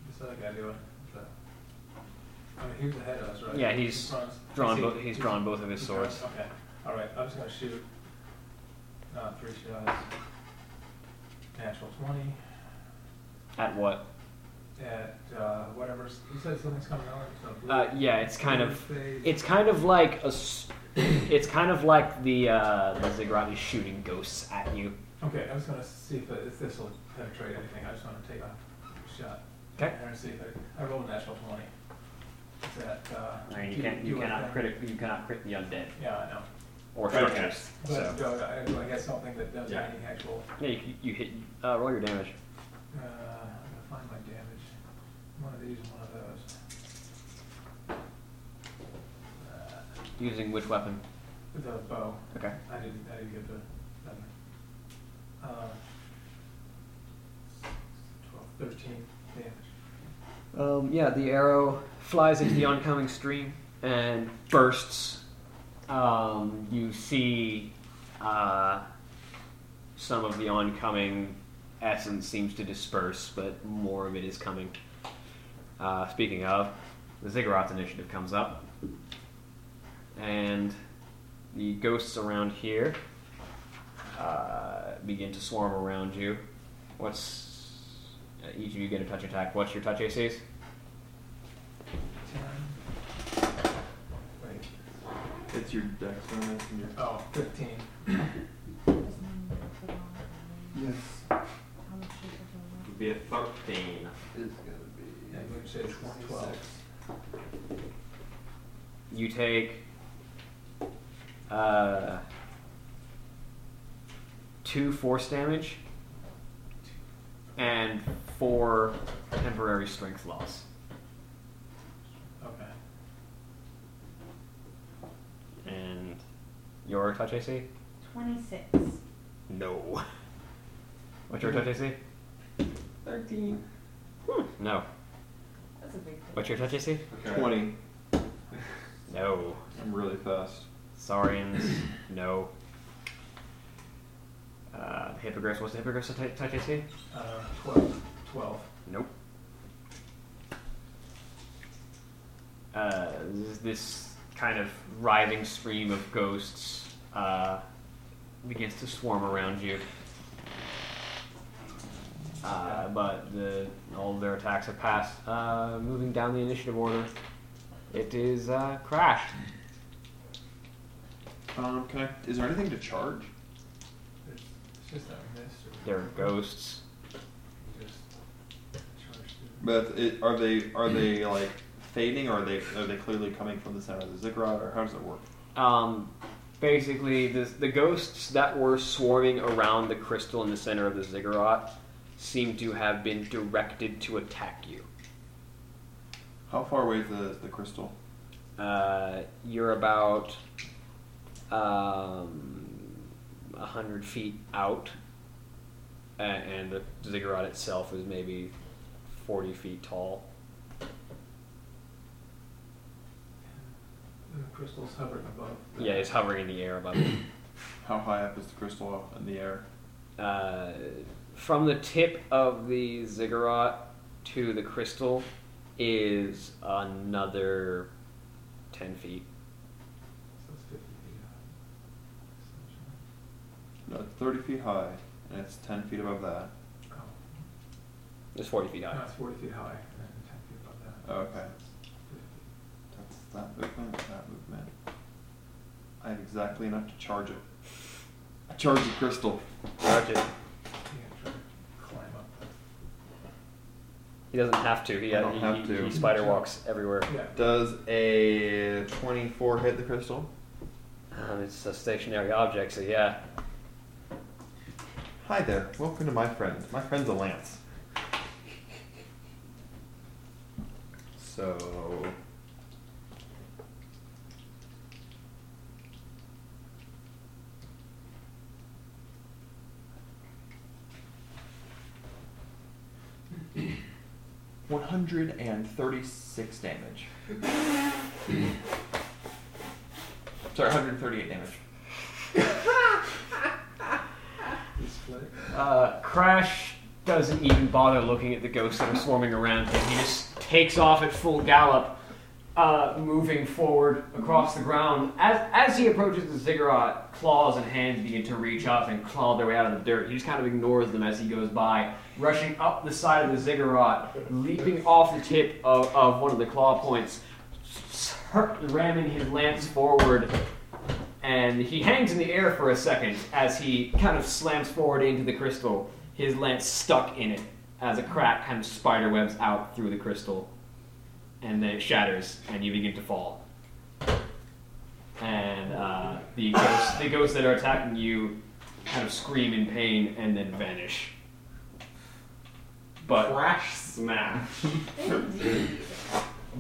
S6: this other guy doing? The- I mean, he was ahead of us, right?
S2: Yeah, he's
S6: front.
S2: Drawn.
S6: Is he-
S2: Bo- he's drawn both of his
S6: he's
S2: swords.
S6: drawn- Okay, alright, I'm just gonna shoot, uh, three shots. Natural twenty
S2: At what?
S6: at, uh, whatever's, you said something's coming out, it's a blue.
S2: Uh, yeah, it's kind
S6: blue
S2: of
S6: phase.
S2: it's kind of like a s- it's kind of like the uh, the ziggurat is shooting ghosts at you.
S6: Okay, I was gonna see if, it- if this will penetrate anything. I just wanna take a shot.
S2: Okay.
S6: And see if I, I rolled a natural twenty. Is that, uh?
S2: I mean, you
S6: do-
S2: can't you
S6: do I
S2: cannot
S6: think-
S2: crit you cannot crit the undead
S6: Yeah, I know.
S2: or
S3: Right.
S2: structures. So
S6: But, uh, I, I guess I don't think that does
S3: Yeah.
S6: any actual,
S2: yeah, you, you hit uh, roll your damage.
S6: uh, I'm gonna find my damage. One of these and one of those. Uh,
S2: Using which weapon?
S6: The bow.
S2: Okay.
S6: I didn't, I didn't get the, that. Uh, twelve, thirteen damage.
S2: Um, yeah, the arrow flies into the oncoming stream and bursts. Um, you see Uh, some of the oncoming essence seems to disperse, but more of it is coming. Uh, speaking of, the Ziggurat's initiative comes up, and the ghosts around here uh, begin to swarm around you. What's uh, each of you get a touch attack? What's your touch ACs?
S6: Ten. Wait.
S3: It's your dex bonus and your
S6: Oh, 15.
S3: yes.
S5: It'd be a 13.
S3: It's gonna
S6: Yeah, which is 12.
S2: You take uh, two force damage and four temporary strength loss.
S6: Okay.
S2: And your touch AC?
S1: Twenty-six.
S2: No. What's your touch AC?
S3: Thirteen.
S2: No.
S18: That's a big deal.
S2: What's your touch AC?
S3: Okay. Twenty.
S2: No.
S3: I'm really fast.
S2: Saurians, no. Uh, Hippogriffs, what's the Hippogriff's t- touch AC?
S6: Uh, 12. 12.
S2: Nope. Uh, this- this kind of writhing stream of ghosts uh, begins to swarm around you. Uh, but the, all of their attacks have passed. Uh, moving down the initiative order, it is uh, Crash.
S3: Um, can I, is there anything to charge?
S6: It's it's just not a miss. Or
S2: They're ghosts.
S6: Just charge through.
S3: But it, are they are they like fading, or are they are they clearly coming from the center of the ziggurat, or how does it work?
S2: um, basically the, the ghosts that were swarming around the crystal in the center of the ziggurat seem to have been directed to attack you.
S3: How far away is the the crystal?
S2: Uh, you're about um, 100 feet out, a- and the ziggurat itself is maybe 40 feet tall.
S6: And the crystals hovering above. the-
S2: Yeah, it's hovering in the air above you.
S3: How high up is the crystal up in the air?
S2: uh, from the tip of the ziggurat to the crystal is another 10 feet.
S6: So it's 50 feet out.
S3: No, it's thirty feet high, and it's ten feet above that.
S6: Essentially. Oh.
S2: It's 40 feet
S6: No,
S2: high.
S6: it's 40 feet high and then 10 feet above that.
S3: Okay.
S6: Fifty.
S3: That's that movement, that movement. I have exactly enough to charge it. I charge the crystal.
S2: Roger.
S6: You gotta try to climb up. the-
S2: He doesn't have to. He,
S3: I don't
S2: he,
S3: have
S2: he-
S3: to.
S2: he spider walks everywhere.
S6: Yeah.
S3: Does a 24 hit the crystal?
S2: Um, it's a stationary object, so yeah.
S3: Hi there, welcome to my friend. My friend's a lance. So. One hundred and thirty-six damage. Sorry, one hundred and thirty-eight damage.
S6: You split it.
S2: Uh, Crash doesn't even bother looking at the ghosts that are swarming around him. He just takes off at full gallop, uh, moving forward across the ground. As, as he approaches the ziggurat, claws and hands begin to reach up and claw their way out of the dirt. He just kind of ignores them as he goes by, rushing up the side of the ziggurat, leaping off the tip of, of one of the claw points, s- s- ramming his lance forward and he hangs in the air for a second as he kind of slams forward into the crystal, his lance stuck in it as a crack kind of spider webs out through the crystal, and then it shatters, and you begin to fall. And uh, the, ghosts, the ghosts that are attacking you kind of scream in pain and then vanish. But
S5: Crash smash.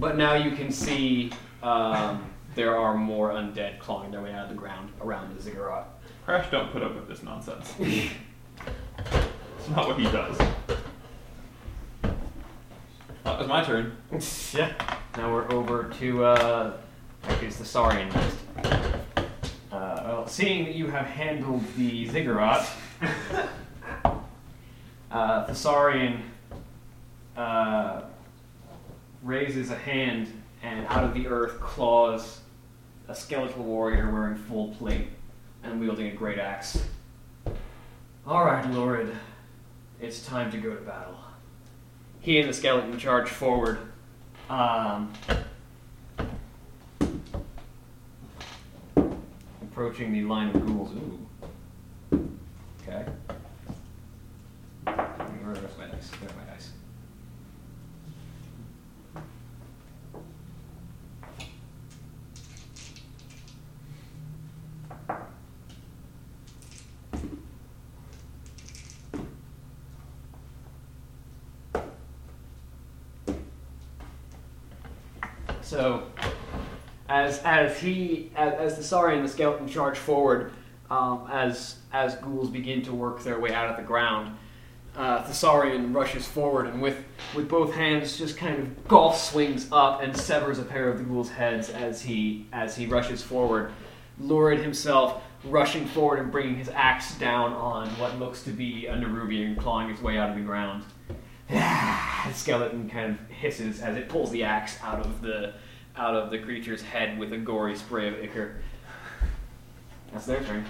S2: But now you can see um, there are more undead clawing their way out of the ground around the ziggurat.
S19: Crash don't put up with this nonsense. it's not what he does.
S3: Uh, it's my turn.
S2: yeah. Now we're over to uh, I guess the Saurian list. Uh, Well, seeing that you have handled the ziggurat, uh, Thessarian uh, raises a hand, and out of the earth claws a skeletal warrior wearing full plate and wielding a great axe. All right, Lorid, it's time to go to battle. He and the skeleton charge forward. Um, approaching the line of ghouls. Ooh. Okay. Let me reverse my dice. Where are my dice? So, as as he as, as the Saurian and the skeleton charge forward, um, as as ghouls begin to work their way out of the ground, uh, the Saurian rushes forward and with with both hands just kind of golf swings up and severs a pair of the ghouls' heads as he as he rushes forward, Lurid himself rushing forward and bringing his axe down on what looks to be a Nerubian clawing its way out of the ground. the skeleton kind of hisses as it pulls the axe out of the out of the creature's head with a gory spray of ichor. That's their turn.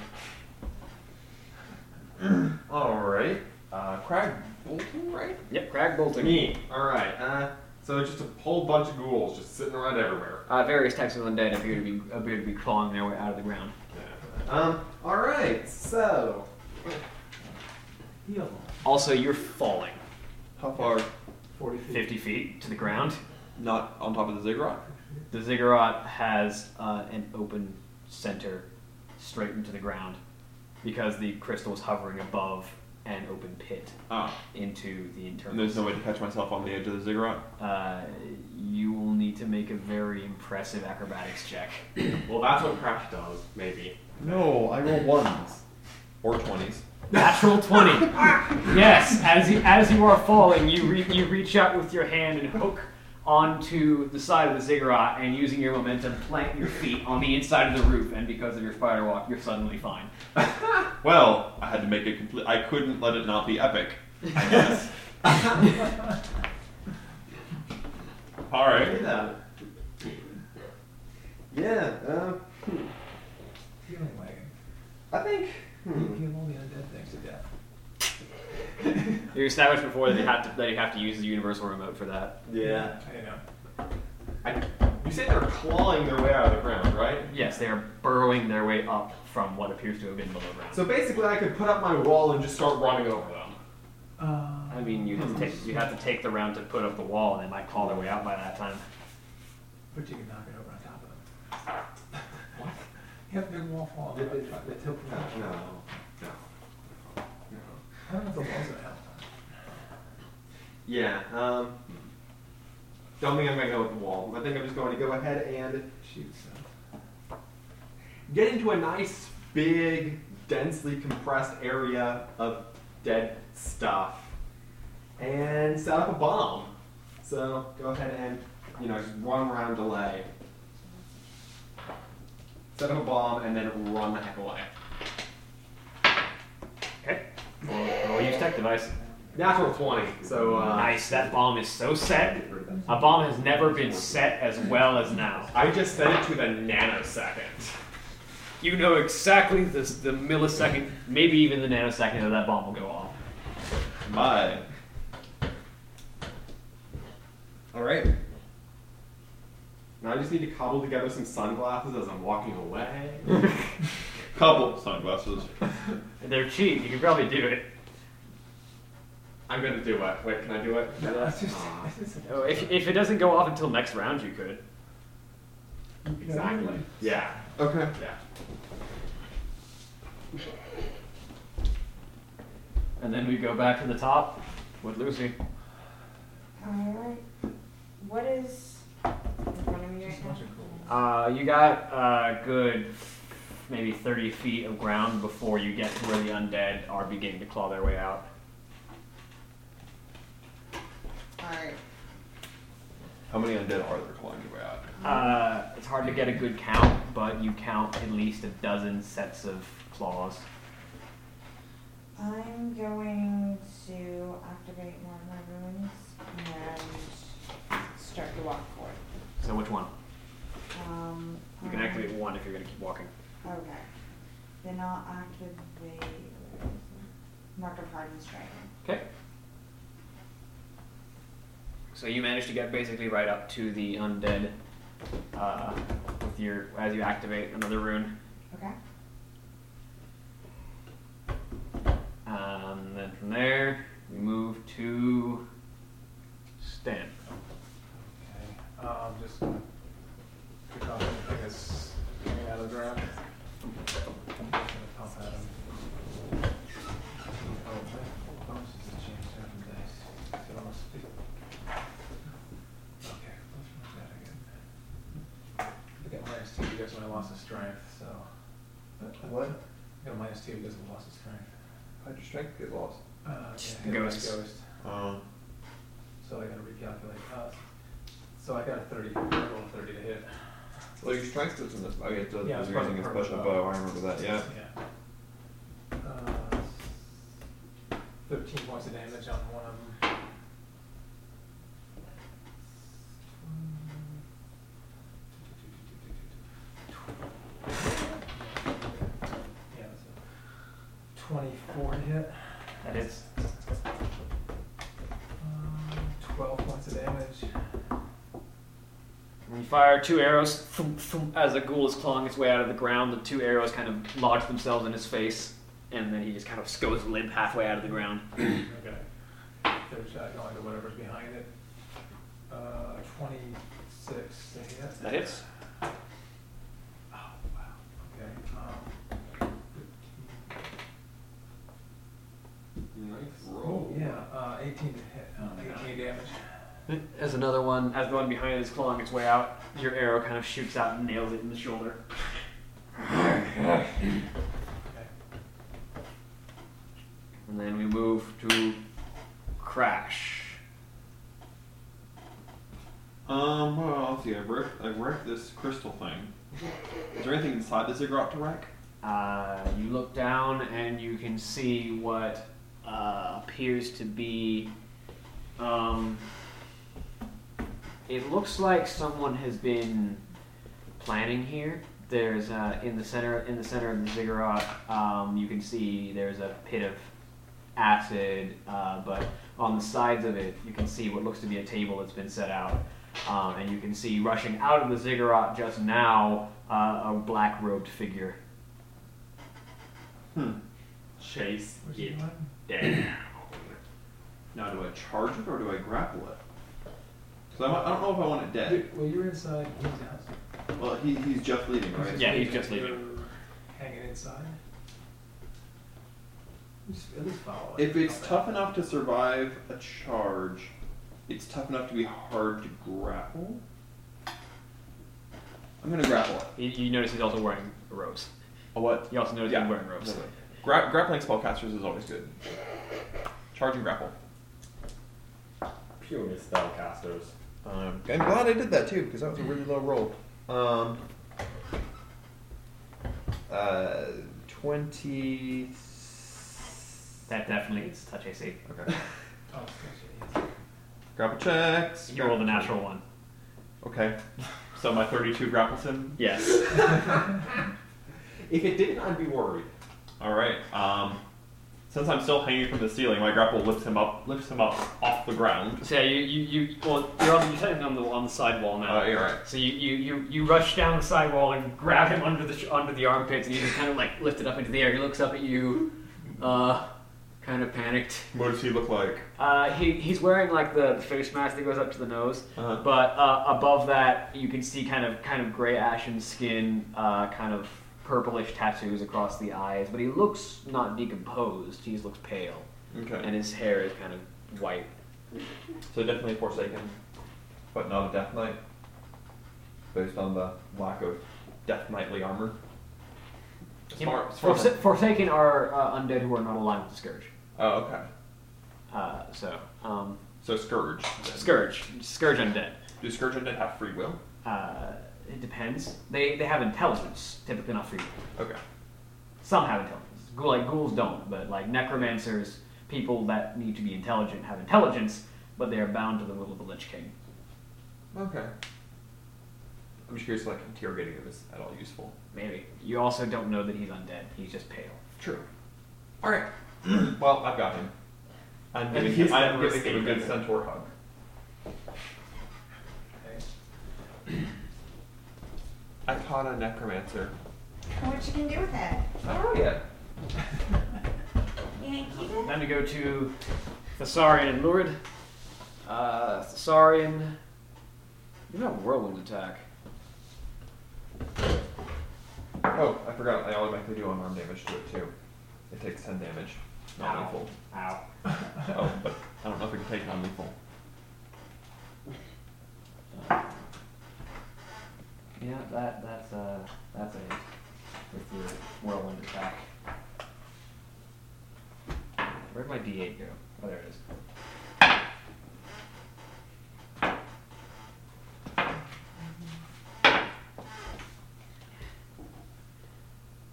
S5: Alright. Uh, Crag Bolton, right?
S2: Yep, Crag Bolton.
S5: Me. Alright. Uh, so just a whole bunch of ghouls just sitting around everywhere.
S2: Uh, various types of undead appear to be appear to be clawing their way out of the ground.
S5: Um, alright, so. Heal.
S2: Also, you're falling
S3: How far?
S6: 40 feet.
S2: 50 feet to the ground.
S3: Not on top of the ziggurat.
S2: The ziggurat has uh, an open center straight into the ground because the crystal is hovering above an open pit
S3: Ah,
S2: into the
S3: and
S2: internal.
S3: there's no way to catch myself on the edge of the ziggurat.
S2: Uh, you will need to make a very impressive acrobatics check.
S5: Well, that's what Crash does, maybe.
S3: No, I roll ones or twenties.
S2: Natural twenty. yes, as you as you are falling, you re- you reach out with your hand and hook onto the side of the ziggurat, and using your momentum, plant your feet on the inside of the roof. And because of your spider walk, you're suddenly fine.
S3: Well, I had to make it complete. I couldn't let it not be epic. I guess. All right.
S5: that. Yeah, um,
S6: Healing wagon.
S5: I think.
S6: You
S5: Hmm.
S6: heal all the undead things to death.
S2: You're established before that you have to that you have to use the universal remote for that.
S5: Yeah.
S6: I know.
S5: I, you say they're clawing their way out of the ground, right?
S2: Yes, they are burrowing their way up from what appears to have been below ground.
S5: So basically, I could put up my wall and just start running over them.
S2: I
S6: Um,
S2: mean, you have to take you have to take the round to put up the wall, and they might claw their way out by that time.
S6: But you can knock it over on top of them. What? You have a big wall fall. over
S5: Did they-
S6: on top. They tilt it
S5: No,
S6: out.
S5: no, no.
S6: I don't know if the walls are out.
S5: Yeah, um. Don't think I'm gonna go with the wall. I think I'm just going to go ahead and
S6: Shoot, so.
S5: get into a nice, big, densely compressed area of dead stuff and set up a bomb. So go ahead and, you know, just one round delay. Set up a bomb and then run the heck away.
S2: Okay. Roll, roll use tech device.
S5: Natural 20, so, uh.
S2: Nice. That bomb is so set. A bomb has never been set as well as now.
S5: I just set it to the nanosecond.
S2: You know exactly the, the millisecond, maybe even the nanosecond that that bomb will go off.
S3: My.
S5: Alright. Now I just need to cobble together some sunglasses as I'm walking away.
S3: Couple sunglasses.
S2: They're cheap. You can probably do it.
S5: I'm gonna do it. Wait, can I do it? Ah.
S6: No, it's just.
S5: Aw.
S6: It's just
S2: Oh, if, if it doesn't go off until next round, you could.
S5: Exactly. Yeah.
S3: Okay.
S5: Yeah.
S2: And then we go back to the top with Lucy.
S1: Alright. What is in front of me
S6: Just
S1: right
S6: a
S1: now?
S6: bunch of ghouls.
S2: Uh, you got a good maybe 30 feet of ground before you get to where the undead are beginning to claw their way out.
S20: Alright.
S3: How many undead are there clawing your way out?
S2: Uh, it's hard to get a good count, but you count at least a dozen sets of claws.
S21: I'm going to activate one of my runes and start to walk forward.
S2: So which one?
S21: Um,
S2: You can
S21: um,
S2: activate one if you're going to keep walking.
S21: Okay. Then I'll activate Mark of Harden's Dragon.
S2: Okay. So you manage to get basically right up to the undead uh, with your as you activate another rune.
S21: Okay.
S2: Um, then from there, we move to Stan.
S6: Okay. Um, just gonna pick off anything that's hanging out of the ground. I'm just gonna pump at him. Oh, my bonuses have changed every day. It's almost fifty. Okay, let's move that again. I got minus two because of my loss of strength, so.
S3: What?
S6: I got minus two because of loss of strength.
S3: How'd your strength get lost?
S6: Uh,
S2: Just
S6: yeah, hit by
S2: ghosts.
S6: Ghost.
S3: Oh.
S6: So I gotta recalculate. Uh, so I got a 30, I rolled a 30 to hit.
S3: Well, your strength doesn't. Oh, yeah, it does.
S6: Yeah,
S3: Yeah,
S6: it's
S3: you're using a
S6: part of
S3: special
S6: the
S3: bow. I remember that. Yeah.
S6: Yeah. Uh, 13 points of damage on one of them. Yeah, that's a 24 to hit.
S2: That is
S6: Um, 12 points of damage.
S2: When you fire two arrows, thump, thump, as the ghoul is clawing its way out of the ground, the two arrows kind of lodge themselves in his face, and then he just kind of goes limp halfway out of the ground.
S6: Okay. Third shot going to whatever's behind it. Uh, 26 to hit.
S2: That hits.
S6: Oh, wow. Okay. Um, 15.
S3: Nice
S6: Oh, yeah. Uh, 18 to hit. Um, 18 damage.
S2: As another one, as the one behind it is clawing its way out, your arrow kind of shoots out and nails it in the shoulder.
S6: Okay.
S2: And then we move to Crash.
S3: Um. Well, let's see. I've wrecked, I've wrecked this crystal thing. Is there anything inside this I got to wreck?
S2: Uh, you look down and you can see what uh, appears to be. Um, it looks like someone has been planning here. There's uh, in the center in the center of the ziggurat. Um, you can see there's a pit of acid, uh, but on the sides of it, you can see what looks to be a table that's been set out. Um, and you can see rushing out of the ziggurat just now uh, a black robed figure.
S5: Chase
S6: Where's
S5: it
S6: the one?
S5: down.
S3: Now, do I charge it or do I grapple it? So I'm, I don't know if I want it dead.
S6: You- Well, you're inside. He's out.
S3: Well, he, he's just leaving, right?
S2: Yeah, he's just
S6: leaving. Hanging inside. Just, at least follow it.
S3: If it's tough enough to survive a charge, it's tough enough to be hard to grapple. I'm gonna grapple it.
S2: You, you notice he's also wearing a rose.
S3: A what?
S2: You also notice
S3: Yeah.
S2: he's wearing robes.
S3: No way. Gra- grappling spellcasters is always good. Charge and grapple.
S5: Pure spellcasters.
S3: Um, I'm glad I did that too because that was a really low roll. Um, uh, twenty.
S2: That definitely is touch AC.
S3: Okay.
S6: Oh, gosh,
S3: Grapple checks.
S2: You rolled a natural one.
S3: Okay. So my thirty-two grapples him.
S2: Yes.
S5: If it didn't, I'd be worried.
S3: All right. Um, since I'm still hanging from the ceiling, my grapple lifts him up, lifts him up off the ground.
S2: so yeah, you, you, you well, you're also you're sitting on the on the sidewall now.
S3: Uh, you're right.
S2: So you, you, you, you rush down the sidewall and grab him under the sh- under the armpits and you just kind of like lift it up into the air. He looks up at you, uh, kind of panicked.
S3: What does he look like?
S2: Uh, he, he's wearing like the, the face mask that goes up to the nose,
S3: Uh-huh.
S2: but uh, above that you can see kind of kind of gray ashen skin, uh, kind of purplish tattoos across the eyes. But he looks not decomposed. He just looks pale,
S3: Okay.
S2: and his hair is kind of white.
S3: So definitely Forsaken, but not a Death Knight, based on the lack of Death Knightly armor. As far, as far as-
S2: Forsa- Forsaken are uh, undead who are not aligned with the Scourge.
S3: oh, okay.
S2: Uh, so um,
S3: So Scourge.
S2: Scourge, Scourge undead.
S9: do Scourge Undead have free will?
S2: Uh, it depends. They they have intelligence, typically not free. will.
S9: Okay.
S2: Some have intelligence. Ghoul- Like ghouls don't, but like necromancers, people that need to be intelligent have intelligence, but they are bound to the will of the Lich King.
S9: Okay. I'm just curious, like, interrogating him is at all useful.
S2: Maybe you also don't know that he's undead. He's just pale.
S9: True. All right. well, I've got him.
S5: I'm
S9: And
S5: giving
S9: he's
S5: him, I'm
S9: never
S5: giving him a
S9: escaped
S5: good
S9: that.
S5: centaur hug.
S6: Okay.
S9: I caught a necromancer.
S21: What you can do with it?
S9: I
S2: Oh,
S9: don't know yet.
S21: You ain't keep it?
S2: Then we go to Thessarian and Lurid. Uh, Thessarian. You have whirlwind attack.
S9: Oh, I forgot. I automatically do unarmed damage to it too. It takes ten damage, not
S2: Ow.
S9: lethal.
S2: Ow.
S9: Oh, but I don't know if it can take non-lethal.
S2: Yeah, that that's uh that's a hit with your whirlwind attack. Where'd my D8 go? Oh, there it is.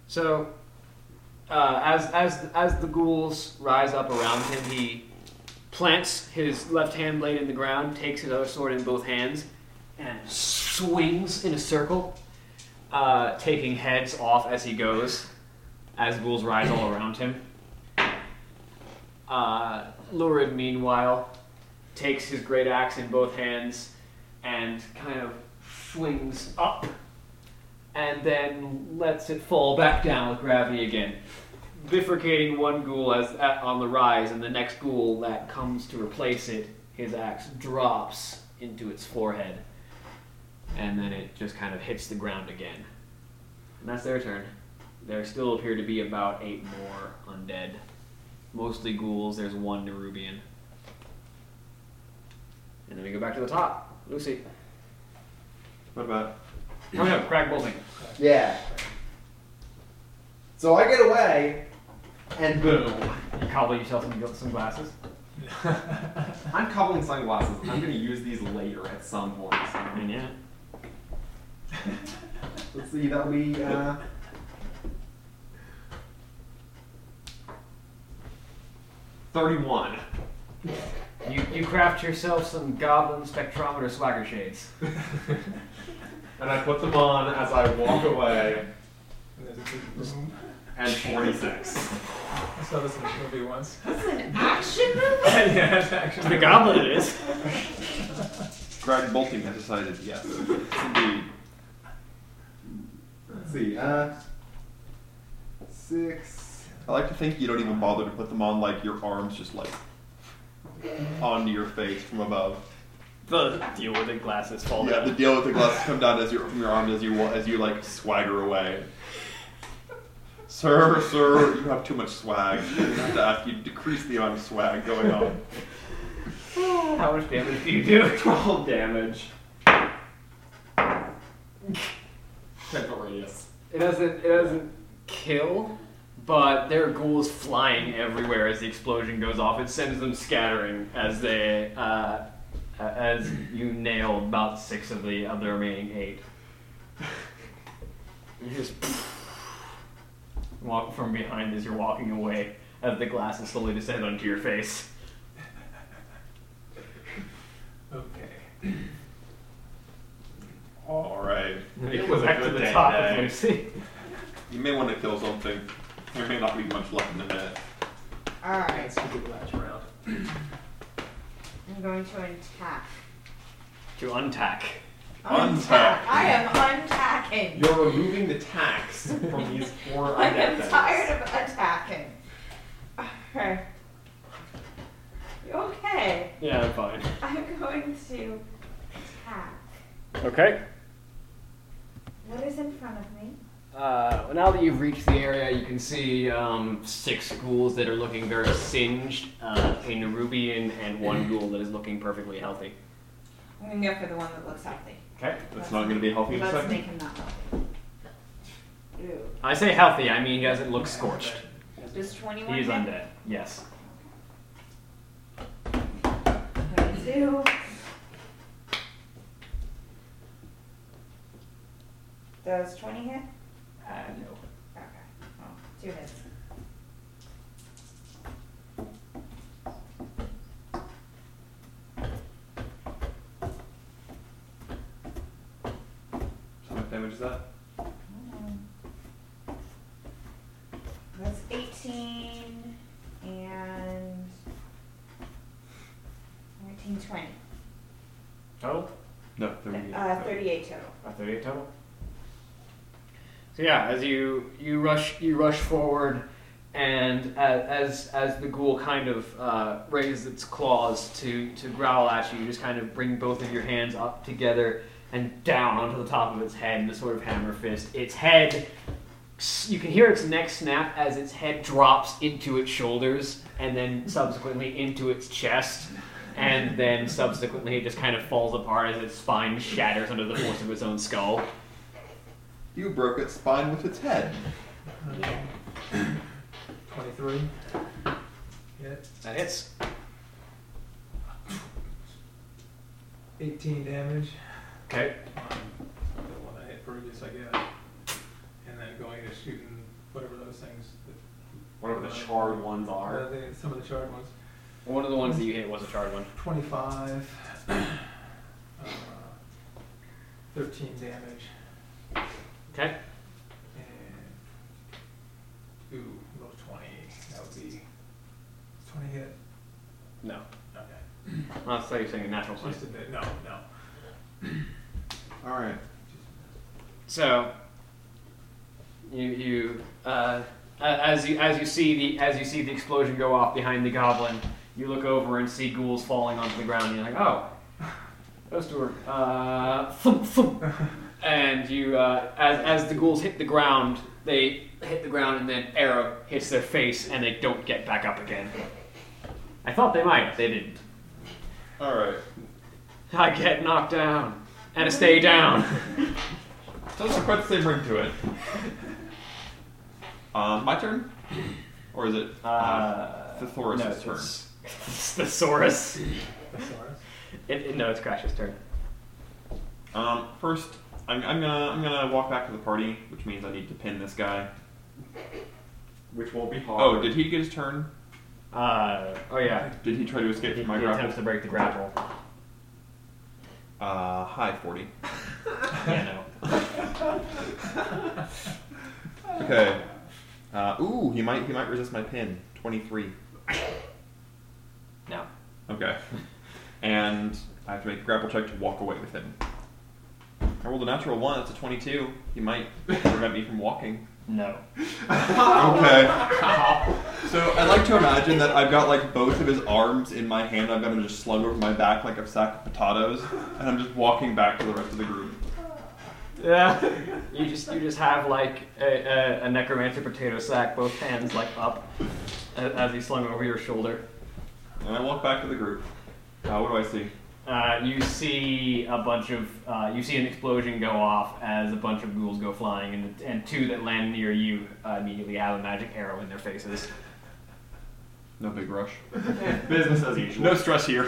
S2: So, uh, as as as the ghouls rise up around him, he plants his left hand blade in the ground, takes his other sword in both hands, and swings in a circle, uh, taking heads off as he goes, as ghouls rise all around him. Uh, Lurid, meanwhile, takes his great axe in both hands and kind of swings up and then lets it fall back down with gravity again, bifurcating one ghoul as at, on the rise, and the next ghoul that comes to replace it, his axe drops into its forehead, and then it just kind of hits the ground again. And that's their turn. There still appear to be about eight more undead, mostly ghouls. There's one Nerubian. And then we go back to the top. Lucy.
S3: What about?
S2: Oh no, Crag Bolting.
S5: Yeah. So I get away, and boom.
S2: You cobble yourself some, some glasses.
S5: I'm cobbling sunglasses. I'm gonna use these later at some point.
S2: I mean, yeah.
S5: Let's see, that'll be uh, thirty-one.
S2: You, you craft yourself some goblin spectrometer swagger shades.
S5: And I put them on as I walk away.
S6: And there's a big boom.
S5: And forty-six.
S6: I saw this in a movie once.
S21: This is an action movie?
S6: yeah, that's actually
S2: The goblin it is.
S3: Greg Bolting has decided yes. Indeed.
S5: Let's see, uh, six.
S3: I like to think you don't even bother to put them on, like your arms just like onto your face from above.
S2: The deal with the glasses fall
S3: Yeah, the deal with the glasses come down as your from your arms as you wa- as you like swagger away. Sir, sir, you have too much swag. You have to ask you to decrease the amount of swag going on.
S2: How much damage do you do?
S5: Twelve damage. Temple radius.
S2: It doesn't. It doesn't kill, but there are ghouls flying everywhere as the explosion goes off. It sends them scattering as they, uh, a- as you nail about six of the of the remaining eight. You just walk from behind as you're walking away, as the glasses slowly descend onto your face.
S6: Okay.
S3: All right,
S2: It was back to the top of Lucy.
S3: you may want to kill something. There may not be much left in a minute.
S21: Alright,
S6: That's a good last round.
S21: I'm going to attack.
S2: To untack.
S3: Untack.
S21: I am untacking.
S5: You're removing the tax from these four
S21: I am
S5: undead
S21: tired of attacking. Alright. You okay?
S2: Yeah, I'm fine.
S21: I'm going to attack.
S2: Okay.
S21: What is in front of me?
S16: Uh, now that you've reached the area, you can see um, six ghouls that are looking very singed, uh, a Nerubian, and
S2: Mm.
S16: one ghoul that is looking perfectly healthy.
S21: I'm gonna go for the one that looks healthy.
S2: Okay.
S3: That's not going to be healthy in a
S21: Let's
S3: second.
S21: make him not healthy. Ew.
S2: I say healthy, I mean he doesn't look scorched.
S21: Does 21
S2: He is
S21: hit?
S2: undead. Yes.
S21: 22.
S1: Does 20 hit?
S22: Uh, no.
S1: Okay. Well, two hits.
S3: How much damage is that?
S1: That's 18 and 19, 20.
S2: Oh.
S22: Total?
S3: No, 38.
S1: Uh, 38 total.
S22: Uh, 38 total?
S2: So yeah, as you you rush you rush forward, and as as, as the ghoul kind of uh, raises its claws to to growl at you, you just kind of bring both of your hands up together and down onto the top of its head in a sort of hammer fist. Its head. You can hear its neck snap as its head drops into its shoulders and then subsequently into its chest, and then subsequently it just kind of falls apart as its spine shatters under the force of its own skull.
S3: You broke its spine with its head.
S1: Yeah.
S6: 23. Hit.
S2: That hits.
S6: 18 damage.
S2: Okay.
S6: on the one I hit previous, I guess. And then going to shooting whatever those things, that-
S5: Whatever the charred ones are.
S6: uh, they- some of the charred ones.
S2: One of the ones that you hit was a charred one.
S6: 25, uh, 13 damage,
S2: Okay.
S6: and ooh, roll 20. That would be 20 hit.
S2: No.
S6: Okay.
S2: I thought you were saying a natural one.
S6: Just a bit. No, no.
S3: Alright.
S2: So you you uh, a- as you as you see the as you see the explosion go off behind the goblin, you look over and see ghouls falling onto the ground. and You're like, oh, those two are uh, thump, thump. and you uh, as as the ghouls hit the ground, they hit the ground and then arrow hits their face and they don't get back up again. I thought they might, they didn't.
S3: Alright.
S2: I get knocked down and I stay down.
S3: Doesn't have quite the same ring to it. Uh, my turn? Or is it uh, Thorus'
S2: no,
S3: turn?
S2: it's- It's thesaurus.
S6: Thesaurus.
S2: It, it, no, it's Crash's turn.
S3: Um, first, I'm, I'm gonna I'm gonna walk back to the party, which means I need to pin this guy.
S5: Which won't be hard.
S3: Oh, did he get his turn?
S2: Uh, oh yeah.
S3: Did he try to
S2: He,
S3: escape from my
S2: he
S3: grapple?
S2: attempts to break the grapple.
S3: Uh, high forty.
S2: yeah, no.
S3: Okay. Uh, ooh, he might he might resist my pin. Twenty three.
S2: No.
S3: Okay. And I have to make a grapple check to walk away with him. I rolled a natural one. That's a twenty-two. He might prevent me from walking.
S2: No.
S3: Okay. so I like to imagine that I've got like both of his arms in my hand. I've got him just slung over my back like a sack of potatoes, and I'm just walking back to the rest of the group.
S2: Yeah. You just you just have like a, a, a necromancer potato sack, both hands like up, a- as he's slung over your shoulder.
S3: And I walk back to the group. Uh, what do I see?
S2: Uh, you see a bunch of uh, you see an explosion go off as a bunch of ghouls go flying, and, and two that land near you uh, immediately have a magic arrow in their faces.
S3: No big rush.
S5: Business as usual.
S3: No stress here.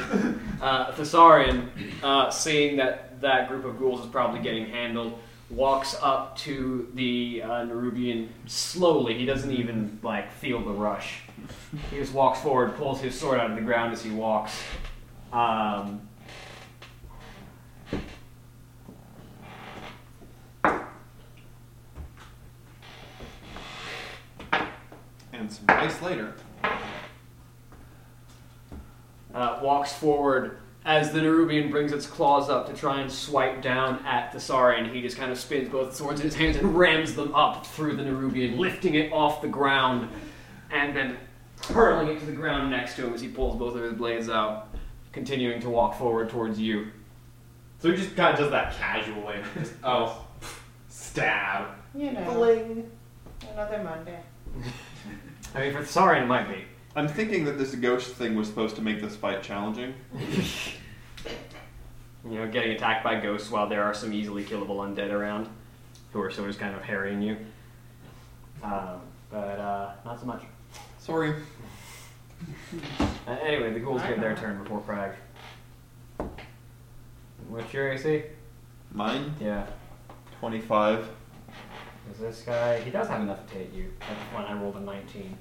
S2: Uh, Thessarian, uh, seeing that that group of ghouls is probably getting handled, walks up to the uh, Nerubian slowly. He doesn't even like feel the rush. He just walks forward, pulls his sword out of the ground as he walks. Um,
S3: And some dice later.
S2: uh, walks forward as the Nerubian brings its claws up to try and swipe down at Thessarian. He just kind of spins both swords in his hands and rams them up through the Nerubian, lifting it off the ground and then hurling it to the ground next to him as he pulls both of his blades out, continuing to walk forward towards you.
S5: So he just kind of does that casually. Just, oh, stab.
S1: You know.
S5: Bling.
S1: Another Monday.
S2: I mean, for Thessarian, it might be.
S3: I'm thinking that this ghost thing was supposed to make this fight challenging.
S2: You know, getting attacked by ghosts while there are some easily killable undead around who are still just kind of harrying you. Um, but uh, not so much.
S3: Sorry.
S2: Uh, anyway, the ghouls get their turn before Crag. What's your AC?
S3: Mine,
S2: Yeah.
S3: 25.
S2: Because this guy, he does have enough to hit you. That's when I rolled a 19.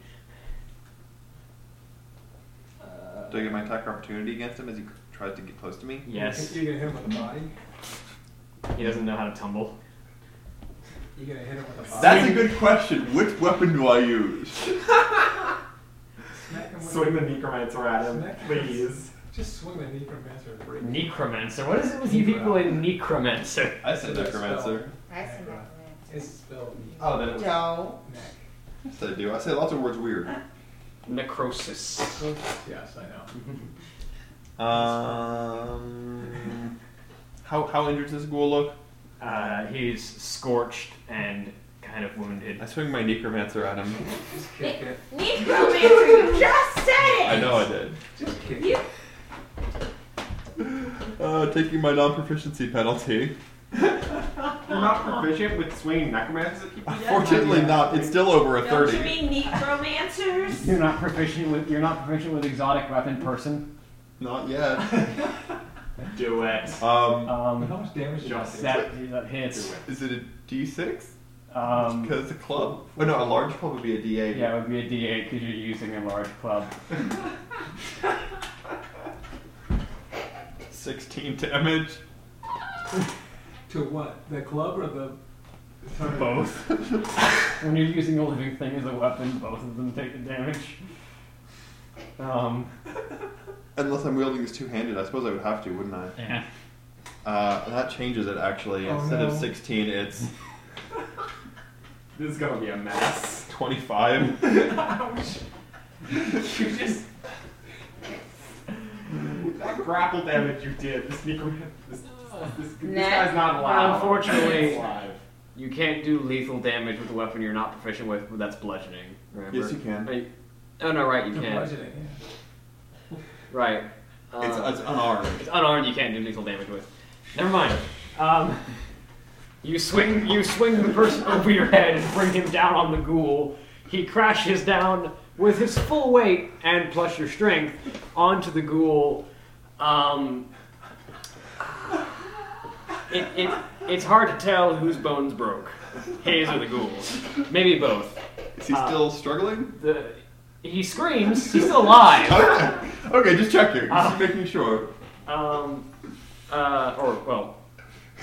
S2: Uh,
S3: Do I get my attacker opportunity against him as he tries to get close to me?
S2: yes.
S6: You're gonna hit him with a body?
S2: He doesn't know how to tumble.
S6: You're gonna hit him with a body?
S3: That's a good question. Which weapon do I use?
S6: Smack him with
S5: Swing the necromancer at him,
S6: Smack.
S5: please.
S6: Just swing the necromancer. at him.
S2: Necromancer. What is it with you people in necromancer?
S3: I said necromancer.
S1: I see
S6: Yeah. It's spelled ne-
S5: Oh, then it was.
S1: No.
S6: neck.
S3: Yes, I do. I say lots of words weird.
S2: Necrosis.
S6: Yes, I know.
S3: Um, how how injured does Ghoul look?
S2: Uh, he's scorched and kind of wounded.
S3: I swing my necromancer at him.
S6: Just kick it.
S1: Necromancer, you just said
S3: I
S1: it!
S3: know I did.
S6: Just kick it.
S1: You
S3: Uh, taking my non-proficiency penalty.
S5: You're not proficient with swinging necromancers at people yet?
S3: Fortunately, not. It's still over a
S1: don't you
S3: Uh, thirty.
S1: mean necromancers?
S23: You're not proficient with you're not proficient with exotic weapon person.
S3: Not yet.
S5: Do it.
S3: Um,
S23: Um,
S6: How much damage did I
S5: Just
S6: do?
S23: that that hits.
S3: is it a D6?
S23: Um,
S3: Because it's a club. Oh no, a large club would be a D8.
S23: yeah, it would be a D8 because you're using a large club.
S3: 16 damage.
S6: To what? The club or the.
S23: Both. when you're using a living thing as a weapon, both of them take the damage. Um,
S3: Unless I'm wielding this two-handed, I suppose I would have to, wouldn't I?
S23: yeah.
S3: Uh, that changes it actually.
S6: Oh,
S3: Instead of
S6: no.
S3: 16, it's
S5: This is gonna be a mess.
S3: 25.
S5: You just. that grapple damage you did, this necromancer. This, this, this guy's not alive.
S2: Unfortunately.
S5: He's alive.
S2: You can't do lethal damage with a weapon you're not proficient with. but That's bludgeoning. Remember?
S3: yes, you can.
S2: Wait. Oh no, right, you
S6: The
S2: can't.
S6: bludgeoning, yeah.
S2: Right. Uh,
S3: It's, it's unarmed.
S2: it's unarmed. You can't do lethal damage with. Never mind. Um, you swing. You swing the person over your head and bring him down on the ghoul. He crashes down with his full weight and plus your strength onto the ghoul. Um, it, it, it's hard to tell whose bones broke, his or the ghoul's. Maybe both.
S3: Is he
S2: Uh,
S3: still struggling?
S2: The, he screams. He's still alive.
S3: Okay, okay just checking.
S2: Uh.
S3: Just making sure.
S2: Um, uh, or well,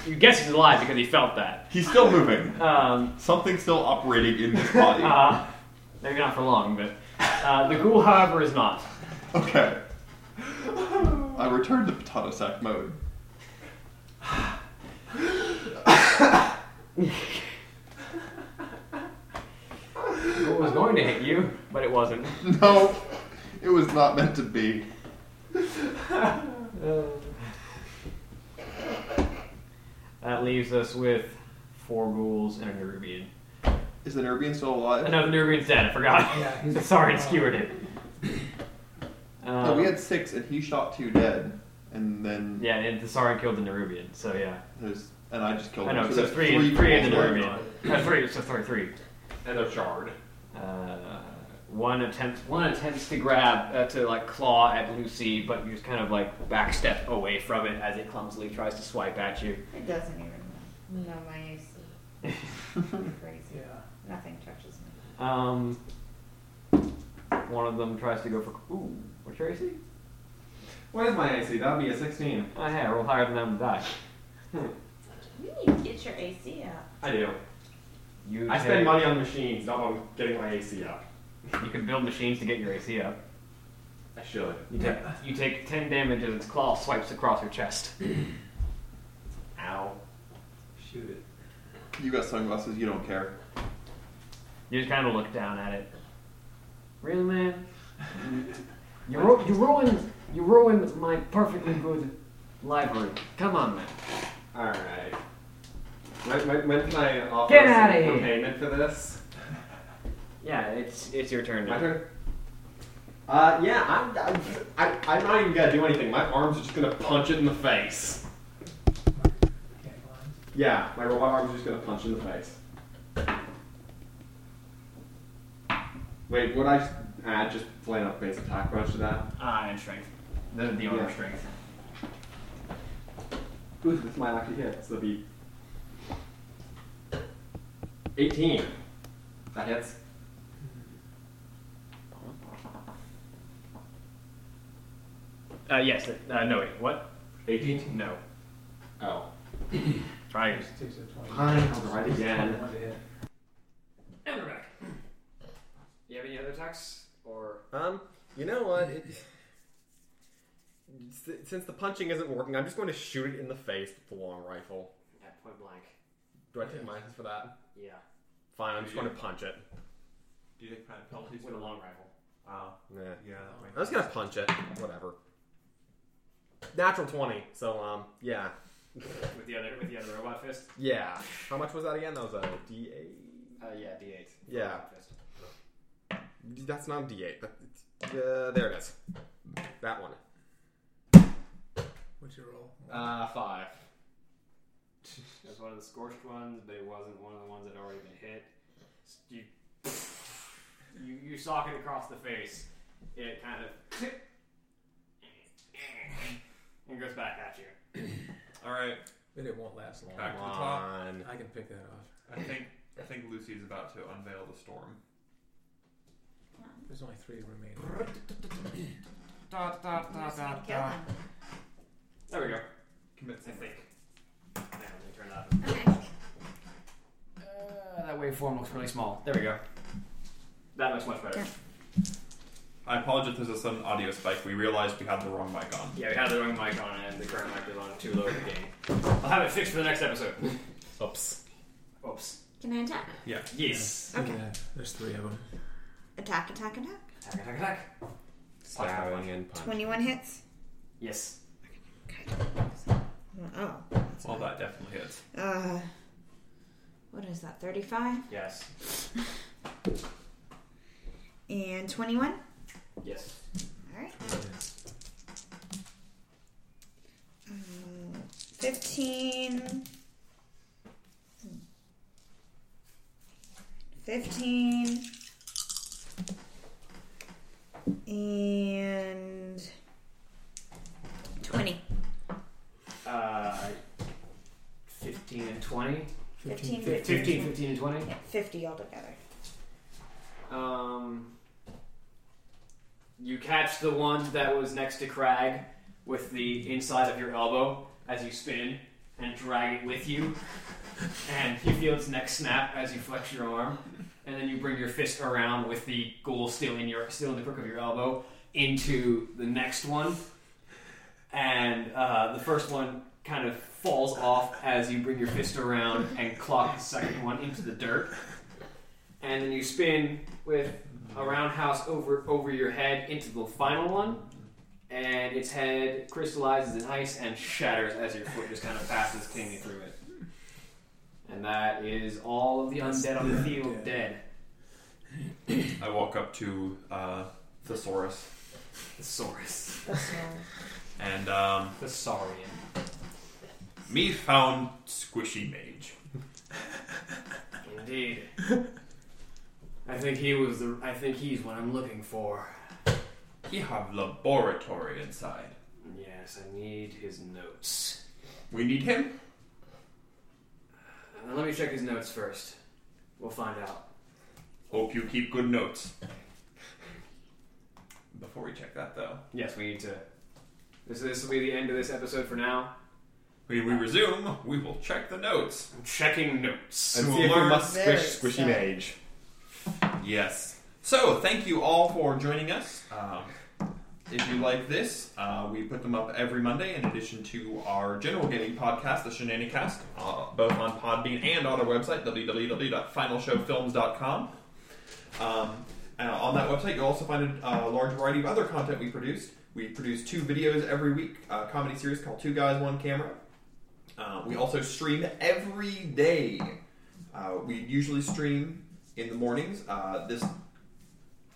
S2: you guess he's alive because he felt that.
S3: He's still moving.
S2: Um,
S3: Something's still operating in his body.
S2: uh, maybe not for long, but uh, the ghoul, however, is not.
S3: Okay. I returned to potato sack mode.
S2: The ghoul was going to hit you, but it wasn't.
S3: No, it was not meant to be.
S2: Uh, That leaves us with four ghouls and a Nerubian.
S3: Is the Nerbian still
S2: Uh,
S3: alive?
S2: No, the Nerubian's dead. I forgot.
S6: Yeah, he's-
S2: Sorry, I skewered it.
S3: No,
S2: Um,
S3: Oh, we had six, and he shot two dead, and then
S2: yeah, and the Sauron killed the Nerubian, so yeah.
S3: there's and I just killed.
S2: I
S3: him.
S2: know, so
S3: there's
S2: three, three, three in the
S3: people
S2: Nerubian. Uh, three, so three, three.
S5: And they're charred.
S2: Uh, one attempts one attempts to grab uh, to like claw at Lucy, but you just kind of like backstep away from it as it clumsily tries to swipe at you.
S1: It doesn't even know my AC. Crazy.
S6: Yeah.
S1: Nothing touches me.
S2: Um, one of them tries to go for ooh, what's your AC?
S5: What is my AC? That would be a 16.
S2: Oh yeah, roll higher than that and die.
S1: You need to get your AC up.
S5: I do.
S2: You
S5: I
S2: take-
S5: spend money on machines, not on getting my AC up.
S2: You can build machines to get your AC up.
S5: I should.
S2: You take you take ten damage as its claw swipes across your chest.
S5: Ow.
S6: Shoot it.
S3: You got sunglasses. You don't care.
S2: You just kind of look down at it. Really, man? You, ru- you ruined you ruined my perfectly good library. Come on, man.
S5: Alright. When, when, when can I offer
S2: Get
S5: some
S2: outta here.
S5: payment for this?
S2: Yeah, it's it's your turn
S5: My
S2: now.
S5: turn? Uh, yeah, I'm, I'm, I, I'm not even gonna do anything. My arms are just gonna punch it in the face.
S6: Can't climb.
S5: Yeah, my robot arms are just gonna punch it in the face. Wait, would I just add just plain up base attack punch to that?
S2: Ah, and strength. The the
S5: armor
S2: strength.
S5: Ooh, this might actually hit, so that'd be
S24: 18.
S25: That hits.
S2: Uh, yes. Uh, no, wait. What?
S25: 18?
S2: No.
S25: Oh.
S2: Try it.
S6: Takes a 20.
S25: Fine, I'll try it again.
S6: One to hit.
S2: And we're back. You have any other attacks? Or.
S5: Um, you know what? It, s- since the punching isn't working, I'm just going to shoot it in the face with the long rifle.
S2: At point blank.
S5: Do I take minus for that?
S2: Yeah.
S5: Fine, I'm just going to punch it.
S3: Do you take kind of penalties
S2: With a long rifle.
S3: Wow.
S5: Nah.
S3: Yeah. that
S5: I'm
S3: might-
S5: just going to punch it. Whatever. Natural 20, so, um, yeah.
S2: With the other with the other robot fist?
S5: Yeah. How much was that again? That was a D8?
S2: Uh, yeah, D8.
S5: Yeah.
S2: Robot fist.
S5: That's not a D8. That, it's, uh, there it is. That one.
S6: What's your roll?
S5: Uh, five.
S2: It was one of the scorched ones, but it wasn't one of the ones that had already been hit. S- You, you, you sock it across the face. It kind of and goes back at you.
S3: All right.
S6: But it won't last long.
S3: Back to the top.
S5: One.
S6: I can pick that off.
S3: I think I think Lucy is about to unveil the storm.
S6: There's only three remaining.
S26: Dot, dot,
S1: I'm just gonna kill him.
S2: There we go.
S3: Commit
S2: I think. Now let me turn it off.
S1: Okay.
S2: Uh, that waveform looks really small. There we go. That looks much better.
S3: I apologize if there's a sudden audio spike. We realized we had the wrong mic on.
S2: Yeah, we had the wrong mic on and the current mic is on too low of the gain. I'll have it fixed for the next episode.
S5: Oops.
S2: Oops.
S1: Can I attack?
S2: Yes.
S1: Okay.
S6: Yeah, there's three of them.
S1: Attack, attack, attack.
S2: Attack, attack, attack.
S5: Stabbing and punch.
S1: 21 hits.
S2: Yes.
S1: Oh.
S3: Well, that definitely hits.
S1: Uh, what is that, 35?
S2: Yes.
S1: And 21?
S2: Yes.
S1: Alright. Uh, 15. 15. And 20.
S2: Uh, 15 and 20.
S1: 15,
S2: 15, 15 and 20.
S1: Yeah, 50 altogether.
S2: Um, you catch the one that was next to Crag with the inside of your elbow as you spin and drag it with you. And you feel its neck snap as you flex your arm. And then you bring your fist around with the ghoul still in your still in the crook of your elbow into the next one. And uh, the first one kind of falls off as you bring your fist around and clock the second one into the dirt and then you spin with a roundhouse over over your head into the final one, and its head crystallizes in ice and shatters as your foot just kind of passes cleanly through it. And that is all of the undead on the field dead.
S3: I walk up to uh, Thesaurus
S2: Thesaurus.
S1: That's all.
S3: and um,
S2: Thesaurian.
S3: me found Squishy Mage.
S2: Indeed. I think he was the. I think he's what I'm looking for.
S3: He have laboratory inside.
S2: Yes, I need his notes.
S3: We need him.
S2: Uh, let me check his notes first. We'll find out.
S3: Hope you keep good notes. Before we check that though,
S2: Yes, we need to. This, this will be the end of this episode for now.
S3: when we resume, we will check the notes.
S2: I'm checking notes.
S5: And
S3: We'll
S5: see if we
S3: learn-
S5: must
S1: Very
S5: squish Squishy
S1: sad.
S5: Mage.
S3: Yes. So, thank you all for joining us. Um, if you like this, uh, we put them up every Monday in addition to our general gaming podcast, the Shenanicast, uh, both on Podbean and on our website, www.finalshowfilms.com. Um, and on that website, you'll also find a uh, large variety of other content we produce. We produce two videos every week, a comedy series called Two Guys, One Camera. Uh, we also stream every day. Uh, we usually stream in the mornings. Uh, this,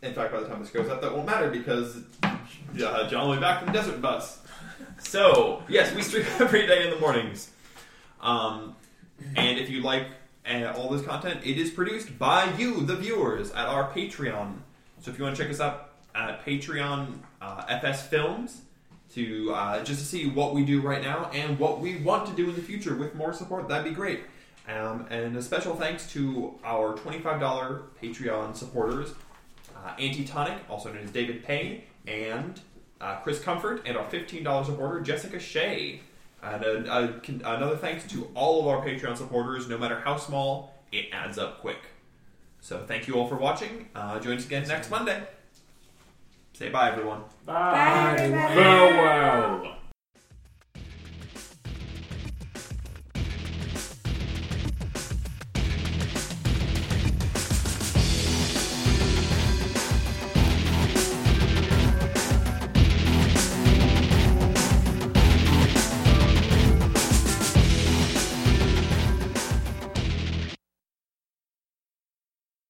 S3: in fact, by the time this goes up, that won't matter because uh, John will be back from Desert Bus. So, yes, we stream every day in the mornings. Um, and if you like uh, all this content, it is produced by you, the viewers, at our Patreon. So if you want to check us out at Patreon uh, FS Films to uh, just to see what we do right now and what we want to do in the future with more support, that'd be great. Um, and a special thanks to our $25 Patreon supporters, uh, Antitonic, also known as David Payne, and uh, Chris Comfort, and our $15 supporter, Jessica Shea. And uh, uh, con- another thanks to all of our Patreon supporters, no matter how small, it adds up quick. So thank you all for watching. Uh, join us again next Monday. Say bye, everyone.
S1: Bye, everybody.
S3: Farewell.